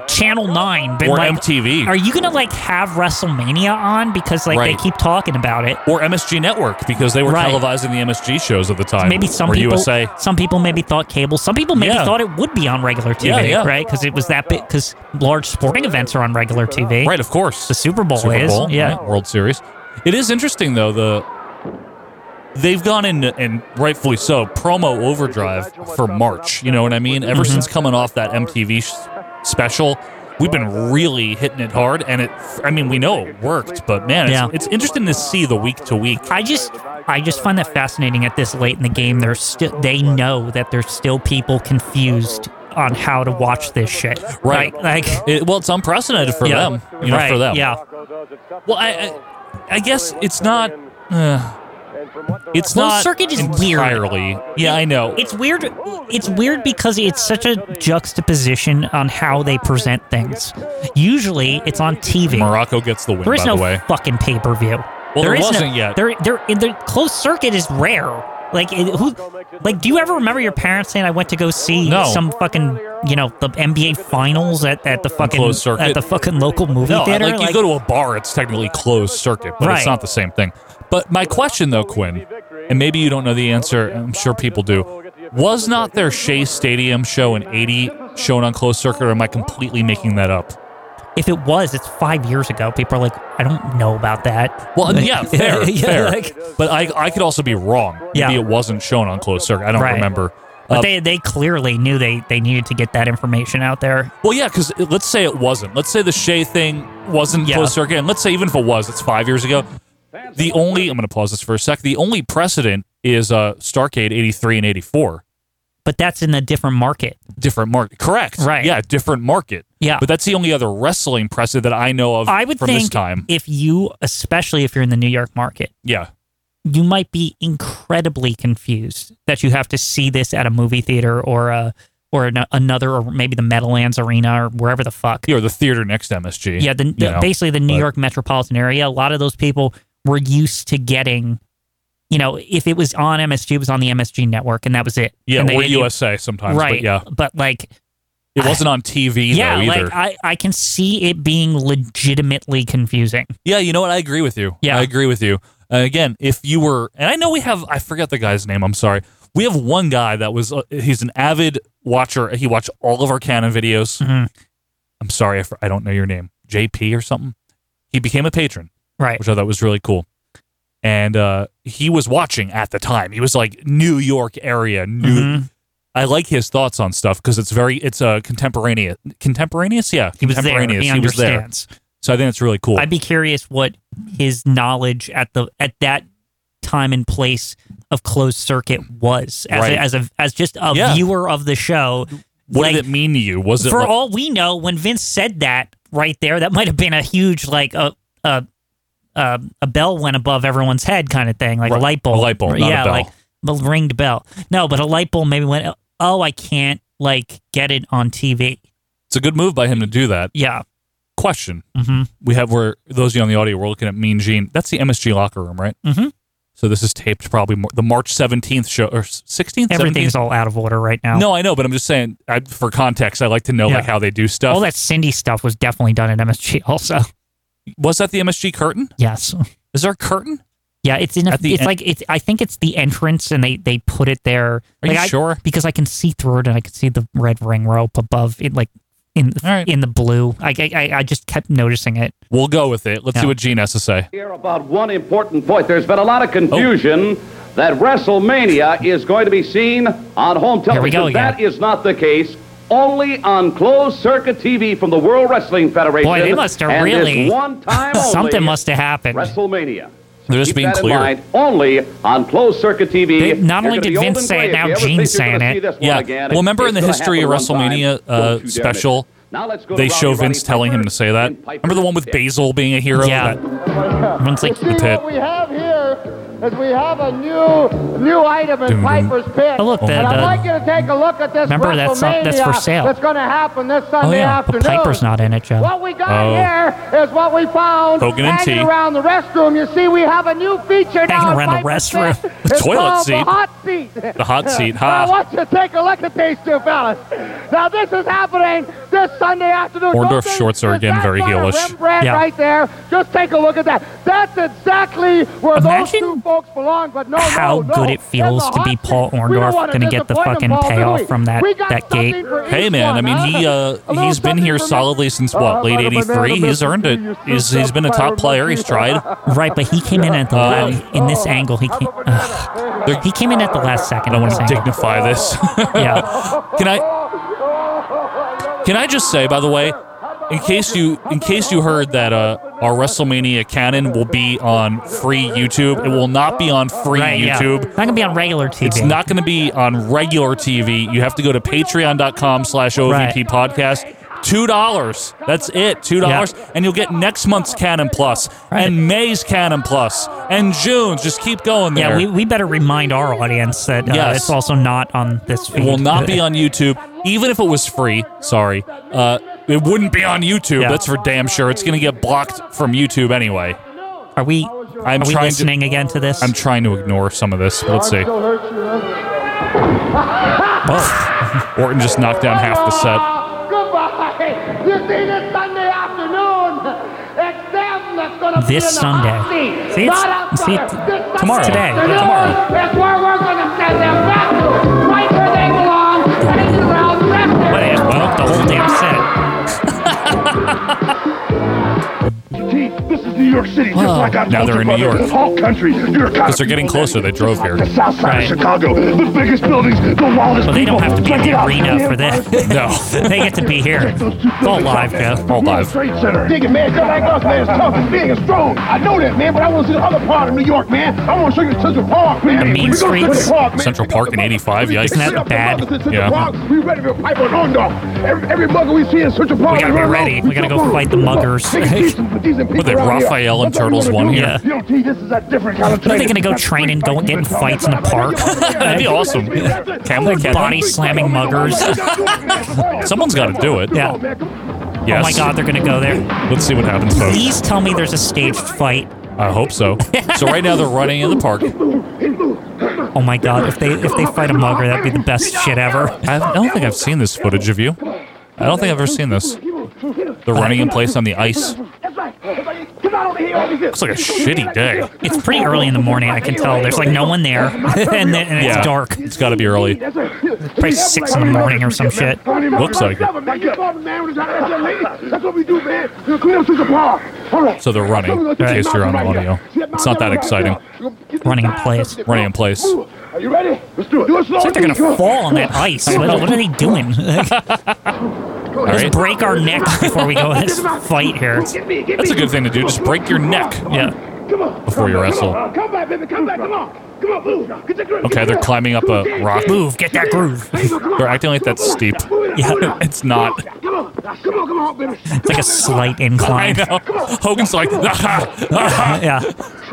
Speaker 4: Channel Nine, been
Speaker 5: Or
Speaker 4: like,
Speaker 5: MTV.
Speaker 4: Are you gonna like have WrestleMania on because like
Speaker 5: Right.
Speaker 4: they keep talking about it?
Speaker 5: or MSG Network because they were
Speaker 4: Right.
Speaker 5: televising the MSG shows at the time.
Speaker 4: Maybe some
Speaker 5: or
Speaker 4: people,
Speaker 5: USA.
Speaker 4: some people maybe thought cable. Some people maybe
Speaker 5: Yeah.
Speaker 4: thought it would be on regular TV,
Speaker 5: Yeah, yeah.
Speaker 4: right? Because it was that big. Because large sporting events are on regular TV,
Speaker 5: Right, of course.
Speaker 4: The Super Bowl
Speaker 5: Super
Speaker 4: is,
Speaker 5: Bowl,
Speaker 4: yeah.
Speaker 5: right, World Series. It is interesting though. The they've gone in and rightfully so promo overdrive for March. You know what I mean? Ever
Speaker 4: Mhm.
Speaker 5: since coming off that MTV s- special, we've been really hitting it hard, and it. I mean, we know it worked, but man, it's,
Speaker 4: Yeah.
Speaker 5: it's interesting to see the week to week.
Speaker 4: I just I just find that fascinating at this late in the game there's still they know that there's still people confused on how to watch this shit.
Speaker 5: Right.
Speaker 4: Like, like-
Speaker 5: It, well, it's unprecedented for
Speaker 4: Yeah.
Speaker 5: them. You know, for
Speaker 4: Right,
Speaker 5: them.
Speaker 4: Yeah.
Speaker 5: Well, I, I, I guess it's not. Uh, it's
Speaker 4: Closed
Speaker 5: not
Speaker 4: circuit is weird.
Speaker 5: entirely. Yeah, I know.
Speaker 4: It's weird it's weird because it's such a juxtaposition on how they present things. Usually it's on TV.
Speaker 5: Morocco gets the win.
Speaker 4: There is
Speaker 5: by
Speaker 4: no
Speaker 5: the way,
Speaker 4: fucking pay-per-view.
Speaker 5: Well, there
Speaker 4: is no-
Speaker 5: wasn't yet.
Speaker 4: There there in the closed circuit is rare. Like it, who? Like, do you ever remember your parents saying, "I went to go see
Speaker 5: No.
Speaker 4: some fucking, you know, the NBA finals at, at the fucking
Speaker 5: closed circuit.
Speaker 4: at the fucking local movie
Speaker 5: no,
Speaker 4: theater"?
Speaker 5: like you go to a bar, it's technically closed circuit, but
Speaker 4: Right.
Speaker 5: it's not the same thing. But my question though, Quinn, and maybe you don't know the answer, I'm sure people do. Was not their Shea Stadium show in 80 shown on closed circuit, or am I completely making that up?
Speaker 4: if it was, it's five years ago. People are like, "I don't know about that."
Speaker 5: Well,
Speaker 4: Like,
Speaker 5: yeah, fair,
Speaker 4: yeah,
Speaker 5: fair.
Speaker 4: like-
Speaker 5: but I, I could also be wrong. Maybe
Speaker 4: Yeah.
Speaker 5: it wasn't shown on closed circuit. I don't
Speaker 4: Right.
Speaker 5: remember.
Speaker 4: But
Speaker 5: Uh,
Speaker 4: they they clearly knew they they needed to get that information out there.
Speaker 5: Well, yeah, because let's say it wasn't. Let's say the Shea thing wasn't
Speaker 4: Yeah.
Speaker 5: closed circuit, and let's say even if it was, it's five years ago. The only I'm going to pause this for a sec. The only precedent is uh, Starcade '83 and '84,
Speaker 4: But that's in a different market.
Speaker 5: different market. Correct.
Speaker 4: Right.
Speaker 5: Yeah, different market.
Speaker 4: Yeah.
Speaker 5: But that's the only other wrestling precedent that I know of.
Speaker 4: I would
Speaker 5: from
Speaker 4: think
Speaker 5: this time.
Speaker 4: if you, especially if you're in the New York market,
Speaker 5: Yeah.
Speaker 4: you might be incredibly confused that you have to see this at a movie theater or a or an, another or maybe the Meadowlands Arena or wherever the fuck.
Speaker 5: Yeah, or the theater next to MSG.
Speaker 4: Yeah, the,
Speaker 5: you
Speaker 4: the-
Speaker 5: know.
Speaker 4: basically the New
Speaker 5: But-
Speaker 4: York metropolitan area. A lot of those people were used to getting, you know, if it was on MSG, it was on the MSG network, and that was it.
Speaker 5: Yeah,
Speaker 4: And they
Speaker 5: or
Speaker 4: didn't even-
Speaker 5: USA sometimes.
Speaker 4: Right.
Speaker 5: But yeah,
Speaker 4: but like
Speaker 5: it wasn't on TV
Speaker 4: yeah,
Speaker 5: though either.
Speaker 4: like I I can see it being legitimately confusing.
Speaker 5: Yeah, you know what? I agree with you. Yeah, I agree with you. Uh, again, if you were, and I know we have, I forget the guy's name. I'm sorry. We have one guy that was, uh, he's an avid watcher. He watched all of our canon videos.
Speaker 4: Mm-hmm.
Speaker 5: I'm sorry, I, fr- I don't know your name, JP or something. He became a patron,
Speaker 4: Right.
Speaker 5: Which I thought was really cool. And uh, he was watching at the time. He was like New York area, New.
Speaker 4: Mm-hmm.
Speaker 5: I like his thoughts on stuff because it's very, it's uh, contemporaneous. Contemporaneous, yeah,
Speaker 4: He was there.
Speaker 5: contemporaneous.
Speaker 4: He
Speaker 5: was there.
Speaker 4: understands.
Speaker 5: So I think it's really cool.
Speaker 4: I'd be curious what his knowledge at the at that time and place of closed circuit was as
Speaker 5: Right.
Speaker 4: a, as a as just a
Speaker 5: Yeah.
Speaker 4: viewer of the show.
Speaker 5: What
Speaker 4: like,
Speaker 5: did it mean to you? Was it
Speaker 4: for
Speaker 5: like-
Speaker 4: all we know, when Vince said that right there, that might have been a huge like a a a, a bell went above everyone's head kind of thing, like a
Speaker 5: Right.
Speaker 4: light bulb.
Speaker 5: A light bulb, not a
Speaker 4: yeah,
Speaker 5: bell.
Speaker 4: like the ringed bell. No, but a light bulb maybe went. Oh, I can't like get it on TV.
Speaker 5: It's a good move by him to do that.
Speaker 4: Yeah.
Speaker 5: Question:
Speaker 4: hmm
Speaker 5: We have where those of you on the audio we're looking at Mean Gene. That's the MSG locker room, right?
Speaker 4: Mm-hmm.
Speaker 5: So this is taped probably more, the March seventeenth show or sixteenth.
Speaker 4: Everything's all out of order right now.
Speaker 5: No, I know, but I'm just saying I, for context. I like to know
Speaker 4: Yeah.
Speaker 5: like how they do stuff.
Speaker 4: all that Cindy stuff was definitely done at MSG. Also,
Speaker 5: Was that the MSG curtain?
Speaker 4: yes,
Speaker 5: Is there a curtain?
Speaker 4: yeah, it's in. A,
Speaker 5: At the
Speaker 4: it's
Speaker 5: en-
Speaker 4: like it's. I think it's the entrance, and they they put it there.
Speaker 5: Are
Speaker 4: like
Speaker 5: you
Speaker 4: I,
Speaker 5: sure?
Speaker 4: Because I can see through it, and I can see the red ring rope above it, like in in the blue. I, I I- I just kept noticing it.
Speaker 5: We'll go with it. Let's see
Speaker 4: Yeah.
Speaker 5: what Gene has to say.
Speaker 13: Here about one important point. There's been a
Speaker 4: Oh.
Speaker 13: lot of confusion that WrestleMania is going to be seen on home
Speaker 4: Here we
Speaker 13: television.
Speaker 4: go again.
Speaker 13: That is not the case. Only on closed circuit TV from the World Wrestling Federation.
Speaker 4: Boy, they must have
Speaker 13: and
Speaker 4: really
Speaker 13: It's one time only
Speaker 4: something must have happened.
Speaker 13: WrestleMania.
Speaker 5: They're just
Speaker 13: Keep
Speaker 5: being
Speaker 13: that in
Speaker 5: clear.
Speaker 13: mind, only on closed circuit TV.
Speaker 4: They- not
Speaker 13: You're
Speaker 4: only
Speaker 13: gonna
Speaker 4: did
Speaker 13: be old
Speaker 4: Vince
Speaker 13: and
Speaker 4: say
Speaker 13: gray
Speaker 4: it,
Speaker 13: if
Speaker 4: now
Speaker 13: you ever
Speaker 4: Gene
Speaker 13: think you're
Speaker 4: saying
Speaker 13: gonna see
Speaker 4: it.
Speaker 13: this one
Speaker 5: Yeah.
Speaker 13: again.
Speaker 5: well, remember
Speaker 13: It's
Speaker 5: in the
Speaker 13: gonna
Speaker 5: history of
Speaker 13: happen one time.
Speaker 5: WrestleMania
Speaker 13: Don't you
Speaker 5: uh,
Speaker 13: dare
Speaker 5: special,
Speaker 13: miss it. Now let's go to
Speaker 5: they
Speaker 13: Rowdy
Speaker 5: show
Speaker 13: Roddy
Speaker 5: Vince telling him to say that. Remember the one with Basil being a hero?
Speaker 4: Yeah. Everyone's like,
Speaker 5: The pit.
Speaker 18: What we have here is we have a new new item in
Speaker 5: Dum-dum.
Speaker 18: Piper's Pit.
Speaker 4: Oh, look, the-
Speaker 18: and I'd
Speaker 4: the-
Speaker 18: like you to take a look at this
Speaker 4: Remember, that's not-
Speaker 18: WrestleMania
Speaker 4: that's for sale.
Speaker 18: that's going to happen this
Speaker 4: Oh
Speaker 18: Sunday
Speaker 4: yeah, but
Speaker 18: afternoon.
Speaker 4: Piper's not in it, Joe.
Speaker 18: What we got
Speaker 4: Oh.
Speaker 18: here is what we found
Speaker 4: Hogan and
Speaker 18: hanging
Speaker 4: tea.
Speaker 18: around the restroom. You see, we have a new feature now.
Speaker 4: Hanging
Speaker 18: in
Speaker 4: around the
Speaker 18: Piper's
Speaker 4: restroom.
Speaker 18: Pit.
Speaker 4: The
Speaker 18: It's
Speaker 4: toilet
Speaker 18: called
Speaker 4: seat.
Speaker 18: The hot seat.
Speaker 5: The hot seat,
Speaker 18: Now,
Speaker 5: ha.
Speaker 18: I want you to take a look at these two fellas. Now, this is happening this Sunday afternoon. Don't
Speaker 5: Orndorff
Speaker 18: they
Speaker 5: shorts are again very heelish.
Speaker 18: Rembrandt right there. Just take a look at that. That's exactly where
Speaker 4: Imagine
Speaker 18: those two folks belong. But no,
Speaker 4: How
Speaker 18: no, no.
Speaker 4: good it feels to be Paul Orndorff going to get the fucking payoff from that that gate.
Speaker 5: Hey man, I mean he uh, he's been here solidly since
Speaker 4: Uh,
Speaker 5: what late '83. He's earned it. He's he's been a top player. He's tried.
Speaker 4: Right, but he came in at the
Speaker 5: Uh,
Speaker 4: last, in
Speaker 18: Oh,
Speaker 4: this angle. He came, ugh. he came in at the last second. I
Speaker 5: don't
Speaker 4: want
Speaker 5: wanna dignify this.
Speaker 4: yeah,
Speaker 5: Can I can I just say by the way, in case you in case you heard that uh, our WrestleMania canon will be on free YouTube. It will not be on free
Speaker 4: Right, yeah.
Speaker 5: YouTube.
Speaker 4: Not gonna be on regular TV.
Speaker 5: It's not going to be on regular TV. You have to go to patreon.com slash OVP podcast. $2. That's it. $2. And you'll get next month's Canon Plus and May's Canon Plus and June's. Just keep going there.
Speaker 4: yeah. We, we better remind our audience that uh,
Speaker 5: Yes.
Speaker 4: it's also not on this. Feed.
Speaker 5: It will not be on YouTube, even if it was free. Sorry, uh, it wouldn't be on YouTube.
Speaker 4: Yeah.
Speaker 5: That's for damn sure. It's going to get blocked from YouTube anyway.
Speaker 4: Are we
Speaker 5: I'm
Speaker 4: Are we
Speaker 5: trying
Speaker 4: listening
Speaker 5: to,
Speaker 4: again to this?
Speaker 5: I'm trying to ignore some of this. but Let's see. Oh, Orton just knocked down half the set.
Speaker 18: Goodbye. You see this Sunday afternoon? It's them that's going to be in
Speaker 4: This
Speaker 18: the
Speaker 4: Sunday.
Speaker 18: hot seat.
Speaker 4: See,
Speaker 18: Not
Speaker 4: it's-
Speaker 18: us,
Speaker 4: see,
Speaker 18: brother.
Speaker 4: it-
Speaker 18: This Sunday
Speaker 4: tomorrow. Today.
Speaker 18: afternoon
Speaker 4: Tomorrow.
Speaker 18: is where we're going to send them back to, right where they belong, and around wrestling.
Speaker 4: What is well, the whole damn set?
Speaker 1: T, this is New York City, just like I
Speaker 5: Now
Speaker 1: told
Speaker 5: they're
Speaker 1: you,
Speaker 5: in New
Speaker 1: brother.
Speaker 5: York.
Speaker 1: This whole country, you're a cop.
Speaker 5: Because they're getting closer. They drove here.
Speaker 1: The south side of Chicago, the biggest buildings, the wildest
Speaker 4: Well, they
Speaker 1: people.
Speaker 4: don't have to be in
Speaker 1: Check it
Speaker 4: the
Speaker 1: out.
Speaker 4: arena for this.
Speaker 5: No.
Speaker 4: they get to be here. It's all live, Kev.
Speaker 5: All live.
Speaker 1: Trade Center.
Speaker 16: Dig it, man. Just like us, man. It's tough and big and strong. I know that, man, but I want to see the other part of New York, man. I want to show you Central Park, man.
Speaker 5: The mean
Speaker 16: We're gonna
Speaker 5: streets.
Speaker 16: Central Park, man.
Speaker 5: Central Park in 85. Yikes.
Speaker 16: Pick up the mothers in Central
Speaker 5: Yeah.
Speaker 4: Oh
Speaker 16: Park. We ready to fight for an underdog. Every, every mugger we see in Central Park,
Speaker 4: We gotta be
Speaker 16: run
Speaker 4: ready.
Speaker 16: around.
Speaker 4: We gotta
Speaker 16: jump
Speaker 4: go
Speaker 16: on 'em.
Speaker 4: fight the muggers.
Speaker 16: Big and decent, but decent
Speaker 5: What, they
Speaker 16: people around here.
Speaker 5: Raphael and
Speaker 16: That's all we
Speaker 5: Turtles
Speaker 16: wanna
Speaker 5: won
Speaker 16: do.
Speaker 5: here?
Speaker 16: You know, T, this is a different kind of
Speaker 4: Are they
Speaker 16: training.
Speaker 4: gonna go training, go and get in fights in the park?
Speaker 5: That'd be awesome. Camel Cat.
Speaker 4: Body slamming muggers.
Speaker 5: Someone's got to do it.
Speaker 4: Yeah.
Speaker 5: Yes.
Speaker 4: Oh my God, they're gonna go there.
Speaker 5: Let's see what happens, folks.
Speaker 4: Please tell me there's a staged fight.
Speaker 5: I hope so. So right now they're running in the park.
Speaker 4: Oh my God, if they if they fight a mugger, that'd be the best shit ever.
Speaker 5: I don't think I've seen this footage of you. I don't think I've ever seen this. They're running in place on the ice. Looks like a shitty day.
Speaker 4: It's pretty early in the morning. I can tell. There's like no one there, and, then, and it's dark.
Speaker 5: It's got to be early.
Speaker 4: Probably six in the morning or some shit.
Speaker 5: Looks like it.
Speaker 16: That's what we do, man. Clean up Central Park. All right.
Speaker 5: So they're running. In case you're on audio, it's not that exciting.
Speaker 4: Running in place.
Speaker 5: Running in place.
Speaker 16: Are you ready? Let's do it. Do it slow.
Speaker 4: It's like they're
Speaker 16: Come
Speaker 4: gonna fall on that ice. uh, What, what are they doing?
Speaker 5: All
Speaker 4: Let's
Speaker 5: right.
Speaker 4: break our necks before we go in this fight here.
Speaker 5: That's a good thing to do. Just break your neck.
Speaker 4: Yeah.
Speaker 5: Before you wrestle.
Speaker 16: on, Come back, baby. Come back. Come on. Come on. Move. Get your grip.
Speaker 5: Okay, they're climbing up a rock.
Speaker 4: Move, get that groove.
Speaker 5: They're acting like that's steep. Yeah, it's not.
Speaker 16: Come on. Come on. Come on, baby.
Speaker 4: It's like a slight
Speaker 5: I
Speaker 4: incline.
Speaker 5: know. Hogan's like, "Ah,
Speaker 4: yeah.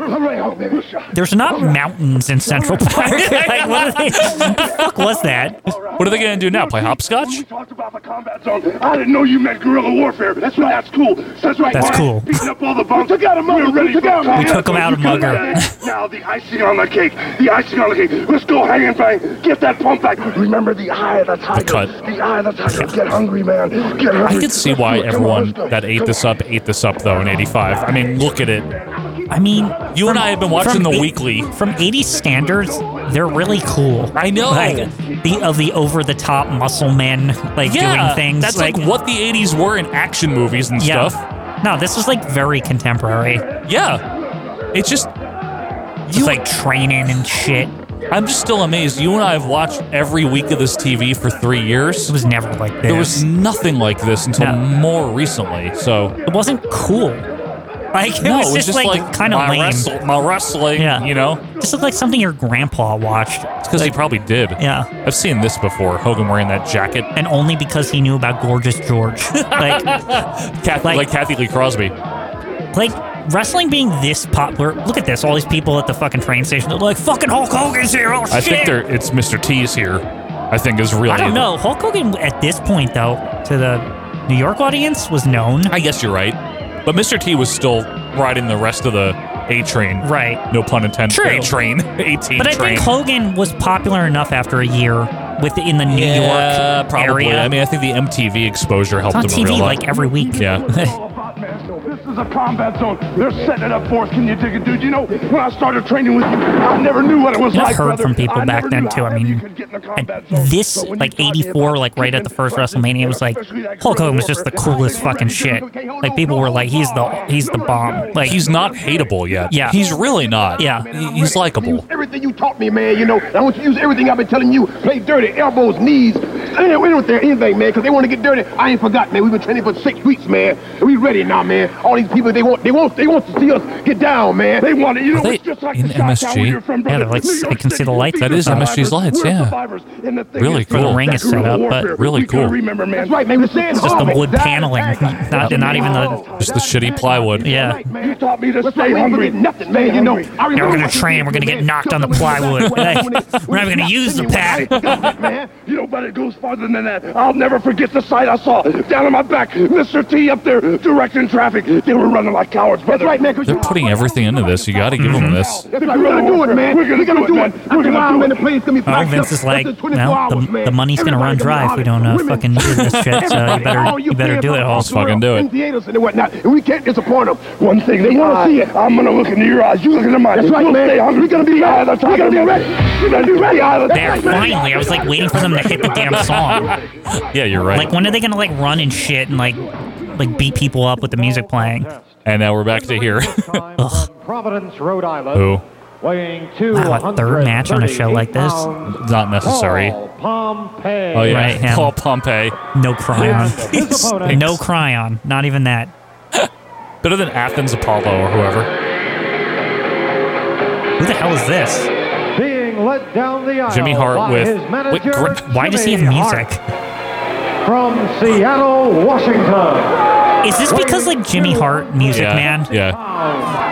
Speaker 16: All right, oh, baby.
Speaker 4: There's not mountains in Central Park. like, what, are they, what the fuck was that?
Speaker 5: what are they gonna do now? Play hopscotch?
Speaker 16: I didn't know you meant guerrilla warfare. That's right. That's cool. That's right.
Speaker 4: That's
Speaker 16: Why?
Speaker 4: cool.
Speaker 16: Beating up all the bums. We took out a mugger. We're ready for combat.
Speaker 4: We took 'em out of
Speaker 16: You got
Speaker 4: mugger.
Speaker 16: that? now the icing on the cake. The icing on the cake. Let's go hang and bang. Get that pump back. Remember the eye of the tiger.
Speaker 5: cut.
Speaker 16: The eye of the tiger. Get hungry, man. Get hungry.
Speaker 5: I can see
Speaker 16: Let's
Speaker 5: why
Speaker 16: do it. Come on,
Speaker 5: everyone
Speaker 16: let's go.
Speaker 5: that ate this up ate this up though in '85. I mean, look at it.
Speaker 4: I mean,
Speaker 5: You and I have been watching
Speaker 4: from
Speaker 5: the
Speaker 4: eight-
Speaker 5: weekly.
Speaker 4: From 80s standards, they're really cool.
Speaker 5: I know.
Speaker 4: Like, the of the over the top muscle men like doing things.
Speaker 5: that's like, what the '80s were in action movies and
Speaker 4: yeah.
Speaker 5: stuff.
Speaker 4: No, this is like very contemporary.
Speaker 5: Yeah, it's just
Speaker 4: Just like training and shit.
Speaker 5: I'm just still amazed. You and I have watched every week of this TV for three years.
Speaker 4: It was never like this.
Speaker 5: There was nothing like this until
Speaker 4: No.
Speaker 5: more recently. So
Speaker 4: it wasn't cool. Like it
Speaker 5: no,
Speaker 4: was
Speaker 5: it was
Speaker 4: just, like, kind of
Speaker 5: my,
Speaker 4: lame.
Speaker 5: wrestle- my wrestling.
Speaker 4: Yeah.
Speaker 5: you know,
Speaker 4: This looked like something your grandpa watched.
Speaker 5: it's because he probably did.
Speaker 4: Yeah.
Speaker 5: I've seen this before. Hogan wearing that jacket.
Speaker 4: And only because he knew about Gorgeous George. like
Speaker 5: Kath-
Speaker 4: Like-
Speaker 5: like, Kathy Lee Crosby.
Speaker 4: like wrestling being this popular. Look at this. All these people at the fucking train station. They're like, fucking Hulk Hogan's here. Oh,
Speaker 5: I
Speaker 4: shit.
Speaker 5: think they're, it's Mr. T's here. I think is really.
Speaker 4: I don't know. Hulk Hogan at this point, though, to the New York audience was known.
Speaker 5: I guess you're right. But Mr. T was still riding the rest of the A train.
Speaker 4: Right.
Speaker 5: No pun intended.
Speaker 4: True.
Speaker 5: A train. 18
Speaker 4: But I
Speaker 5: train.
Speaker 4: think Hogan was popular enough after a year within the New
Speaker 5: yeah,
Speaker 4: York
Speaker 5: probably.
Speaker 4: area.
Speaker 5: I mean, I think the MTV exposure helped
Speaker 4: it's on
Speaker 5: him a
Speaker 4: TV
Speaker 5: real lot.
Speaker 4: like every week.
Speaker 5: Yeah.
Speaker 16: This is a combat zone. They're setting it up for us. Can you dig it, dude? You know, when I started training with you, I never knew what it was
Speaker 4: And I've
Speaker 16: like.
Speaker 4: heard
Speaker 16: brother.
Speaker 4: from people
Speaker 16: I
Speaker 4: back
Speaker 16: never
Speaker 4: then
Speaker 16: knew
Speaker 4: too.
Speaker 16: how
Speaker 4: I
Speaker 16: heavy you
Speaker 4: mean,
Speaker 16: could get in a
Speaker 4: at
Speaker 16: combat zone.
Speaker 4: this
Speaker 16: So when you
Speaker 4: like
Speaker 16: talk
Speaker 4: '84,
Speaker 16: about
Speaker 4: like right at the
Speaker 16: kicking,
Speaker 4: first
Speaker 16: punching,
Speaker 4: WrestleMania, was like
Speaker 16: especially that
Speaker 4: Hulk Hogan was
Speaker 16: guerrilla
Speaker 4: just the
Speaker 16: warfare,
Speaker 4: coolest
Speaker 16: everybody
Speaker 4: fucking
Speaker 16: just
Speaker 4: shit.
Speaker 16: goes, "Okay, hold
Speaker 4: Like
Speaker 16: on,
Speaker 4: people
Speaker 16: hold
Speaker 4: were
Speaker 16: on,
Speaker 4: like, he's the he's the bomb. Um, Like
Speaker 5: He's not hateable yet.
Speaker 4: Yeah.
Speaker 5: He's really not.
Speaker 4: Yeah.
Speaker 5: He- He's likable.
Speaker 16: Everything you taught me, man, you know, I want you to use everything I've been telling you. Play dirty, elbows, knees. Ain't ain't with there anything, man, because they want to get dirty. I ain't forgot, man. We've been training for six weeks, man. And we ready now, man. All these people, they want, they want, they want to see us get down, man. They want it, you
Speaker 5: Are
Speaker 16: know.
Speaker 5: they
Speaker 16: it's just like
Speaker 5: in
Speaker 16: the shot tower
Speaker 5: MSG?
Speaker 16: where you're from,
Speaker 4: Yeah, they're
Speaker 16: brother.
Speaker 4: like-
Speaker 16: New York
Speaker 4: I can see the
Speaker 16: City,
Speaker 4: lights.
Speaker 16: we're
Speaker 5: That is
Speaker 16: survivors.
Speaker 5: MSG's lights,
Speaker 16: We're
Speaker 5: yeah.
Speaker 16: survivors. And the thing
Speaker 5: Really
Speaker 16: is, brother,
Speaker 5: cool. The
Speaker 4: ring
Speaker 16: that
Speaker 4: is set
Speaker 16: guerrilla
Speaker 4: up, but
Speaker 16: warfare,
Speaker 5: really
Speaker 16: we gotta
Speaker 5: cool.
Speaker 16: Remember, man. That's right, man. We're saying
Speaker 4: it's just the wood paneling, not not even the.
Speaker 5: Just the shitty plywood.
Speaker 4: Yeah,
Speaker 16: You taught me to stay
Speaker 4: hungry.
Speaker 16: hungry. Nothing, man. You know, I
Speaker 4: yeah, we're
Speaker 16: remember
Speaker 4: gonna train. We're gonna get knocked on the plywood. Like, we're not even gonna use the pad.
Speaker 16: Man, you know, but it goes farther than that. I'll never forget the sight I saw down on my back. Mr. T up there directing traffic. They were running like cowards, brother. That's right, man.
Speaker 5: They're putting everything into this. You got to give them this.
Speaker 16: We're gonna do it, man. We're gonna, do it. We're gonna do it. the place gonna be
Speaker 4: Oh, Vince is like, well, the, the money's going to run dry if we don't uh, fucking do this shit, so you better, you better do it, Hall.
Speaker 16: In theaters and whatnot, and we can't disappoint them. One thing they want to see it. I'm gonna look into your eyes. You look into mine. That's right, man. We're gonna be ready. We're gonna be ready. We're gonna be ready.
Speaker 4: There, finally. I was like waiting for them to hit the damn song.
Speaker 5: Yeah, you're right.
Speaker 4: Like, when are they going to like run and shit and like like beat people up with the music playing?
Speaker 5: And now we're back to here.
Speaker 4: Ugh.
Speaker 12: Providence, Rhode Island.
Speaker 5: Who?
Speaker 12: Weighing two.
Speaker 4: Wow, a third match on a show like this.
Speaker 5: Not necessary.
Speaker 12: Pompeii.
Speaker 5: Oh yeah,
Speaker 4: Right, him.
Speaker 5: Paul Pompey.
Speaker 4: No cryon.
Speaker 12: His opponent-
Speaker 4: no cryon. Not even that.
Speaker 5: Better than Athens Apollo or whoever.
Speaker 4: Who the hell is this?
Speaker 12: Being led down the aisle
Speaker 5: Jimmy Hart
Speaker 12: by
Speaker 5: with.
Speaker 12: his
Speaker 5: Wait,
Speaker 12: manager,
Speaker 5: Gr-
Speaker 4: Why does he have
Speaker 12: Jimmy
Speaker 4: music?
Speaker 12: Hart from Seattle, Washington?
Speaker 4: Is this because like Jimmy Hart music
Speaker 5: yeah,
Speaker 4: man?
Speaker 5: Yeah.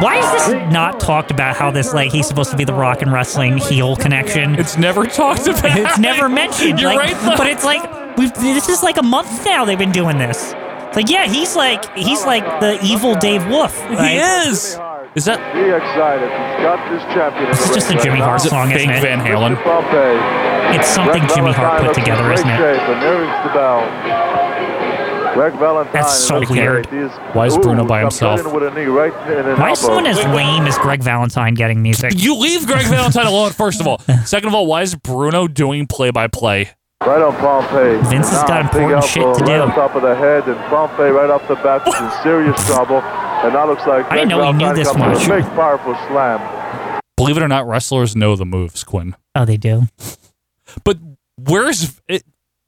Speaker 4: Why is this not talked about how this like he's supposed to be the rock and wrestling heel connection?
Speaker 5: It's never talked about.
Speaker 4: It's never mentioned.
Speaker 5: You're
Speaker 4: like,
Speaker 5: right, though.
Speaker 4: But it's like we've, this is like a month now they've been doing this. It's like yeah, he's like he's like the evil Dave Wolf.
Speaker 5: He
Speaker 4: right?
Speaker 5: is. Is that
Speaker 19: Be excited. He's got this champion.
Speaker 4: It's just a Jimmy Hart
Speaker 5: Is it
Speaker 4: song,
Speaker 5: fake
Speaker 4: isn't it?
Speaker 5: Van Halen?
Speaker 19: Pompey.
Speaker 4: It's something
Speaker 19: Greg
Speaker 4: Jimmy Hart
Speaker 19: Valentine
Speaker 4: put
Speaker 19: looks in
Speaker 4: together,
Speaker 19: great
Speaker 4: isn't it?
Speaker 19: shape, and there is the bell. Greg Valentine.
Speaker 4: That's so
Speaker 19: looks like
Speaker 4: weird.
Speaker 19: he's-
Speaker 5: Why is Bruno
Speaker 19: Ooh,
Speaker 5: by
Speaker 19: comes
Speaker 5: himself?
Speaker 19: in with a knee right in an
Speaker 4: Why is
Speaker 19: elbow.
Speaker 4: someone as lame as Greg Valentine getting music?
Speaker 5: You leave Greg Valentine alone, first of all. Second of all, why is Bruno doing play by play?
Speaker 19: Right on Pompey.
Speaker 4: Vince has
Speaker 19: Now,
Speaker 4: got
Speaker 19: big
Speaker 4: important shit
Speaker 19: elbow
Speaker 4: to
Speaker 19: right
Speaker 4: do.
Speaker 19: on top of the head, and Pompey right off the bat is in serious trouble. And that looks like
Speaker 4: I didn't
Speaker 19: Greg
Speaker 4: know he knew
Speaker 19: Valentine
Speaker 4: this
Speaker 19: comes with a
Speaker 4: much.
Speaker 19: Big powerful slam.
Speaker 5: Believe it or not, wrestlers know the moves, Quinn.
Speaker 4: Oh, they do.
Speaker 5: But where's it?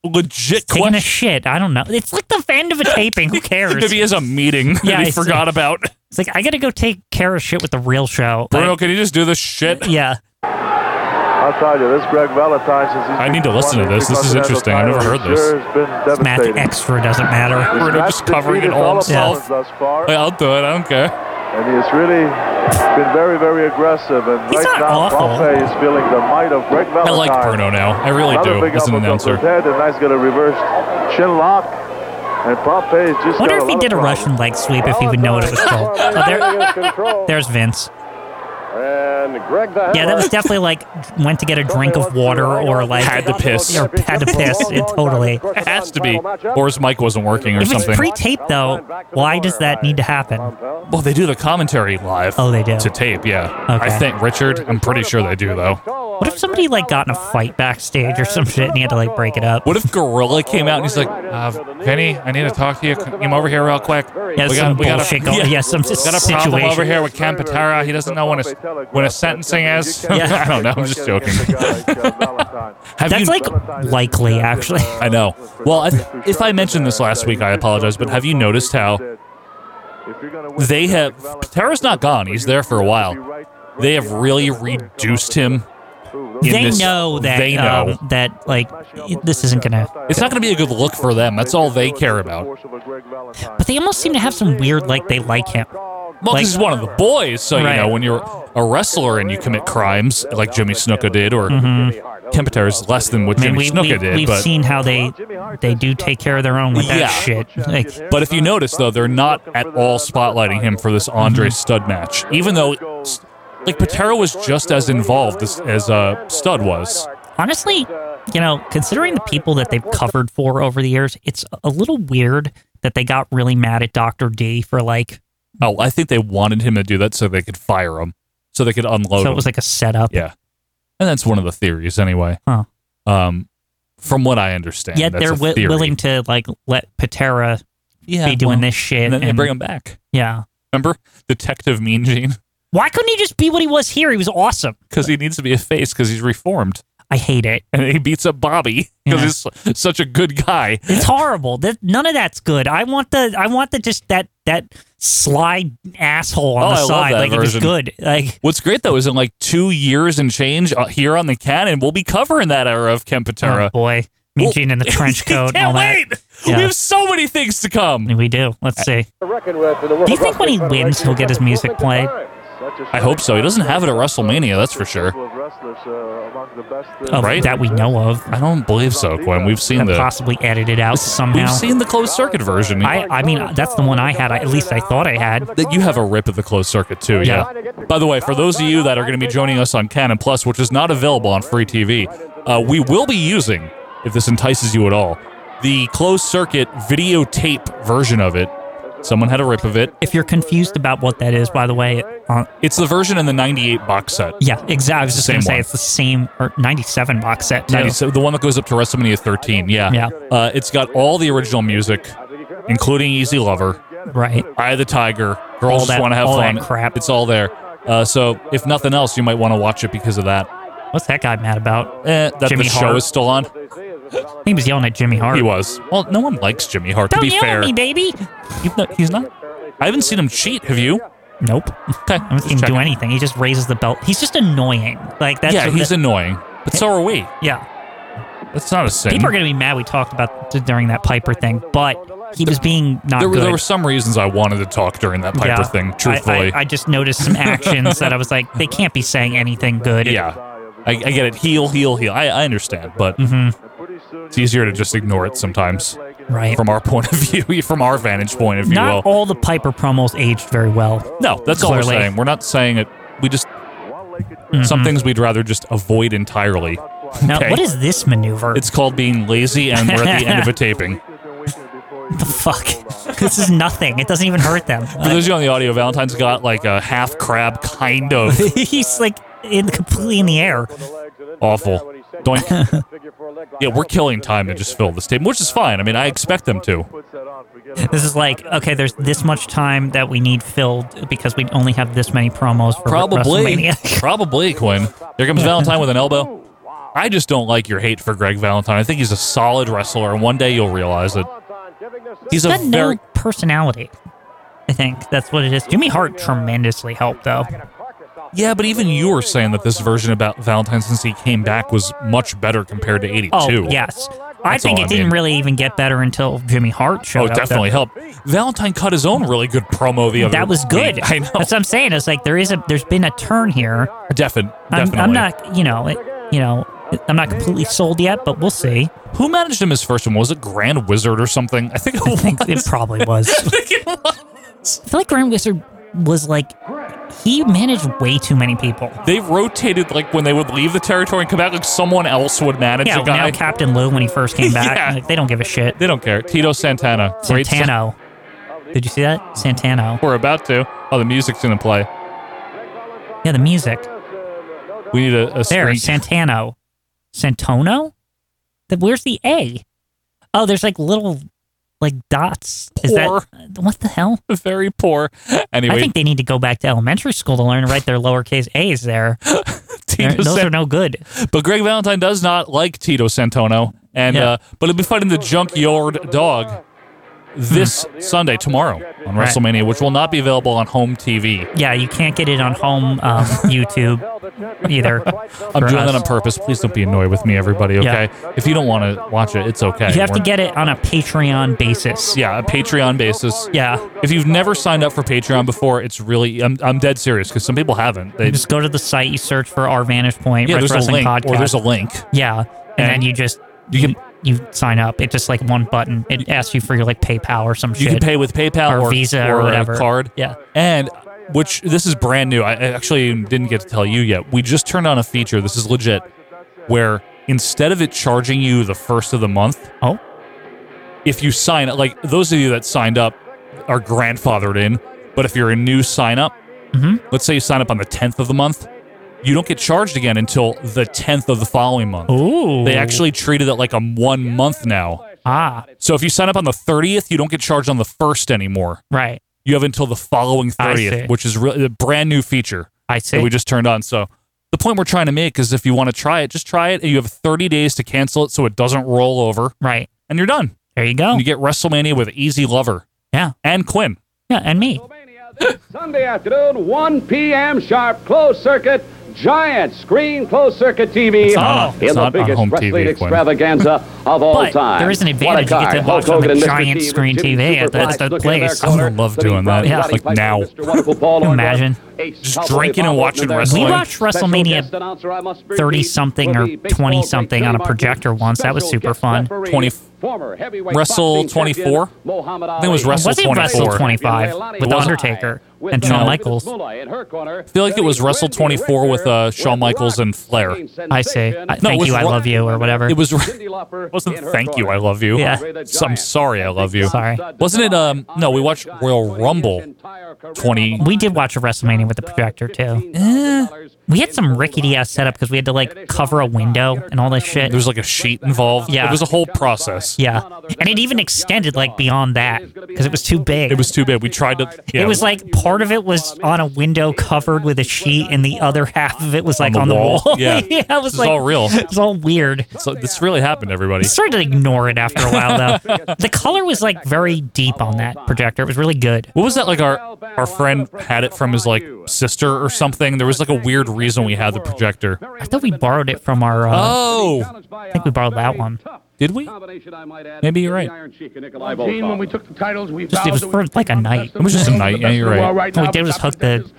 Speaker 5: Legit
Speaker 4: Taking a
Speaker 5: question.
Speaker 4: shit. I don't know. It's like the end of a taping. Who cares?
Speaker 5: Maybe he has a meeting
Speaker 4: Yeah,
Speaker 5: that he
Speaker 4: it's-
Speaker 5: forgot about.
Speaker 4: It's like I gotta go take care of shit with the real show.
Speaker 5: Bruno,
Speaker 4: Like,
Speaker 5: can you just do this shit?
Speaker 4: yeah.
Speaker 19: I'll tell you, this Greg Valentine, since he's
Speaker 5: I need to
Speaker 19: been
Speaker 5: listen to
Speaker 19: won
Speaker 5: this. This is
Speaker 19: the
Speaker 5: interesting. I've never heard
Speaker 19: Continental
Speaker 5: this.
Speaker 19: title, he Sure has been
Speaker 4: It's math
Speaker 19: devastating.
Speaker 4: extra doesn't matter.
Speaker 5: Bruno
Speaker 19: Matt
Speaker 5: just covering it
Speaker 19: defeated
Speaker 5: all
Speaker 19: opponents
Speaker 5: himself.
Speaker 19: Thus far,
Speaker 5: Hey, I'll do it. I don't care.
Speaker 19: And he's really been very, very aggressive. And
Speaker 4: He's not
Speaker 19: right now,
Speaker 4: awful.
Speaker 19: Pompey is feeling the might of Greg
Speaker 5: I
Speaker 19: Valentine.
Speaker 5: like Bruno now. I really
Speaker 19: Another
Speaker 5: do.
Speaker 19: big
Speaker 5: As an
Speaker 19: uppercut to
Speaker 5: announcer.
Speaker 19: his head, and now he's got a reverse chin lock. And Pompey is just.
Speaker 4: Wonder
Speaker 19: got
Speaker 4: if he
Speaker 19: lot
Speaker 4: did a
Speaker 19: of problems.
Speaker 4: Russian leg sweep if he would know what it was called. Oh, there, there's Vince.
Speaker 16: And Greg the
Speaker 4: Yeah, that was definitely like went to get a drink of water or like
Speaker 5: Had to piss.
Speaker 4: Or had to piss. It totally.
Speaker 5: It has to be. Or his mic wasn't working or
Speaker 4: If it's
Speaker 5: something.
Speaker 4: pre-taped though, why does that need to happen?
Speaker 5: well, they do the commentary live.
Speaker 4: Oh, they do.
Speaker 5: To tape, yeah.
Speaker 4: Okay.
Speaker 5: I think Richard, I'm pretty sure they do, though.
Speaker 4: What if somebody like got in a fight backstage or some shit and he had to like break it up?
Speaker 5: What if Gorilla came out and he's like, uh, Penny, I need to talk to you. Come over here real quick.
Speaker 4: Yeah, some bullshit going- yeah, some
Speaker 5: got a
Speaker 4: situation.
Speaker 5: problem over here with Ken Patera. He doesn't know when a, when a sentencing is.
Speaker 4: Yeah.
Speaker 5: I don't know. I'm just joking. Have
Speaker 4: That's
Speaker 5: you-
Speaker 4: like likely actually.
Speaker 5: I know. Well, I th- if I mentioned this last week, I apologize, but have you noticed how they have. Terra's not gone, he's there for a while. They have really reduced him. in
Speaker 4: They
Speaker 5: this-
Speaker 4: know that
Speaker 5: They know.
Speaker 4: Um, that like this isn't gonna.
Speaker 5: It's not going to be a good look for them. That's all they care about.
Speaker 4: But they almost seem to have some weird like they like him.
Speaker 5: Well,
Speaker 4: Like-
Speaker 5: this is one of the boys, so you
Speaker 4: Right.
Speaker 5: know when you're a wrestler and you commit crimes like Jimmy Snuka did, or
Speaker 4: Mhm.
Speaker 5: Ken Patera is less than what
Speaker 4: I mean,
Speaker 5: Jimmy
Speaker 4: we,
Speaker 5: Snuka
Speaker 4: we,
Speaker 5: did,
Speaker 4: we've
Speaker 5: but
Speaker 4: seen how they they do take care of their own with that
Speaker 5: Yeah.
Speaker 4: shit. Like,
Speaker 5: but if you notice though, they're not at all spotlighting him for this Andre
Speaker 4: Mm-hmm.
Speaker 5: Stud match, even though s- like Patera was just as involved as, as uh, Stud was.
Speaker 4: honestly, you know, considering the people that they've covered for over the years, it's a little weird that they got really mad at Doctor D for like
Speaker 5: Oh, I think they wanted him to do that so they could fire him, so they could
Speaker 4: so
Speaker 5: unload. him.
Speaker 4: it was like a setup.
Speaker 5: Yeah. And that's one of the theories anyway.
Speaker 4: Huh.
Speaker 5: Um, from what I understand.
Speaker 4: Yet
Speaker 5: that's
Speaker 4: they're
Speaker 5: a
Speaker 4: wi-
Speaker 5: theory.
Speaker 4: willing to like let Patera
Speaker 5: Yeah,
Speaker 4: be doing
Speaker 5: well,
Speaker 4: this shit.
Speaker 5: And then they bring him back.
Speaker 4: Yeah.
Speaker 5: Remember? Detective Mean Gene?
Speaker 4: Why couldn't he just be what he was here? He was awesome.
Speaker 5: Because he needs to be a face because he's reformed.
Speaker 4: I hate it.
Speaker 5: And he beats up Bobby because
Speaker 4: Yeah.
Speaker 5: he's s- such a good guy.
Speaker 4: It's horrible. That none of that's good. I want the I want the just that that sly asshole on
Speaker 5: Oh, I
Speaker 4: the
Speaker 5: love
Speaker 4: side.
Speaker 5: that
Speaker 4: Like
Speaker 5: version.
Speaker 4: it was good. Like
Speaker 5: What's great, though, is in like two years and change uh, here on the canon, we'll be covering that era of Ken Patera.
Speaker 4: oh boy, Mean Gene in the trench coat. and all
Speaker 5: Can't
Speaker 4: that.
Speaker 5: wait!
Speaker 4: Yeah.
Speaker 5: We have so many things to come.
Speaker 4: We do. Let's see. Do you think when he wins, he'll get his music played?
Speaker 5: I hope so. He doesn't have it at WrestleMania, that's for sure.
Speaker 19: wrestlers uh, among the best. Uh,
Speaker 4: of,
Speaker 5: right?
Speaker 4: that we know of.
Speaker 5: I don't believe so, Gwen. We've seen
Speaker 4: and
Speaker 5: the
Speaker 4: possibly edited out somehow.
Speaker 5: we've seen the closed circuit version.
Speaker 4: I, I mean, that's the one I had. I- At least I thought I had.
Speaker 5: that you have a rip of the closed circuit too. Yeah. By the way, for those of you that are going to be joining us on Canon Plus, which is not available on free TV, uh, we will be using, if this entices you at all, the closed circuit videotape version of it. Someone had a rip of it.
Speaker 4: If you're confused about what that is, by the way, uh,
Speaker 5: It's the version in the '98 box set.
Speaker 4: yeah, exactly. I was just
Speaker 5: Same
Speaker 4: going to say
Speaker 5: one.
Speaker 4: it's the same or 97 box set too.
Speaker 5: 97, the one that goes up to WrestleMania 13. Yeah.
Speaker 4: Yeah.
Speaker 5: Uh, it's got all the original music, including Easy Lover,
Speaker 4: Right.
Speaker 5: Eye of the Tiger, Girls
Speaker 4: All
Speaker 5: Just
Speaker 4: that-
Speaker 5: Want to Have
Speaker 4: all that
Speaker 5: Fun. crap. It's all there. Uh, so if nothing else, you might want to watch it because of that.
Speaker 4: What's that guy mad about?
Speaker 5: Eh, that
Speaker 4: Jimmy
Speaker 5: the show
Speaker 4: Hart.
Speaker 5: is still on.
Speaker 4: He was yelling at Jimmy Hart.
Speaker 5: He was. Well, no one likes Jimmy Hart.
Speaker 4: Don't
Speaker 5: to be
Speaker 4: yell
Speaker 5: fair,
Speaker 4: at me, baby.
Speaker 5: He's not- he's not. I haven't seen him cheat. Have you?
Speaker 4: Nope. Okay. I haven't seen him do anything. He just raises the belt. He's just annoying. Like that's
Speaker 5: yeah, he's annoying, but so are we.
Speaker 4: Yeah.
Speaker 5: That's not a sin.
Speaker 4: People are going to be mad we talked about th- during that Piper thing, but he was being not
Speaker 5: there, were,
Speaker 4: good.
Speaker 5: there were some reasons I wanted to talk during that Piper
Speaker 4: Yeah.
Speaker 5: thing.
Speaker 4: I-
Speaker 5: Truthfully,
Speaker 4: I, I just noticed some actions that I was like, they can't be saying anything good.
Speaker 5: Yeah, I, I get it. Heal, heal, heal. I, I understand, but
Speaker 4: Mhm.
Speaker 5: it's easier to just ignore it sometimes.
Speaker 4: Right.
Speaker 5: From our point of view, from our vantage point, if you will.
Speaker 4: Not all the Piper promos aged very well.
Speaker 5: no, that's all we're
Speaker 4: Clearly. Mm-hmm.
Speaker 5: saying. We're not saying it. We just some things we'd rather just avoid entirely.
Speaker 4: Now,
Speaker 5: Okay?
Speaker 4: what is this maneuver?
Speaker 5: It's called being lazy, and we're at the end of a taping.
Speaker 4: the fuck? this is nothing. It doesn't even hurt them.
Speaker 5: For those of you on the audio, Valentine's got like a half crab kind of
Speaker 4: He's like in completely in the air.
Speaker 5: awful. Doink. yeah, we're killing time to just fill this table, which is fine. I mean, I expect them to.
Speaker 4: This is like okay. There's this much time that we need filled because we only have this many promos for
Speaker 5: Probably,
Speaker 4: WrestleMania.
Speaker 5: probably Quinn. Here comes Valentine with an elbow. I just don't like your hate for Greg Valentine. I think he's a solid wrestler, and one day you'll realize it. He's a
Speaker 4: got
Speaker 5: very
Speaker 4: no personality. I think that's what it is. Jimmy Hart tremendously helped though.
Speaker 5: yeah, but even you were saying that this version about Valentine since he came back was much better compared to '82.
Speaker 4: Oh yes, I
Speaker 5: That's
Speaker 4: think
Speaker 5: all
Speaker 4: it
Speaker 5: I
Speaker 4: didn't
Speaker 5: mean.
Speaker 4: really even get better until Jimmy Hart showed
Speaker 5: Oh,
Speaker 4: up.
Speaker 5: it definitely
Speaker 4: though.
Speaker 5: helped. Valentine cut his own really good promo the other.
Speaker 4: That was good.
Speaker 5: week. I know.
Speaker 4: That's what I'm saying. It's like there is a there's been a turn here.
Speaker 5: Defin-
Speaker 4: I'm,
Speaker 5: definitely.
Speaker 4: I'm not you know it, you know it- I'm not completely sold yet, but we'll see.
Speaker 5: Who managed him his first one? Was it Grand Wizard or something? I think it
Speaker 4: I
Speaker 5: was.
Speaker 4: think it probably was. I feel like Grand Wizard was like he managed way too many people.
Speaker 5: They rotated like when they would leave the territory and come back, like someone else would manage
Speaker 4: yeah,
Speaker 5: the guy.
Speaker 4: now Captain Lou when he first came back,
Speaker 5: Yeah.
Speaker 4: like, they don't give a shit.
Speaker 5: They don't care. Tito Santana. Great son-
Speaker 4: Santano, did you see that? Santano.
Speaker 5: We're about to. Oh, the music's gonna play.
Speaker 4: Yeah, the music.
Speaker 5: We need a, a
Speaker 4: There,
Speaker 5: screen.
Speaker 4: Santano. Santono? The, where's the A? Oh, there's like little like dots. Is
Speaker 5: Poor.
Speaker 4: that what the hell?
Speaker 5: Very poor. Anyway,
Speaker 4: I think they need to go back to elementary school to learn to write their lowercase A's there. They're-
Speaker 5: Tito
Speaker 4: Those
Speaker 5: San-
Speaker 4: are no good.
Speaker 5: but Greg Valentine does not like Tito Santono, and
Speaker 4: Yeah.
Speaker 5: uh, but he'll be fighting the Junkyard Dog this Sunday tomorrow on
Speaker 4: Right.
Speaker 5: WrestleMania, which will not be available on home TV.
Speaker 4: Yeah, you can't get it on home um, YouTube either.
Speaker 5: I'm doing that on purpose. Please don't be annoyed with me, everybody.
Speaker 4: Yeah.
Speaker 5: Okay, if you don't want to watch it, it's okay.
Speaker 4: You have to
Speaker 5: We're-
Speaker 4: get it on a Patreon basis.
Speaker 5: Yeah, a Patreon basis.
Speaker 4: Yeah.
Speaker 5: If you've never signed up for Patreon before, it's really I'm, I'm dead serious because some people haven't. They
Speaker 4: Just go to the site, you search for our Vantage Point
Speaker 5: yeah,
Speaker 4: Ref
Speaker 5: there's a
Speaker 4: Wrestling
Speaker 5: link
Speaker 4: Podcast.
Speaker 5: or there's a link.
Speaker 4: Yeah, and, then you just you can you sign up. It's just like one button. It asks you for your like PayPal or some
Speaker 5: You
Speaker 4: shit.
Speaker 5: can pay with PayPal
Speaker 4: or,
Speaker 5: or,
Speaker 4: Visa or,
Speaker 5: a
Speaker 4: whatever
Speaker 5: card.
Speaker 4: Yeah,
Speaker 5: And which this is brand new. I I actually didn't get to tell you yet. We just turned on a feature. This is legit, where instead of it charging you the first of the month,
Speaker 4: oh,
Speaker 5: if you sign up, like those of you that signed up are grandfathered in. But if you're a new sign up,
Speaker 4: Mhm.
Speaker 5: let's say you sign up on the 10th of the month, you don't get charged again until the 10th of the following month.
Speaker 4: Ooh.
Speaker 5: They actually treated it like a one month now.
Speaker 4: ah,
Speaker 5: So if you sign up on the 30th, you don't get charged on the 1st anymore.
Speaker 4: right.
Speaker 5: You have until the following
Speaker 4: I
Speaker 5: 30th,
Speaker 4: see.
Speaker 5: which is really a brand new feature
Speaker 4: I
Speaker 5: that
Speaker 4: see.
Speaker 5: we just turned on. So the point we're trying to make is if you want to try it, just try it. and You have 30 days to cancel it so it doesn't roll over,
Speaker 4: right
Speaker 5: and you're done.
Speaker 4: there, you go.
Speaker 5: And you get WrestleMania with Easy Lover
Speaker 4: yeah,
Speaker 5: and Quinn.
Speaker 4: yeah, and me.
Speaker 13: Sunday afternoon, 1 p.m. sharp, closed circuit, giant screen closed circuit TV
Speaker 5: It's not on-
Speaker 13: in the
Speaker 5: it's not on
Speaker 13: biggest
Speaker 5: home TV,
Speaker 13: wrestling
Speaker 5: Quinn.
Speaker 13: extravaganza of all
Speaker 4: But
Speaker 13: time.
Speaker 4: there is an
Speaker 13: What a
Speaker 4: advantage. You get to
Speaker 13: card.
Speaker 4: watch
Speaker 13: Hulk
Speaker 4: on
Speaker 13: Hogan
Speaker 4: a
Speaker 13: and Mr.
Speaker 4: giant
Speaker 13: T,
Speaker 4: screen
Speaker 13: Jimmy
Speaker 4: TV.
Speaker 13: Superfly
Speaker 4: That's the
Speaker 13: looking in their
Speaker 4: place.
Speaker 13: corner.
Speaker 4: I would love
Speaker 13: Slipping
Speaker 4: doing that.
Speaker 13: Bobby
Speaker 4: Yeah.
Speaker 13: Roddy
Speaker 4: Like
Speaker 13: fights
Speaker 4: now.
Speaker 13: Mr. Wonderful Paul Orndorff.
Speaker 4: Imagine.
Speaker 13: A
Speaker 4: Just
Speaker 13: cowboy
Speaker 4: drinking and
Speaker 13: Bob
Speaker 4: watching
Speaker 13: Orton.
Speaker 4: wrestling. We watched
Speaker 13: Special
Speaker 4: WrestleMania
Speaker 13: guest announcer, I must repeat,
Speaker 4: 30 something
Speaker 13: will
Speaker 4: or
Speaker 13: be
Speaker 4: 20
Speaker 13: baseball great
Speaker 4: something on a
Speaker 13: Johnny Martin.
Speaker 4: projector once. That was
Speaker 13: Special
Speaker 4: super
Speaker 13: guest
Speaker 4: fun.
Speaker 13: referee,
Speaker 5: 20
Speaker 13: former heavyweight
Speaker 5: Wrestle
Speaker 13: boxing champion,
Speaker 5: 24?
Speaker 13: Muhammad
Speaker 5: I think it was
Speaker 13: Ali.
Speaker 5: Wrestle
Speaker 4: Was it
Speaker 5: 24.
Speaker 4: Wrestle 25 with
Speaker 5: It wasn't.
Speaker 4: Undertaker and Shawn Michaels?
Speaker 5: I feel like it was Wrestle 24 with uh, Shawn Michaels and Flair.
Speaker 4: I see. I-
Speaker 5: No, it
Speaker 4: thank
Speaker 5: was
Speaker 4: you, I
Speaker 5: Ro-
Speaker 4: love you, or whatever.
Speaker 5: It was wasn't thank you, I love you.
Speaker 4: Yeah.
Speaker 5: So I'm sorry, I love you.
Speaker 4: Sorry.
Speaker 5: Wasn't it? Um, no, we watched Royal Rumble 20.
Speaker 4: We did watch a WrestleMania with the projector too. we had some rickety ass setup because we had to like cover a window and all this shit.
Speaker 5: There was like a sheet involved.
Speaker 4: Yeah.
Speaker 5: It was a whole process.
Speaker 4: Yeah, and it even extended like beyond that because it was too big.
Speaker 5: It was too big. We tried to. Yeah,
Speaker 4: It was like part of it was on a window covered with a sheet, and the other half of it was like
Speaker 5: the
Speaker 4: on the wall.
Speaker 5: wall. Yeah.
Speaker 4: it was
Speaker 5: This is
Speaker 4: like
Speaker 5: all real.
Speaker 4: It's all weird.
Speaker 5: So this really happened, everybody.
Speaker 4: I started to ignore it after a while, though. the color was like very deep on that projector. It was really good.
Speaker 5: What was that like? Our our friend had it from his like sister or something. There was like a weird reason we had the projector.
Speaker 4: I thought we borrowed it from our. Uh,
Speaker 5: Oh,
Speaker 4: I think we borrowed that one.
Speaker 5: did we? Maybe you're right.
Speaker 13: Gene, when
Speaker 16: we took the titles, we
Speaker 4: Just it was for like a night.
Speaker 5: It was just a night. Yeah, you're right.
Speaker 4: All we did was hook the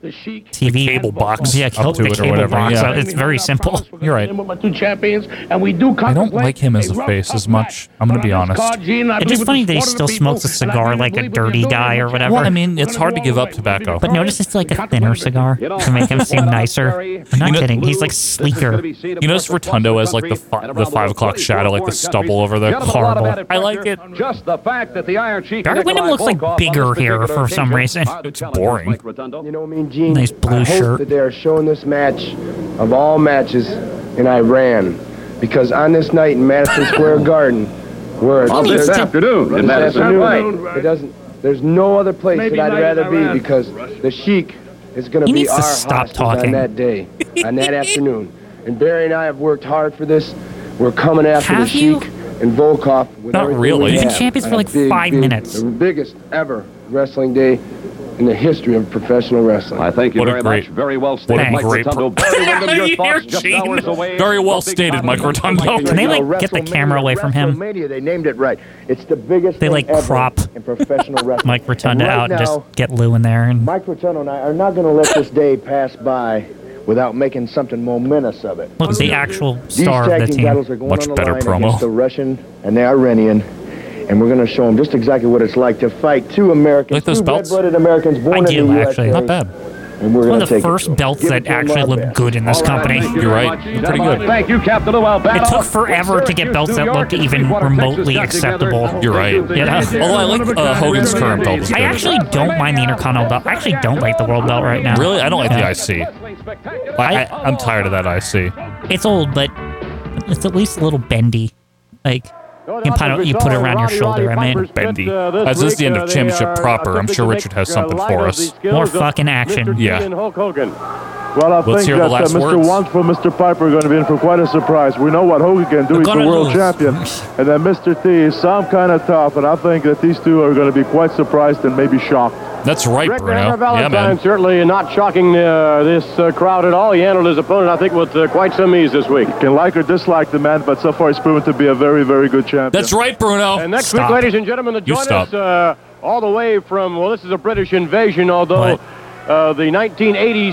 Speaker 4: the TV
Speaker 5: cable box
Speaker 4: Yeah,
Speaker 5: up
Speaker 4: hook
Speaker 5: to
Speaker 4: the
Speaker 5: it or
Speaker 4: cable
Speaker 5: whatever,
Speaker 4: box.
Speaker 5: yeah.
Speaker 4: up. It's very simple.
Speaker 5: You're right.
Speaker 16: with my two champions, and we do.
Speaker 5: I don't like him as a face as much. I'm gonna be honest.
Speaker 4: It's just funny that he still smokes a cigar like a dirty guy or whatever.
Speaker 5: Well, I mean, it's hard to give up tobacco.
Speaker 4: But notice it's like a thinner cigar to make him seem nicer. I'm not kidding. He's like sleeker.
Speaker 5: You notice Rotundo has like the fi- the five o'clock shadow, like the stubble over there. Horrible.
Speaker 13: I like it. Just the fact that the Iron Sheik.
Speaker 4: Barry Windham looks like bigger here for some reason.
Speaker 13: It's
Speaker 4: boring.
Speaker 13: You
Speaker 20: know, Mean Gene,
Speaker 4: Nice blue
Speaker 20: I hope
Speaker 4: shirt.
Speaker 20: that they are showing this match of all matches in Iran because on this night in Madison Square Garden, where
Speaker 13: Well, this
Speaker 20: there's-
Speaker 13: afternoon in
Speaker 20: this
Speaker 13: Madison.
Speaker 20: afternoon, it doesn't. There's no other place
Speaker 13: Maybe
Speaker 20: that I'd
Speaker 13: night
Speaker 20: rather
Speaker 13: in
Speaker 20: be
Speaker 13: Iran.
Speaker 20: because the Sheik is going
Speaker 4: He
Speaker 20: to be
Speaker 4: needs
Speaker 20: our
Speaker 4: to stop
Speaker 20: hostage
Speaker 4: talking.
Speaker 20: on that day, on that afternoon. And Barry and I have worked hard for this. We're coming after
Speaker 4: Have
Speaker 20: the
Speaker 4: you?
Speaker 20: Sheik and Volkov. With
Speaker 5: Not
Speaker 20: everything
Speaker 5: really.
Speaker 20: we
Speaker 5: You've been
Speaker 20: have
Speaker 4: champions for
Speaker 20: on a
Speaker 4: like
Speaker 20: big,
Speaker 4: five
Speaker 20: big-
Speaker 4: minutes.
Speaker 20: The biggest ever wrestling day in the history of professional wrestling.
Speaker 13: I thank you
Speaker 5: What a
Speaker 13: very
Speaker 5: great-
Speaker 13: much. Very well
Speaker 5: a
Speaker 13: stated, Mike
Speaker 5: great
Speaker 13: Rotundo.
Speaker 5: pro-
Speaker 13: Barry Windham, your
Speaker 5: You're
Speaker 13: thoughts just
Speaker 5: cheating.
Speaker 13: hours away.
Speaker 5: Very well stated, Mike Rotundo.
Speaker 4: Can they like get the camera away from him?
Speaker 20: WrestleMania, they named it right. It's the biggest.
Speaker 4: They
Speaker 20: thing
Speaker 4: like
Speaker 20: ever
Speaker 4: crop
Speaker 20: in professional wrestling.
Speaker 4: Mike Rotunda
Speaker 20: And right
Speaker 4: out and just
Speaker 20: now,
Speaker 4: get Lou in there. And
Speaker 20: Mike Rotundo and I are not going to let this day pass by without making something momentous of it.
Speaker 4: look, the actual
Speaker 20: These
Speaker 4: star
Speaker 20: tag
Speaker 4: of the
Speaker 20: team battles are
Speaker 4: team.
Speaker 20: going on the line against the Russian and the Iranian. And we're going to show them just exactly what it's like to fight two Americans,
Speaker 5: Like those
Speaker 20: two
Speaker 5: belts?
Speaker 20: red-blooded Americans born
Speaker 4: I
Speaker 20: in
Speaker 4: do
Speaker 20: the
Speaker 4: actually.
Speaker 20: USA.
Speaker 4: Not bad.
Speaker 20: And we're
Speaker 4: One
Speaker 20: going
Speaker 4: of
Speaker 20: to
Speaker 4: the
Speaker 20: take it.
Speaker 4: first belts
Speaker 20: Give it
Speaker 4: that
Speaker 20: to 'em
Speaker 4: actually
Speaker 20: our
Speaker 4: look
Speaker 20: best.
Speaker 4: good in this company.
Speaker 5: You're right. Pretty good.
Speaker 13: Thank you, Captain Lou Albano.
Speaker 4: It took forever to get belts that looked even remotely acceptable.
Speaker 5: You're right.
Speaker 4: Yeah.
Speaker 5: Although I like uh, Hogan's current belt. is
Speaker 4: I
Speaker 5: good.
Speaker 4: actually don't mind the Intercontinental belt. I actually don't like the World belt right now.
Speaker 5: Really, I don't like
Speaker 4: Yeah.
Speaker 5: the IC. I, I, I'm tired of that IC.
Speaker 4: It's old, but it's at least a little bendy. Like, you put, it, you put it around your shoulder. I mean,
Speaker 5: Bendy.
Speaker 12: Uh,
Speaker 5: As this is the end of championship proper, I'm sure Richard has something for us.
Speaker 4: more fucking action.
Speaker 5: Yeah.
Speaker 19: Well, I
Speaker 5: Let's
Speaker 19: think
Speaker 5: hear the
Speaker 19: that uh,
Speaker 5: last
Speaker 19: Mr.
Speaker 5: words.
Speaker 19: Wansford and Mr. Piper are going to be in for quite a surprise. We know what Hogan can do.
Speaker 5: We're
Speaker 19: He's the
Speaker 5: gonna
Speaker 19: world
Speaker 5: lose.
Speaker 19: champion. And then Mr. T is some kind of tough, and I think that these two are going to be quite surprised and maybe shocked.
Speaker 5: That's right,
Speaker 12: Rick
Speaker 5: Bruno. Yeah,
Speaker 12: Valentine
Speaker 5: man.
Speaker 12: certainly not shocking uh, this uh, crowd at all. He handled his opponent, I think, with uh, quite some ease this week.
Speaker 19: Can like or dislike the man, but so far he's proven to be a very, very good champion.
Speaker 5: That's right, Bruno.
Speaker 12: And next
Speaker 5: Stop.
Speaker 12: week, ladies and gentlemen, to
Speaker 5: You
Speaker 12: join
Speaker 5: stop.
Speaker 12: us uh, all the way from, well, this is a British invasion, although uh, the 1980s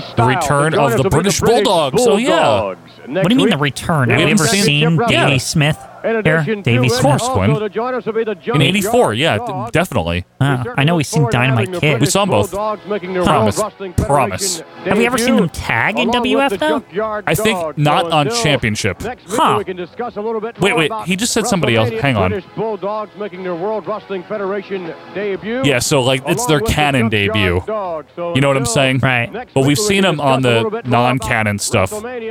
Speaker 5: The
Speaker 12: style.
Speaker 5: return
Speaker 12: To
Speaker 5: of
Speaker 12: join us
Speaker 5: the
Speaker 12: will be
Speaker 5: British Bulldogs. Oh, yeah.
Speaker 12: Bulldogs.
Speaker 4: What
Speaker 12: Next
Speaker 4: do you mean
Speaker 12: week-
Speaker 4: the return? Have
Speaker 5: We
Speaker 4: we
Speaker 5: haven't
Speaker 4: ever
Speaker 5: seen it
Speaker 4: seen
Speaker 5: yet,
Speaker 4: Davy
Speaker 5: brother.
Speaker 4: Smith
Speaker 12: In
Speaker 4: here?
Speaker 12: addition to
Speaker 4: Davy
Speaker 12: it,
Speaker 5: Of course,
Speaker 4: Smith.
Speaker 5: Quinn.
Speaker 12: also to join us will be the
Speaker 5: In
Speaker 12: Jones
Speaker 5: '84, yeah, d- definitely.
Speaker 4: Ah, I know we've seen Dynamite Kid.
Speaker 5: We saw 'em both. Promise. Promise.
Speaker 4: Have we ever seen them tag in WF though?
Speaker 5: I think not on championship.
Speaker 4: Huh.
Speaker 5: Wait, wait. He just said somebody else. Hang on.
Speaker 12: British Bulldogs making their World Wrestling Federation debut.
Speaker 5: Yeah, so like it's their
Speaker 12: along with the
Speaker 5: canon
Speaker 12: Junkyard
Speaker 5: debut.
Speaker 12: Dog. So
Speaker 5: You know what I'm
Speaker 12: until
Speaker 5: saying?
Speaker 4: Right.
Speaker 12: next
Speaker 5: But
Speaker 12: week
Speaker 5: we've
Speaker 12: we
Speaker 5: seen
Speaker 12: can
Speaker 5: him on
Speaker 12: discuss a little
Speaker 5: the
Speaker 12: bit more
Speaker 5: non-canon stuff.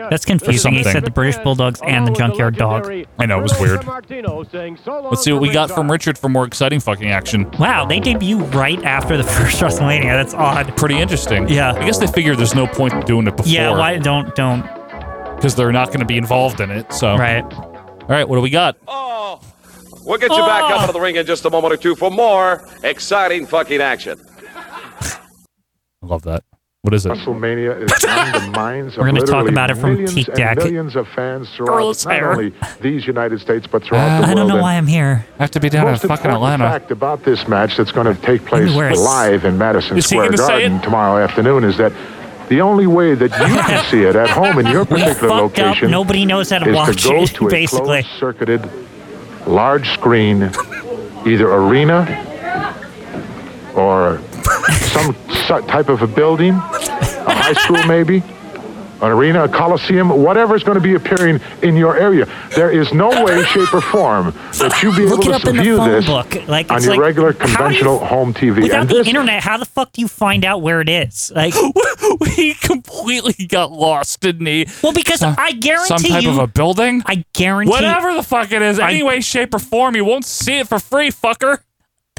Speaker 4: That's confusing. He said the British Bulldogs and the Junkyard Dog.
Speaker 5: I know it was weird.
Speaker 12: Martino saying so long
Speaker 5: Let's see what we got from Richard for more exciting fucking action.
Speaker 4: Wow, they debut right after the first WrestleMania. That's odd.
Speaker 5: Pretty interesting.
Speaker 4: Yeah.
Speaker 5: I guess they figured there's no point in doing it before.
Speaker 4: Yeah, why don't don't
Speaker 5: Because they're not going to be involved in it. So.
Speaker 4: right?
Speaker 5: All right. What do we got?
Speaker 6: We'll get you back up
Speaker 4: Ah.
Speaker 6: into the ring in just a moment or two for more exciting fucking action.
Speaker 5: I love that. What is it?
Speaker 21: WrestleMania is on the minds
Speaker 4: We're
Speaker 21: of
Speaker 4: gonna talk
Speaker 21: literally
Speaker 4: about it from
Speaker 21: millions
Speaker 4: Teak
Speaker 21: and
Speaker 4: Deck.
Speaker 21: millions of fans throughout
Speaker 4: Girls
Speaker 21: not
Speaker 4: hair.
Speaker 21: only these United States but throughout the world.
Speaker 4: Uh, I don't know
Speaker 21: And
Speaker 4: why I'm here.
Speaker 5: I have to be down in
Speaker 21: most
Speaker 5: fucking
Speaker 21: important
Speaker 5: Atlanta.
Speaker 21: fact about this match that's going to take place
Speaker 5: wear a-
Speaker 21: live in Madison
Speaker 5: Is he
Speaker 21: Square
Speaker 5: gonna say
Speaker 21: Garden tomorrow afternoon is that the only way that you can see it at home in your particular
Speaker 4: fucked up.
Speaker 21: location
Speaker 4: Nobody knows how to
Speaker 21: is
Speaker 4: watch
Speaker 21: to go
Speaker 4: it,
Speaker 21: to a
Speaker 4: basically.
Speaker 21: closed-circuited large screen either arena or some so- type of a building, a high school maybe, an arena, a coliseum, whatever is going to be appearing in your area. There is no way, shape, or form that you be able
Speaker 4: Look it
Speaker 21: to
Speaker 4: up in the
Speaker 21: view
Speaker 4: phone
Speaker 21: this
Speaker 4: book. Like,
Speaker 21: on
Speaker 4: it's
Speaker 21: your
Speaker 4: like,
Speaker 21: regular
Speaker 4: how do you-
Speaker 21: conventional home TV.
Speaker 4: Without
Speaker 21: And
Speaker 4: the
Speaker 21: this
Speaker 4: internet, how the fuck do you find out where it is? Like,
Speaker 5: he completely got lost, didn't he?
Speaker 4: Well, because
Speaker 5: Some-
Speaker 4: I guarantee
Speaker 5: some type
Speaker 4: you-
Speaker 5: of a building.
Speaker 4: I guarantee
Speaker 5: Whatever the fuck it is,
Speaker 4: I-
Speaker 5: any way, shape, or form, you won't see it for free, fucker.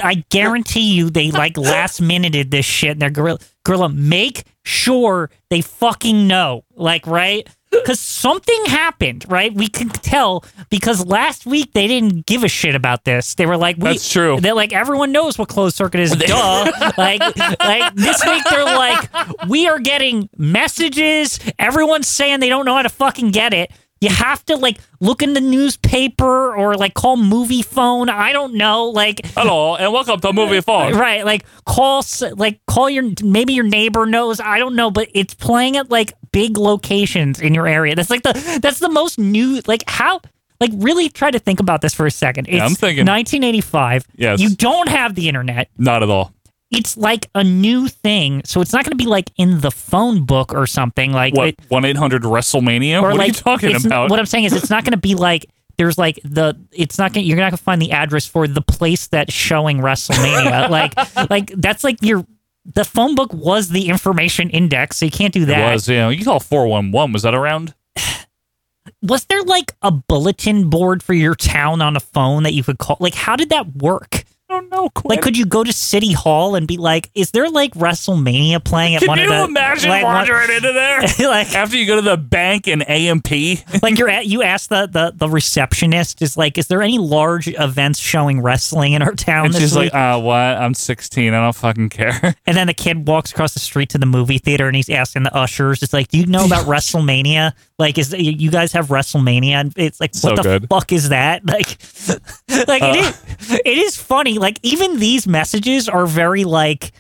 Speaker 4: I guarantee you they like last minuted this shit and they're gorilla gorilla make sure they fucking know. Like, right? Cause something happened, right? We can tell because last week they didn't give a shit about this. They were like, we,
Speaker 5: That's true.
Speaker 4: They're like, everyone knows what closed circuit is, duh. like, like this week they're like, we are getting messages. Everyone's saying they don't know how to fucking get it. You have to like look in the newspaper or like call movie phone. I don't know. Like
Speaker 5: Hello, and welcome to Movie Phone.
Speaker 4: Right, like call, s- like call your maybe your neighbor knows. I don't know, but it's playing at like big locations in your area. That's like the that's the most new. Like how? Like really try to think about this for a second. It's
Speaker 5: Yeah, I'm thinking.
Speaker 4: 1985.
Speaker 5: Yes.
Speaker 4: you don't have the internet.
Speaker 5: Not at all.
Speaker 4: It's like a new thing, so it's not going to be like in the phone book or something like
Speaker 5: What
Speaker 4: it-
Speaker 5: one eight hundred WrestleMania?
Speaker 4: or
Speaker 5: What are you
Speaker 4: like
Speaker 5: talking
Speaker 4: it's-
Speaker 5: about?
Speaker 4: What I'm saying is, it's not going to be like there's like the it's not going you're not going to find the address for the place that's showing WrestleMania. like like that's like your the phone book was the information index, so you can't do
Speaker 5: It
Speaker 4: that.
Speaker 5: was, you know, you call four one one. Was that around?
Speaker 4: Was there like a bulletin board for your town on a phone that you could call? Like, how did that work?
Speaker 5: I don't know.
Speaker 4: Like, could you go to City Hall and be like, "Is there like WrestleMania playing at
Speaker 5: Can
Speaker 4: one
Speaker 5: you
Speaker 4: of the?"
Speaker 5: imagine
Speaker 4: like, one-
Speaker 5: wandering into there
Speaker 4: like
Speaker 5: after you go to the bank and AMP?
Speaker 4: like you're at, you ask the, the the receptionist is like, is there any large events showing wrestling in our town?
Speaker 5: And
Speaker 4: this
Speaker 5: she's
Speaker 4: week?
Speaker 5: like, uh, what? I'm 16. I don't fucking care.
Speaker 4: and then the kid walks across the street to the movie theater and he's asking the ushers, it's like, do you know about WrestleMania? Like, is you guys have WrestleMania? And it's like,
Speaker 5: So
Speaker 4: what the
Speaker 5: good.
Speaker 4: fuck is that? Like, like it
Speaker 5: Uh.
Speaker 4: is it is funny. Like even these messages are very like.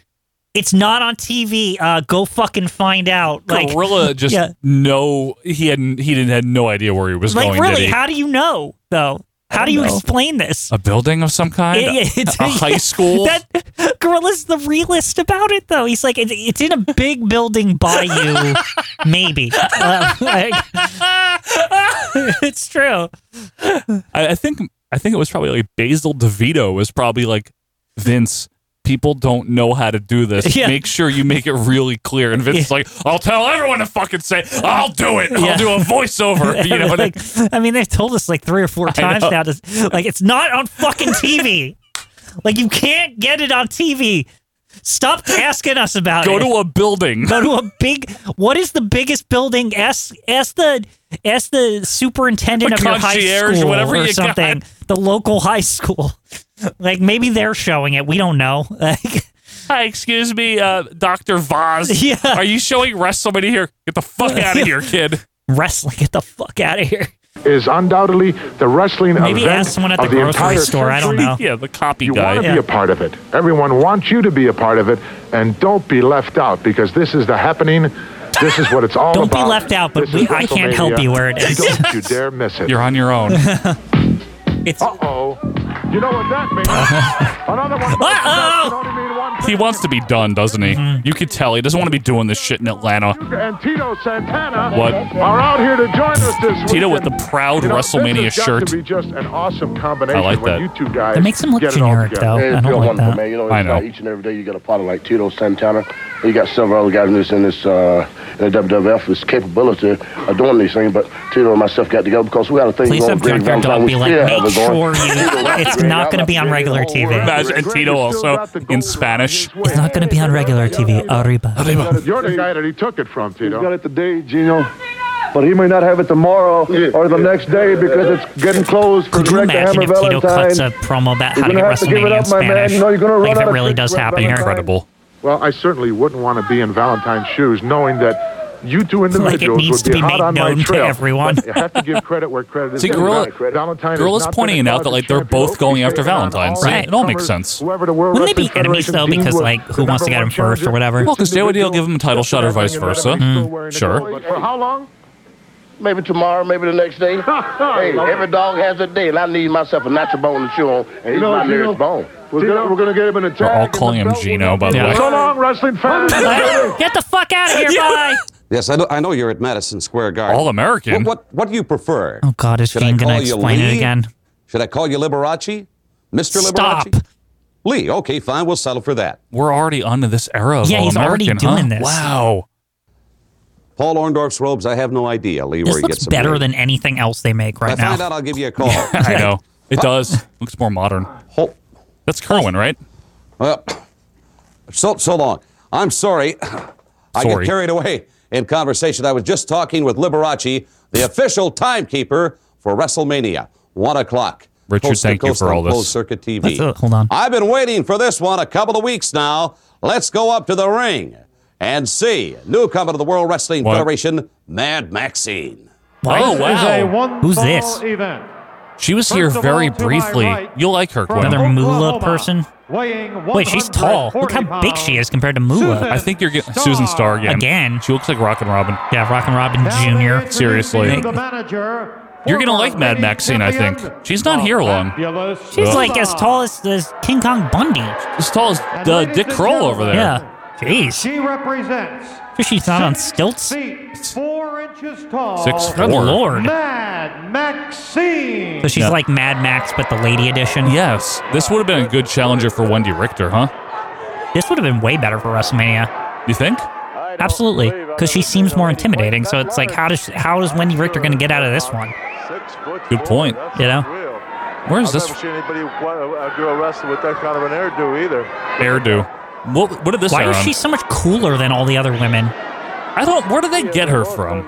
Speaker 4: It's not on TV. Uh, go fucking find out. Like,
Speaker 5: Gorilla just
Speaker 4: yeah.
Speaker 5: no. He had he didn't had no idea where he was
Speaker 4: like
Speaker 5: going. did
Speaker 4: really?
Speaker 5: he?
Speaker 4: How do you know though? How do you
Speaker 5: know.
Speaker 4: explain this?
Speaker 5: a building of some kind?
Speaker 4: Yeah, yeah, it's-
Speaker 5: a high school?
Speaker 4: That Gorilla's the realist about it, though. He's like, it's, it's in a big building by you, maybe. Uh, like- it's true.
Speaker 5: I, I think I think it was probably like Basil DeVito was probably like Vince. People don't know how to do this.
Speaker 10: Yeah.
Speaker 5: Make sure you make it really clear. And Vince's like, I'll tell everyone to fucking say, I'll do it.
Speaker 4: Yeah.
Speaker 5: I'll do a voiceover. You know, what I-
Speaker 4: like, I mean, they've told us like three or four times
Speaker 5: know.
Speaker 4: now. To, like, it's not on fucking TV. like, you can't get it on TV. Stop asking us about
Speaker 5: go
Speaker 4: it.
Speaker 5: to a building.
Speaker 4: go to a big. What is the biggest building? Ask ask the ask the superintendent
Speaker 5: The
Speaker 4: of your high
Speaker 5: concierge,
Speaker 4: school
Speaker 5: whatever
Speaker 4: or
Speaker 5: you got.
Speaker 4: something. The local high school. like maybe they're showing it. We don't know. Like,
Speaker 5: Hi, excuse me, uh, Dr. Voz.
Speaker 4: Yeah.
Speaker 5: Are you showing WrestleMania here? Get the fuck out of here, kid.
Speaker 4: wrestling. Get the fuck out of here.
Speaker 21: is undoubtedly the wrestling
Speaker 4: Maybe
Speaker 21: event
Speaker 4: ask someone at the
Speaker 21: of
Speaker 4: grocery
Speaker 21: entire
Speaker 4: store, I don't
Speaker 21: country.
Speaker 4: know.
Speaker 5: Yeah, the copy
Speaker 21: You
Speaker 5: guy.
Speaker 21: want to be a part of it. Everyone wants you to be a part of it, and don't be left out because this is the happening. This is what it's all
Speaker 4: Don't be
Speaker 21: about.
Speaker 4: left out, but
Speaker 21: This is
Speaker 4: we- I can't help
Speaker 21: WrestleMania.
Speaker 4: you where it is.
Speaker 21: Don't you dare miss it.
Speaker 5: You're on your own.
Speaker 4: It's
Speaker 21: Uh-oh. You know what that means? Another one. of those events that only mean one
Speaker 5: he wants to be done, doesn't he?
Speaker 4: Mm-hmm.
Speaker 5: You could tell he doesn't want to be doing this shit in Atlanta.
Speaker 21: thing, And Tito Santana
Speaker 5: What?
Speaker 21: are out here to join us this
Speaker 5: Tito with
Speaker 21: weekend.
Speaker 5: the proud
Speaker 21: You know, this
Speaker 5: WrestleMania
Speaker 21: has got
Speaker 5: shirt.
Speaker 21: to be just an awesome combination
Speaker 5: I like
Speaker 21: when
Speaker 5: that.
Speaker 21: you two guys
Speaker 4: That makes him look
Speaker 21: get it all
Speaker 4: generic,
Speaker 21: together.
Speaker 4: though.
Speaker 20: Hey,
Speaker 4: I
Speaker 20: it's
Speaker 4: don't
Speaker 20: real
Speaker 4: like
Speaker 20: wonderful,
Speaker 4: that.
Speaker 20: man. You know,
Speaker 5: I
Speaker 20: it's, uh,
Speaker 5: know.
Speaker 20: each and every day you got a partner like Tito Santana. You got several other guys in this in this uh, in the WWF is capability of doing these things, but Tito and myself got together because we had a thing
Speaker 4: Please
Speaker 20: going.
Speaker 4: have
Speaker 20: Greg
Speaker 4: Junkyard
Speaker 20: Valentine
Speaker 4: Dog be
Speaker 20: was
Speaker 4: like,
Speaker 20: here,
Speaker 4: make
Speaker 20: was
Speaker 4: sure
Speaker 20: going.
Speaker 4: you. It's not going to be on regular TV.
Speaker 5: Imagine Tito also in Spanish.
Speaker 4: It's not going to be on regular TV. Arriba.
Speaker 21: You're the guy that he took it from, Tito.
Speaker 15: He's got it today, Gino. But he may not have it tomorrow or the next day because it's getting close for
Speaker 4: Could you
Speaker 15: Greg the
Speaker 4: imagine
Speaker 15: Hammer
Speaker 4: if Tito cuts a
Speaker 15: Valentine.
Speaker 4: promo about
Speaker 15: You're
Speaker 4: how to get
Speaker 15: gonna have to give it
Speaker 4: WrestleMania in
Speaker 15: up, my man.
Speaker 4: Spanish?
Speaker 15: You know, you're gonna
Speaker 4: Like,
Speaker 15: run
Speaker 4: if
Speaker 15: out
Speaker 4: it
Speaker 15: of
Speaker 4: really
Speaker 15: pictures
Speaker 4: does
Speaker 15: right
Speaker 4: happen
Speaker 15: down
Speaker 4: here.
Speaker 15: the line.
Speaker 5: Incredible.
Speaker 21: Well, I certainly wouldn't want to be in Valentine's shoes, knowing that you two individuals
Speaker 4: needs
Speaker 21: would
Speaker 4: to
Speaker 21: be,
Speaker 4: be
Speaker 21: hot
Speaker 4: made
Speaker 21: on my
Speaker 4: known to
Speaker 21: trail.
Speaker 4: everyone.
Speaker 21: But you have to give credit where credit is
Speaker 5: See,
Speaker 21: due.
Speaker 5: Gorilla,
Speaker 21: Valentine
Speaker 5: Gorilla's
Speaker 21: is not
Speaker 5: pointing it
Speaker 21: been
Speaker 5: out that like they're both going after Valentine's.
Speaker 21: Right.
Speaker 5: It all makes sense.
Speaker 21: Whoever the World
Speaker 4: Wouldn't they be
Speaker 21: Wrestling
Speaker 4: enemies though?
Speaker 21: Federation
Speaker 4: Because
Speaker 21: deemed
Speaker 4: like, who
Speaker 21: the
Speaker 4: wants to get
Speaker 21: number
Speaker 4: him
Speaker 21: one
Speaker 4: first or
Speaker 21: challenger.
Speaker 4: whatever? Hmm.
Speaker 5: Well, because Daily will give him a title shot or vice versa. Sure.
Speaker 20: For how long? Maybe tomorrow, maybe the next day. hey, every dog has a day, and I need myself a natural bone to chew on, and he's
Speaker 21: You know,
Speaker 20: my
Speaker 21: you know,
Speaker 20: nearest bone.
Speaker 21: We're gonna, we're gonna get him in a
Speaker 5: We're all
Speaker 21: tag.
Speaker 5: calling him Gino, by the
Speaker 21: So
Speaker 5: way.
Speaker 21: long, wrestling fans.
Speaker 4: Get the fuck out of here, bye.
Speaker 2: Yes, I know, I know you're at Madison Square Garden.
Speaker 5: All American.
Speaker 2: What, what, what do you prefer?
Speaker 4: Oh God, is
Speaker 2: Should I
Speaker 4: Fiend gonna
Speaker 2: call you
Speaker 4: explain it
Speaker 2: Lee?
Speaker 4: again?
Speaker 2: Should I call you Liberace? Mr.
Speaker 4: Stop.
Speaker 2: Liberace? Lee, okay, fine, we'll settle for that.
Speaker 5: We're already onto this era of
Speaker 4: Yeah,
Speaker 5: all
Speaker 4: he's already
Speaker 5: American, huh?
Speaker 4: doing this.
Speaker 5: Wow.
Speaker 2: Paul Orndorff's robes, I have no idea, Lee,
Speaker 4: This
Speaker 2: where he
Speaker 4: looks
Speaker 2: gets them
Speaker 4: better
Speaker 2: made.
Speaker 4: than anything else they make
Speaker 2: When
Speaker 4: right
Speaker 2: I find
Speaker 4: now.
Speaker 2: out, I'll give you a call.
Speaker 5: I know. It does. Looks more modern. That's Kerwin, right?
Speaker 2: Well, so so long. I'm sorry. I get
Speaker 5: Sorry.
Speaker 2: carried away in conversation. I was just talking with Liberace, the official timekeeper for WrestleMania, one o'clock.
Speaker 5: Richard,
Speaker 2: Coast to
Speaker 5: thank you
Speaker 2: coast
Speaker 5: for
Speaker 2: on
Speaker 5: all this.
Speaker 2: Closed circuit TV.
Speaker 4: That's a- hold on.
Speaker 2: I've been waiting for this one a couple of weeks now. Let's go up to the ring and see newcomer to the World Wrestling
Speaker 5: What?
Speaker 2: Federation, Mad Maxine.
Speaker 5: Oh, wow.
Speaker 4: one- Who's this?
Speaker 22: Event.
Speaker 5: She was here
Speaker 22: First of
Speaker 5: very
Speaker 22: all, to my
Speaker 5: briefly.
Speaker 22: right,
Speaker 5: You'll like her, Quinn.
Speaker 4: Another Moolah
Speaker 22: Oklahoma.
Speaker 4: person.
Speaker 22: Weighing
Speaker 4: Wait, she's tall. Look how
Speaker 22: 140
Speaker 4: big she is compared to Moolah.
Speaker 5: I think you're getting Susan Starr again.
Speaker 4: Again.
Speaker 5: She looks like Rockin' Robin.
Speaker 4: Yeah, Rockin' Robin Jr.
Speaker 5: Seriously.
Speaker 22: The manager.
Speaker 5: You're going to like Mad Maxine, I think. She's
Speaker 22: Oh,
Speaker 5: not here long.
Speaker 4: She's
Speaker 5: Ugh.
Speaker 4: like as tall as, as King Kong Bundy.
Speaker 5: As tall as uh, Dick Kroll over there.
Speaker 4: Yeah. Jeez.
Speaker 22: She represents
Speaker 4: She's not on stilts.
Speaker 22: feet four inches tall.
Speaker 5: Six
Speaker 4: Good
Speaker 5: four.
Speaker 4: lord.
Speaker 22: Mad Maxine.
Speaker 4: So she's
Speaker 5: Yeah.
Speaker 4: like Mad Max, but the lady edition.
Speaker 5: Yes. This would have been a good challenger for Wendy Richter, huh?
Speaker 4: This would have been way better for WrestleMania.
Speaker 5: You think?
Speaker 4: Absolutely, because she seems more intimidating. So it's like, how does how is Wendy Richter going to get out of this one?
Speaker 5: Good point.
Speaker 4: You know,
Speaker 5: Where is this
Speaker 23: I've never seen anybody wa- uh, a girl wrestle with that kind of an hairdo either.
Speaker 5: hairdo? What, what did this
Speaker 4: why
Speaker 5: air
Speaker 4: is
Speaker 5: on?
Speaker 4: she so much cooler than all the other women?
Speaker 5: I don't. Where did they get her from?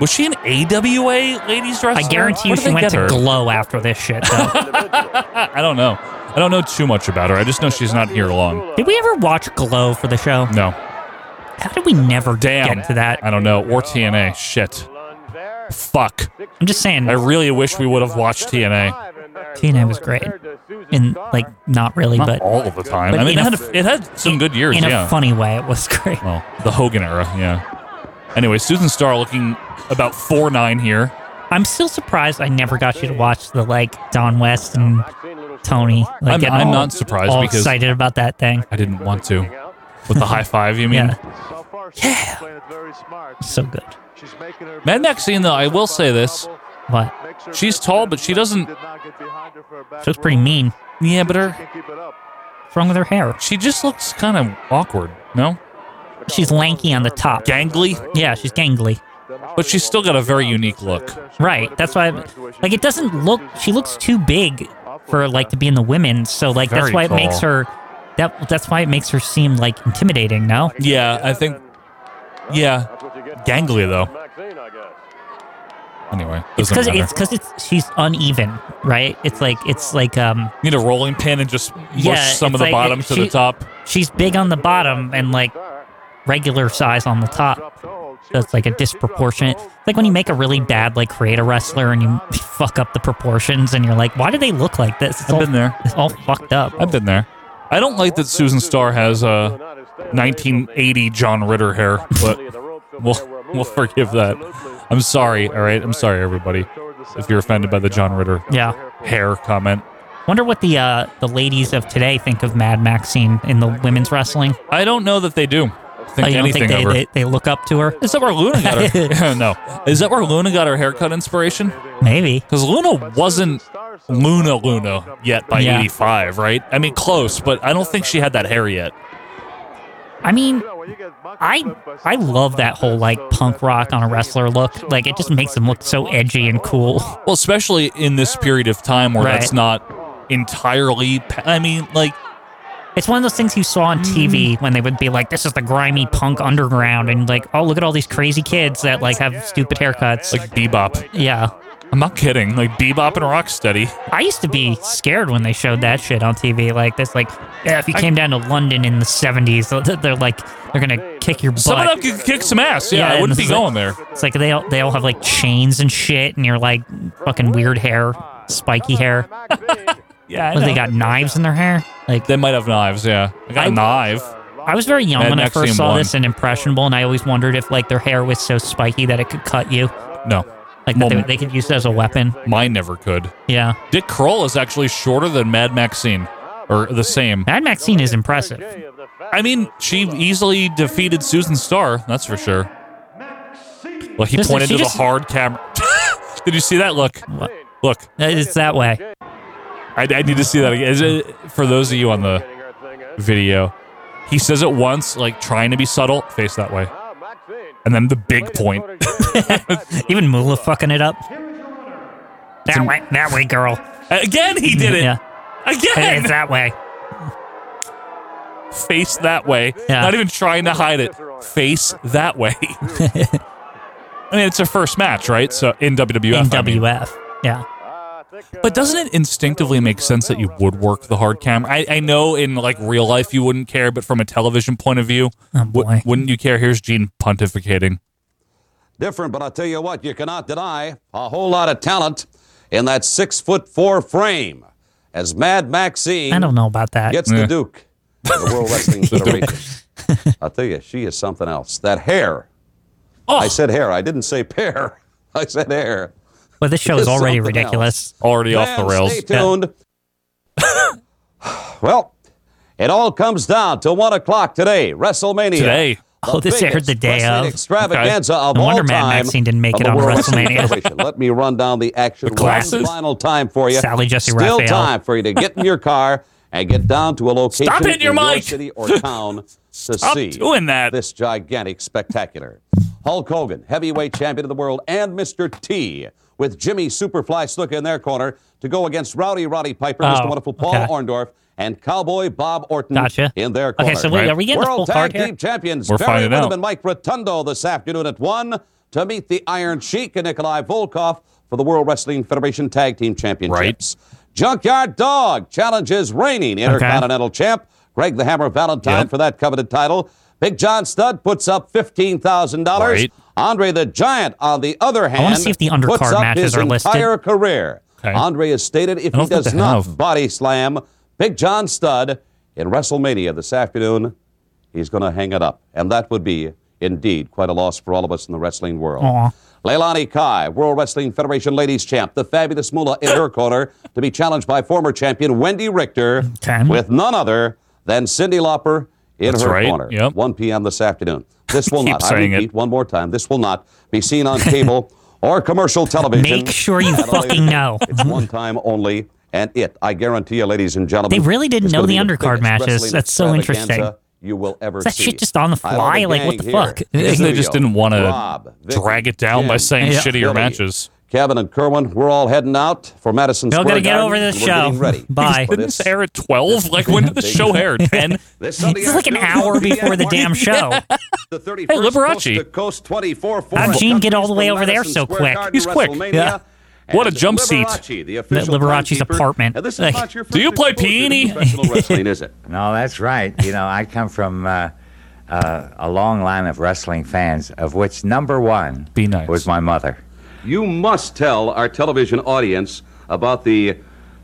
Speaker 5: Was she an AWA ladies wrestler?
Speaker 4: I guarantee you,
Speaker 5: Where did
Speaker 4: she
Speaker 5: they
Speaker 4: went
Speaker 5: get
Speaker 4: to
Speaker 5: her?
Speaker 4: glow after this shit. though.
Speaker 5: I I don't know. I don't know too much about her. I just know she's not here long.
Speaker 4: did we ever watch Glow for the show?
Speaker 5: No.
Speaker 4: How did we never
Speaker 5: Damn.
Speaker 4: get to that?
Speaker 5: I don't know. Or TNA. Shit. Fuck.
Speaker 4: I'm just saying,
Speaker 5: I really wish we would have watched TNA.
Speaker 4: TNA was great, in like not really,
Speaker 5: Not
Speaker 4: but
Speaker 5: all of the time.
Speaker 4: but
Speaker 5: I mean,
Speaker 4: in
Speaker 5: it
Speaker 4: a
Speaker 5: had,
Speaker 4: f-
Speaker 5: a, it had some good years,
Speaker 4: in a
Speaker 5: yeah.
Speaker 4: funny way, it was great.
Speaker 5: well, the Hogan era, yeah. Anyway, Susan Starr looking about four nine here.
Speaker 4: I'm still surprised I never got you to watch the like Don West and Tony. Like,
Speaker 5: I'm-
Speaker 4: getting
Speaker 5: I'm
Speaker 4: all-
Speaker 5: not surprised
Speaker 4: all
Speaker 5: because-
Speaker 4: excited about that thing.
Speaker 5: I didn't want to. With the high five, you mean?
Speaker 4: So good.
Speaker 5: Mad Maxine, though, I will say this.
Speaker 4: What?
Speaker 5: She's tall, but she doesn't.
Speaker 4: She looks pretty mean.
Speaker 5: Yeah, but her.
Speaker 4: What's wrong with her hair?
Speaker 5: She just looks kind of awkward, no?
Speaker 4: She's lanky on the top.
Speaker 5: Gangly?
Speaker 4: Yeah, she's gangly.
Speaker 5: But she's still got a very unique look.
Speaker 4: Right. That's why, I'm- like, it doesn't look. She looks too big for like to be in the women. So like
Speaker 5: Very
Speaker 4: that's why it makes
Speaker 5: tall.
Speaker 4: her. That that's why it makes her seem like intimidating. No.
Speaker 5: Yeah, I think. Yeah. Gangly, though. Anyway,
Speaker 4: It's
Speaker 5: doesn't
Speaker 4: because
Speaker 5: matter.
Speaker 4: it's because it's she's uneven, right? It's like it's like um
Speaker 5: Need a rolling pin and just mush
Speaker 4: yeah,
Speaker 5: some
Speaker 4: it's
Speaker 5: of the
Speaker 4: like
Speaker 5: bottom
Speaker 4: it-
Speaker 5: to
Speaker 4: she-
Speaker 5: the top.
Speaker 4: She's big on the bottom and like regular size on the top. So it's like a disproportionate. It's like when you make a really bad like creator wrestler and you fuck up the proportions and you're like, why do they look like this? It's
Speaker 5: I've
Speaker 4: all,
Speaker 5: been there.
Speaker 4: It's all fucked up.
Speaker 5: I've been there. I don't like that Susan Starr has uh, 1980 John Ritter hair, but we'll, we'll forgive that. I'm sorry, all right? I'm sorry, everybody, if you're offended by the John Ritter
Speaker 4: Yeah.
Speaker 5: hair comment.
Speaker 4: Wonder what the uh, the ladies of today think of Mad Maxine in the women's wrestling.
Speaker 5: I don't know that they do
Speaker 4: Like,
Speaker 5: think
Speaker 4: Oh, you don't
Speaker 5: anything
Speaker 4: think they,
Speaker 5: of her.
Speaker 4: they, they look up to her?
Speaker 5: Is that where Luna got her? no. Is that where Luna got her haircut inspiration?
Speaker 4: Maybe.
Speaker 5: Because Luna wasn't Luna Luna yet by
Speaker 4: Yeah.
Speaker 5: 85, right? I mean, close, but I don't think she had that hair yet.
Speaker 4: I mean, I I love that whole like punk rock on a wrestler look. Like it just makes them look so edgy and cool.
Speaker 5: Well, especially in this period of time where
Speaker 4: Right.
Speaker 5: that's not entirely. Pa- I mean, like,
Speaker 4: It's one of those things you saw on TV when they would be mm. like, "This is the grimy punk underground," and like, "Oh, look at all these crazy kids that like have stupid haircuts."
Speaker 5: like bebop.
Speaker 4: yeah,
Speaker 5: I'm not kidding. Like bebop and rocksteady.
Speaker 4: I used to be scared when they showed that shit on TV like this. Like, yeah, if you came down to London in the 70s, they're- they're like, they're gonna kick your butt.
Speaker 5: Some of them could kick some ass. Yeah, I
Speaker 4: and
Speaker 5: wouldn't be
Speaker 4: it's like-
Speaker 5: going there.
Speaker 4: It's like they all, they all have like chains and shit, and you're like fucking weird hair, spiky hair.
Speaker 5: Yeah, I
Speaker 4: What, they
Speaker 5: know.
Speaker 4: got knives in their hair. Like
Speaker 5: they might have knives. Yeah, I got a
Speaker 4: I-
Speaker 5: knife.
Speaker 4: I was very young
Speaker 5: Mad
Speaker 4: when I
Speaker 5: Max
Speaker 4: first
Speaker 5: Scene
Speaker 4: saw
Speaker 5: one.
Speaker 4: this and impressionable, and I always wondered if like their hair was so spiky that it could cut you.
Speaker 5: No,
Speaker 4: Like that they, they could use it as a weapon.
Speaker 5: mine never could.
Speaker 4: Yeah.
Speaker 5: Dick Kroll is actually shorter than Mad Maxine, or the same.
Speaker 4: Mad Maxine is impressive.
Speaker 5: I mean, she easily defeated Susan Starr. That's for sure. Well, he
Speaker 4: Just-
Speaker 5: pointed
Speaker 4: she
Speaker 5: to the
Speaker 4: just-
Speaker 5: hard camera. Did you see that look? Look,
Speaker 4: It's that way.
Speaker 5: I, I need to see that again. Is it, for those of you on the video, he says it once, like trying to be subtle, face that way, and then the big point.
Speaker 4: Even Moolah fucking it up. That way, that way, girl.
Speaker 5: Again, he did it.
Speaker 4: Yeah.
Speaker 5: Again,
Speaker 4: It's that way.
Speaker 5: face that way.
Speaker 4: Yeah.
Speaker 5: Not even trying to hide it. Face that way. I mean, it's her first match, right? So in WWF.
Speaker 4: In
Speaker 5: I mean.
Speaker 4: WF. Yeah.
Speaker 5: But doesn't it instinctively make sense that you would work the hard camera? I, I know in like real life you wouldn't care, but from a television point of view,
Speaker 4: Oh,
Speaker 5: w- wouldn't you care? Here's Gene pontificating.
Speaker 2: Different, but I'll tell you what, you cannot deny a whole lot of talent in that six foot four frame as Mad Maxine
Speaker 4: I don't know about that.
Speaker 2: gets the Duke of the World Wrestling Federation. I'll tell you, she is something else. That hair.
Speaker 4: Oh.
Speaker 2: I said hair. I didn't say pear. I said hair.
Speaker 4: Well, this show
Speaker 2: It
Speaker 4: is already
Speaker 2: something
Speaker 4: ridiculous.
Speaker 2: else.
Speaker 5: Already off the
Speaker 2: Ma'am,
Speaker 5: rails.
Speaker 2: Stay tuned. well, it all comes down to one o'clock today, WrestleMania.
Speaker 5: Today.
Speaker 2: The
Speaker 4: Oh, this aired
Speaker 2: biggest
Speaker 4: the day
Speaker 2: wrestling
Speaker 4: of.
Speaker 2: Extravaganza
Speaker 4: Okay.
Speaker 2: of
Speaker 4: No
Speaker 2: all
Speaker 4: wonder Mad
Speaker 2: time.
Speaker 4: Maxine didn't make
Speaker 2: of
Speaker 4: it
Speaker 2: the
Speaker 4: on
Speaker 2: World Wrestling
Speaker 4: WrestleMania.
Speaker 2: Federation. Let me run down the action.
Speaker 4: glasses?
Speaker 2: One final time for you.
Speaker 4: Sally Jesse
Speaker 2: Still
Speaker 4: Raphael.
Speaker 2: time for you to get in your car and get down to a location
Speaker 5: Stop hitting
Speaker 2: in
Speaker 5: your mic.
Speaker 2: city or town to
Speaker 5: Stop
Speaker 2: see
Speaker 5: doing that.
Speaker 2: this gigantic spectacular. Hulk Hogan, heavyweight champion of the world, and Mr. T with Jimmy Superfly Snuka in their corner to go against Rowdy Roddy Piper, Mr.
Speaker 4: Oh,
Speaker 2: Wonderful Paul
Speaker 4: okay.
Speaker 2: Orndorff, and Cowboy Bob Orton
Speaker 4: Gotcha.
Speaker 2: in their
Speaker 4: Okay,
Speaker 2: corner.
Speaker 4: so wait, are we getting the full
Speaker 2: World
Speaker 4: card
Speaker 2: Tag
Speaker 4: here?
Speaker 2: Team Champions
Speaker 5: We're
Speaker 2: Barry
Speaker 5: finding out.
Speaker 2: Windham and Mike Rotundo this afternoon at 1 to meet the Iron Sheik and Nikolai Volkov for the World Wrestling Federation Tag Team Championships. Junkyard Dog challenges reigning Intercontinental Champ Greg the Hammer Valentine for that coveted title. Big John Studd puts up $15,000.
Speaker 4: Right.
Speaker 2: Andre the Giant, on the other hand,
Speaker 4: wanna see if the undercard
Speaker 2: puts up
Speaker 4: matches
Speaker 2: his
Speaker 4: are listed.
Speaker 2: entire career.
Speaker 5: Okay.
Speaker 2: Andre has stated if
Speaker 5: I don't
Speaker 2: he
Speaker 5: think
Speaker 2: does
Speaker 5: they
Speaker 2: not
Speaker 5: have.
Speaker 2: body slam Big John Studd in WrestleMania this afternoon, he's going to hang it up. And that would be indeed quite a loss for all of us in the wrestling world.
Speaker 4: Aw.
Speaker 2: Leilani Kai, World Wrestling Federation Ladies Champ, the fabulous Moolah in her corner to be challenged by former champion Wendy Richter
Speaker 4: Okay.
Speaker 2: with none other than Cindy Lauper in
Speaker 5: That's
Speaker 2: her
Speaker 5: right,
Speaker 2: corner.
Speaker 5: yep.
Speaker 2: 1 p.m. this afternoon. This will
Speaker 5: Keep
Speaker 2: not,
Speaker 5: saying
Speaker 2: I
Speaker 5: it.
Speaker 2: repeat one more time, this will not be seen on cable or commercial television.
Speaker 4: Make sure you
Speaker 2: At a later
Speaker 4: fucking know.
Speaker 2: it's one time only, and it. I guarantee you, ladies and gentlemen.
Speaker 4: They really didn't
Speaker 2: it's
Speaker 4: know
Speaker 2: gonna
Speaker 4: the
Speaker 2: be
Speaker 4: undercard
Speaker 2: biggest
Speaker 4: matches.
Speaker 2: wrestling
Speaker 4: That's so interesting.
Speaker 2: extravaganza You will ever
Speaker 4: Is that
Speaker 2: see.
Speaker 4: shit just on the
Speaker 2: I have
Speaker 4: fly?
Speaker 2: a
Speaker 4: Like, what
Speaker 2: gang
Speaker 4: the
Speaker 2: here.
Speaker 4: fuck?
Speaker 2: In
Speaker 5: Because they
Speaker 2: studio,
Speaker 5: just didn't want
Speaker 2: Rob,
Speaker 5: to
Speaker 2: Vicky,
Speaker 5: drag it down by
Speaker 2: Jim,
Speaker 5: saying
Speaker 4: Yeah.
Speaker 5: shittier
Speaker 2: Billy,
Speaker 5: matches.
Speaker 2: Kevin and Kerwin, we're all heading out for Madison
Speaker 4: Y'all
Speaker 2: Square
Speaker 4: gotta get
Speaker 2: Garden,
Speaker 4: over this
Speaker 2: and we're
Speaker 4: show.
Speaker 2: getting ready
Speaker 4: Bye.
Speaker 2: for
Speaker 5: Didn't
Speaker 2: this
Speaker 5: this air at 12? Like, when did the
Speaker 2: Big-
Speaker 5: show air? 10?
Speaker 2: This Sunday
Speaker 4: This is like an
Speaker 2: afternoon,
Speaker 4: hour
Speaker 2: 2 p.m.
Speaker 4: before the damn show.
Speaker 2: The 31st
Speaker 5: Hey, Liberace.
Speaker 2: Coast to Coast 24
Speaker 4: How'd
Speaker 2: forum
Speaker 4: Gene get all the
Speaker 2: comes
Speaker 4: way
Speaker 2: from
Speaker 4: over there
Speaker 2: Madison
Speaker 4: so
Speaker 2: Square
Speaker 4: quick?
Speaker 2: Garden,
Speaker 5: He's quick.
Speaker 2: WrestleMania.
Speaker 5: Yeah. What a
Speaker 2: And
Speaker 5: jump seat.
Speaker 2: Liberace, the official
Speaker 4: Liberace's
Speaker 2: timekeeper.
Speaker 4: apartment.
Speaker 2: Now, this is
Speaker 4: Like-
Speaker 2: not your
Speaker 5: Do you
Speaker 2: first
Speaker 5: play
Speaker 2: exposure to
Speaker 5: peony?
Speaker 2: professional wrestling, is it?
Speaker 3: No, that's right. You know, I come from uh, uh, a long line of wrestling fans, of which number one was my mother.
Speaker 2: You must tell our television audience about the,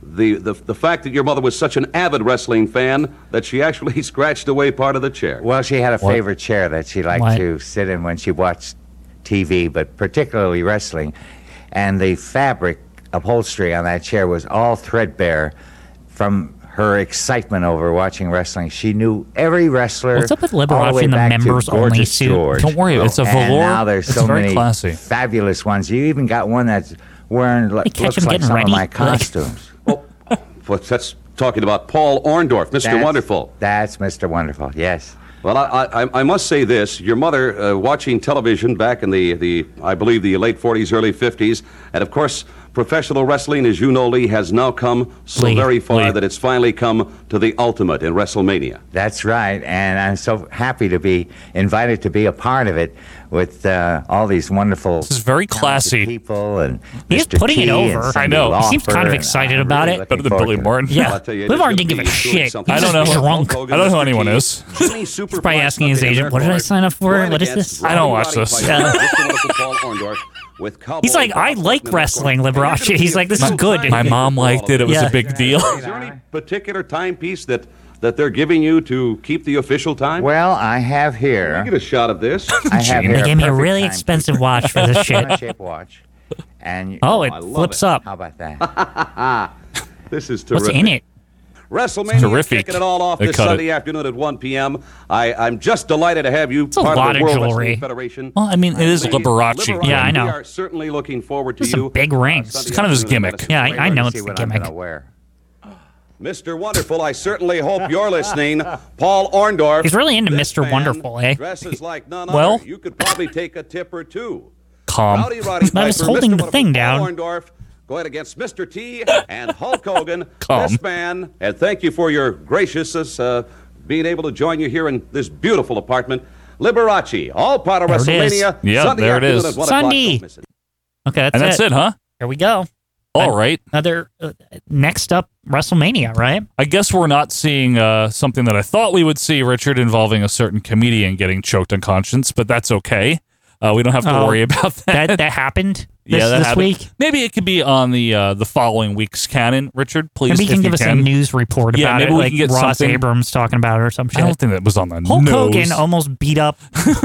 Speaker 2: the, the, the fact that your mother was such an avid wrestling fan that she actually scratched away part of the chair.
Speaker 3: Well, she had a favorite chair that she liked to sit in when she watched TV, but particularly wrestling. And the fabric upholstery on that chair was all threadbare from her excitement over watching wrestling. She knew every wrestler.
Speaker 4: What's up with
Speaker 3: all the
Speaker 4: Liberace
Speaker 3: way
Speaker 4: and the
Speaker 3: back to
Speaker 4: members-only
Speaker 3: Gorgeous
Speaker 4: suit?
Speaker 3: George.
Speaker 5: Don't worry, it's a
Speaker 3: And
Speaker 5: velour-
Speaker 3: now there's
Speaker 5: it's
Speaker 3: so
Speaker 5: very
Speaker 3: many
Speaker 5: classy.
Speaker 3: fabulous ones. You even got one that's wearing like,
Speaker 4: catch
Speaker 3: looks
Speaker 4: him
Speaker 3: like
Speaker 4: getting
Speaker 3: some
Speaker 4: ready.
Speaker 3: of my
Speaker 4: Like-
Speaker 3: costumes.
Speaker 2: Oh, Well, that's talking about Paul Orndorff, Mr.
Speaker 3: That's-
Speaker 2: Wonderful.
Speaker 3: That's Mr. Wonderful. Yes.
Speaker 2: Well, I, I, I must say this. Your mother, uh, watching television back in the, the, I believe, the late 40s, early 50s, and of course, Professional wrestling, as you know, Lee, has now come so
Speaker 3: Lee,
Speaker 2: very far
Speaker 3: Lee.
Speaker 2: that it's finally come to the ultimate in WrestleMania.
Speaker 3: That's right, and I'm so happy to be invited to be a part of it with uh, all these wonderful. This
Speaker 5: is very classy.
Speaker 3: People and
Speaker 4: He's
Speaker 3: Mr.
Speaker 4: putting
Speaker 3: T
Speaker 4: it
Speaker 3: and
Speaker 4: over.
Speaker 3: Cindy
Speaker 4: He seems
Speaker 3: Lauper,
Speaker 4: kind of
Speaker 3: and
Speaker 4: excited
Speaker 3: I'm
Speaker 4: about
Speaker 3: really
Speaker 4: it.
Speaker 3: looking forward to it.
Speaker 4: Yeah. Liv Morton didn't give a shit. He's
Speaker 5: I don't know.
Speaker 4: just drunk.
Speaker 5: I don't know who anyone is.
Speaker 2: He's
Speaker 4: probably asking his agent, what did I sign up for? What is this?
Speaker 5: I don't watch this.
Speaker 4: He's like, I like wrestling, Liberace. He's like, this is good.
Speaker 5: My mom liked it. It was
Speaker 4: Yeah.
Speaker 5: a big deal.
Speaker 2: Is there any particular timepiece that, that they're giving you to keep the official time?
Speaker 3: Well, I have here.
Speaker 2: Get a shot of this.
Speaker 3: I have here
Speaker 4: They
Speaker 3: a
Speaker 4: gave me a
Speaker 3: perfect
Speaker 4: really
Speaker 3: time
Speaker 4: expensive watch for this
Speaker 3: Diamond
Speaker 4: shit.
Speaker 3: shape watch, and you-
Speaker 4: Oh,
Speaker 3: I
Speaker 4: it
Speaker 3: love
Speaker 4: flips
Speaker 3: it.
Speaker 4: up.
Speaker 3: How about that?
Speaker 2: This is
Speaker 4: What's
Speaker 2: terrific.
Speaker 4: in it?
Speaker 2: WrestleMania
Speaker 5: Terrific.
Speaker 2: kicking it all off
Speaker 5: They
Speaker 2: this
Speaker 5: cut it.
Speaker 2: Sunday afternoon at 1 p.m. I, I'm just delighted to have you
Speaker 4: a
Speaker 2: part
Speaker 4: lot
Speaker 2: the
Speaker 4: of
Speaker 2: World
Speaker 4: jewelry.
Speaker 2: Wrestling Federation.
Speaker 5: Well, I mean, it is Liberace.
Speaker 4: Yeah, I know.
Speaker 2: We are certainly looking forward to
Speaker 4: It's
Speaker 2: you. uh,
Speaker 4: some big rings.
Speaker 5: It's kind of his gimmick.
Speaker 4: Yeah, I, I know it's
Speaker 3: See
Speaker 4: the
Speaker 3: what I'm
Speaker 4: gimmick.
Speaker 3: gonna wear.
Speaker 2: Mr. Wonderful, I certainly hope you're listening. Paul Orndorff.
Speaker 4: He's really into
Speaker 2: this
Speaker 4: Mr.
Speaker 2: man
Speaker 4: Wonderful, eh?
Speaker 2: Dresses like none
Speaker 4: Well-
Speaker 2: other. You could probably take a tip or two.
Speaker 5: Calm.
Speaker 2: Rowdy Roddy
Speaker 4: Um, I was
Speaker 2: Piper,
Speaker 4: holding
Speaker 2: Mr.
Speaker 4: the thing
Speaker 2: Wonderful,
Speaker 4: down.
Speaker 2: Paul Orndorff going against Mr. T and Hulk Hogan.
Speaker 5: Calm.
Speaker 2: This man, and thank you for your graciousness, uh, being able to join you here in this beautiful apartment. Liberace, all part of
Speaker 4: There it is.
Speaker 2: WrestleMania.
Speaker 5: Yeah,
Speaker 2: Sunday
Speaker 5: there it
Speaker 2: afternoon
Speaker 5: is.
Speaker 2: at 1 o'clock. Don't
Speaker 4: Sunday.
Speaker 2: miss it.
Speaker 4: Okay, that's,
Speaker 5: And that's it, huh?
Speaker 4: Here we go.
Speaker 5: All right.
Speaker 4: Another uh, next up WrestleMania, right?
Speaker 5: I guess we're not seeing uh, something that I thought we would see, Richard, involving a certain comedian getting choked unconscious, but that's okay. Uh, we don't have to
Speaker 4: Oh,
Speaker 5: worry about that.
Speaker 4: That that happened this,
Speaker 5: yeah, that
Speaker 4: this
Speaker 5: happened.
Speaker 4: week.
Speaker 5: Maybe it could be on the uh, the following week's canon, Richard. Please,
Speaker 4: Maybe you
Speaker 5: if
Speaker 4: can
Speaker 5: you
Speaker 4: give us a news report
Speaker 5: Yeah,
Speaker 4: about
Speaker 5: maybe
Speaker 4: it,
Speaker 5: we
Speaker 4: like
Speaker 5: can get
Speaker 4: Ross
Speaker 5: something-
Speaker 4: Abrams talking about it or some shit.
Speaker 5: I don't think that was on the
Speaker 4: Hulk
Speaker 5: nose.
Speaker 4: Hogan almost beat up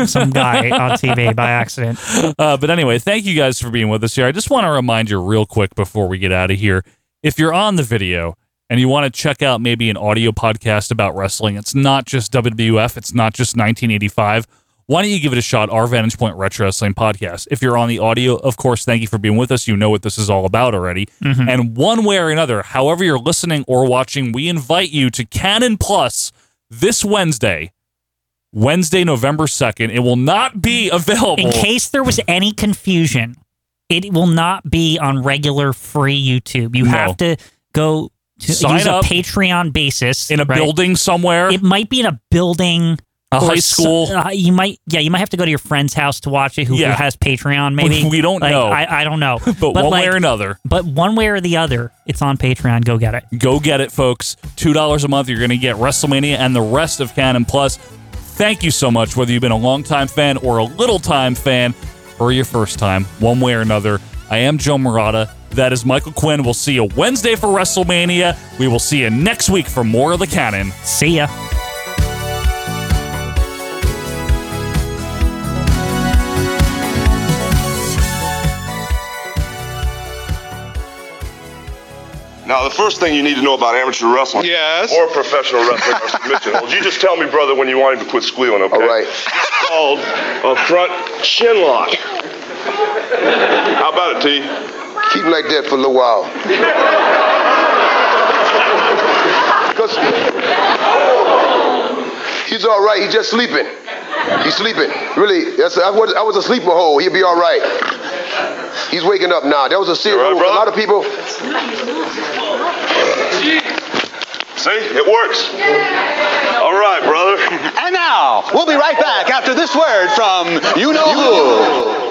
Speaker 4: some guy on TV by accident.
Speaker 5: uh, but anyway, thank you guys for being with us here. I just want to remind you real quick before we get out of here. If you're on the video and you want to check out maybe an audio podcast about wrestling, it's not just WWF, it's not just 1985. Why don't you give it a shot? Our Vantage Point Retro Wrestling Podcast. If you're on the audio, of course, thank you for being with us. You know what this is all about already. And one way or another, however you're listening or watching, we invite you to Canon Plus this Wednesday, Wednesday, November 2nd. It will not be available.
Speaker 4: In case there was any confusion, it will not be on regular free YouTube. You
Speaker 5: No.
Speaker 4: have to go to
Speaker 5: Sign
Speaker 4: use
Speaker 5: up
Speaker 4: a Patreon basis
Speaker 5: in a
Speaker 4: right?
Speaker 5: building somewhere.
Speaker 4: It might be in a building.
Speaker 5: A
Speaker 4: or
Speaker 5: high
Speaker 4: so-
Speaker 5: school.
Speaker 4: uh, you might, yeah, you might have to go to your friend's house to watch it. Who, who
Speaker 5: Yeah.
Speaker 4: has Patreon? Maybe
Speaker 5: We don't
Speaker 4: Like,
Speaker 5: know.
Speaker 4: I, I don't know. but,
Speaker 5: but, one way
Speaker 4: like,
Speaker 5: or another,
Speaker 4: But one way or the other, it's on Patreon. Go get it.
Speaker 5: go get it, folks. Two dollars a month, you're going to get WrestleMania and the rest of Canon Plus. Thank you so much, whether you've been a longtime fan or a little time fan, or your first time, one way or another. I am Joe Murata. That is Michael Quinn. We'll see you Wednesday for WrestleMania. We will see you next week for more of the Canon.
Speaker 4: See ya.
Speaker 8: Now, the first thing you need to know about amateur wrestling. Yes. Or professional wrestling or submission holds. You just tell me, brother, when you want him to quit squealing, okay? All right. It's called a front chin lock. How about it, T?
Speaker 20: Keep him like that for a little while. Cause he's all right. He's just sleeping. He's sleeping. Really, that's I was, I was a sleeper hole. He'll be all right. He's waking up now. That was a serious.
Speaker 8: all right,
Speaker 20: hole. a lot of people.
Speaker 8: See? It works. All right, brother.
Speaker 9: And now, we'll be right back after this word from you know who.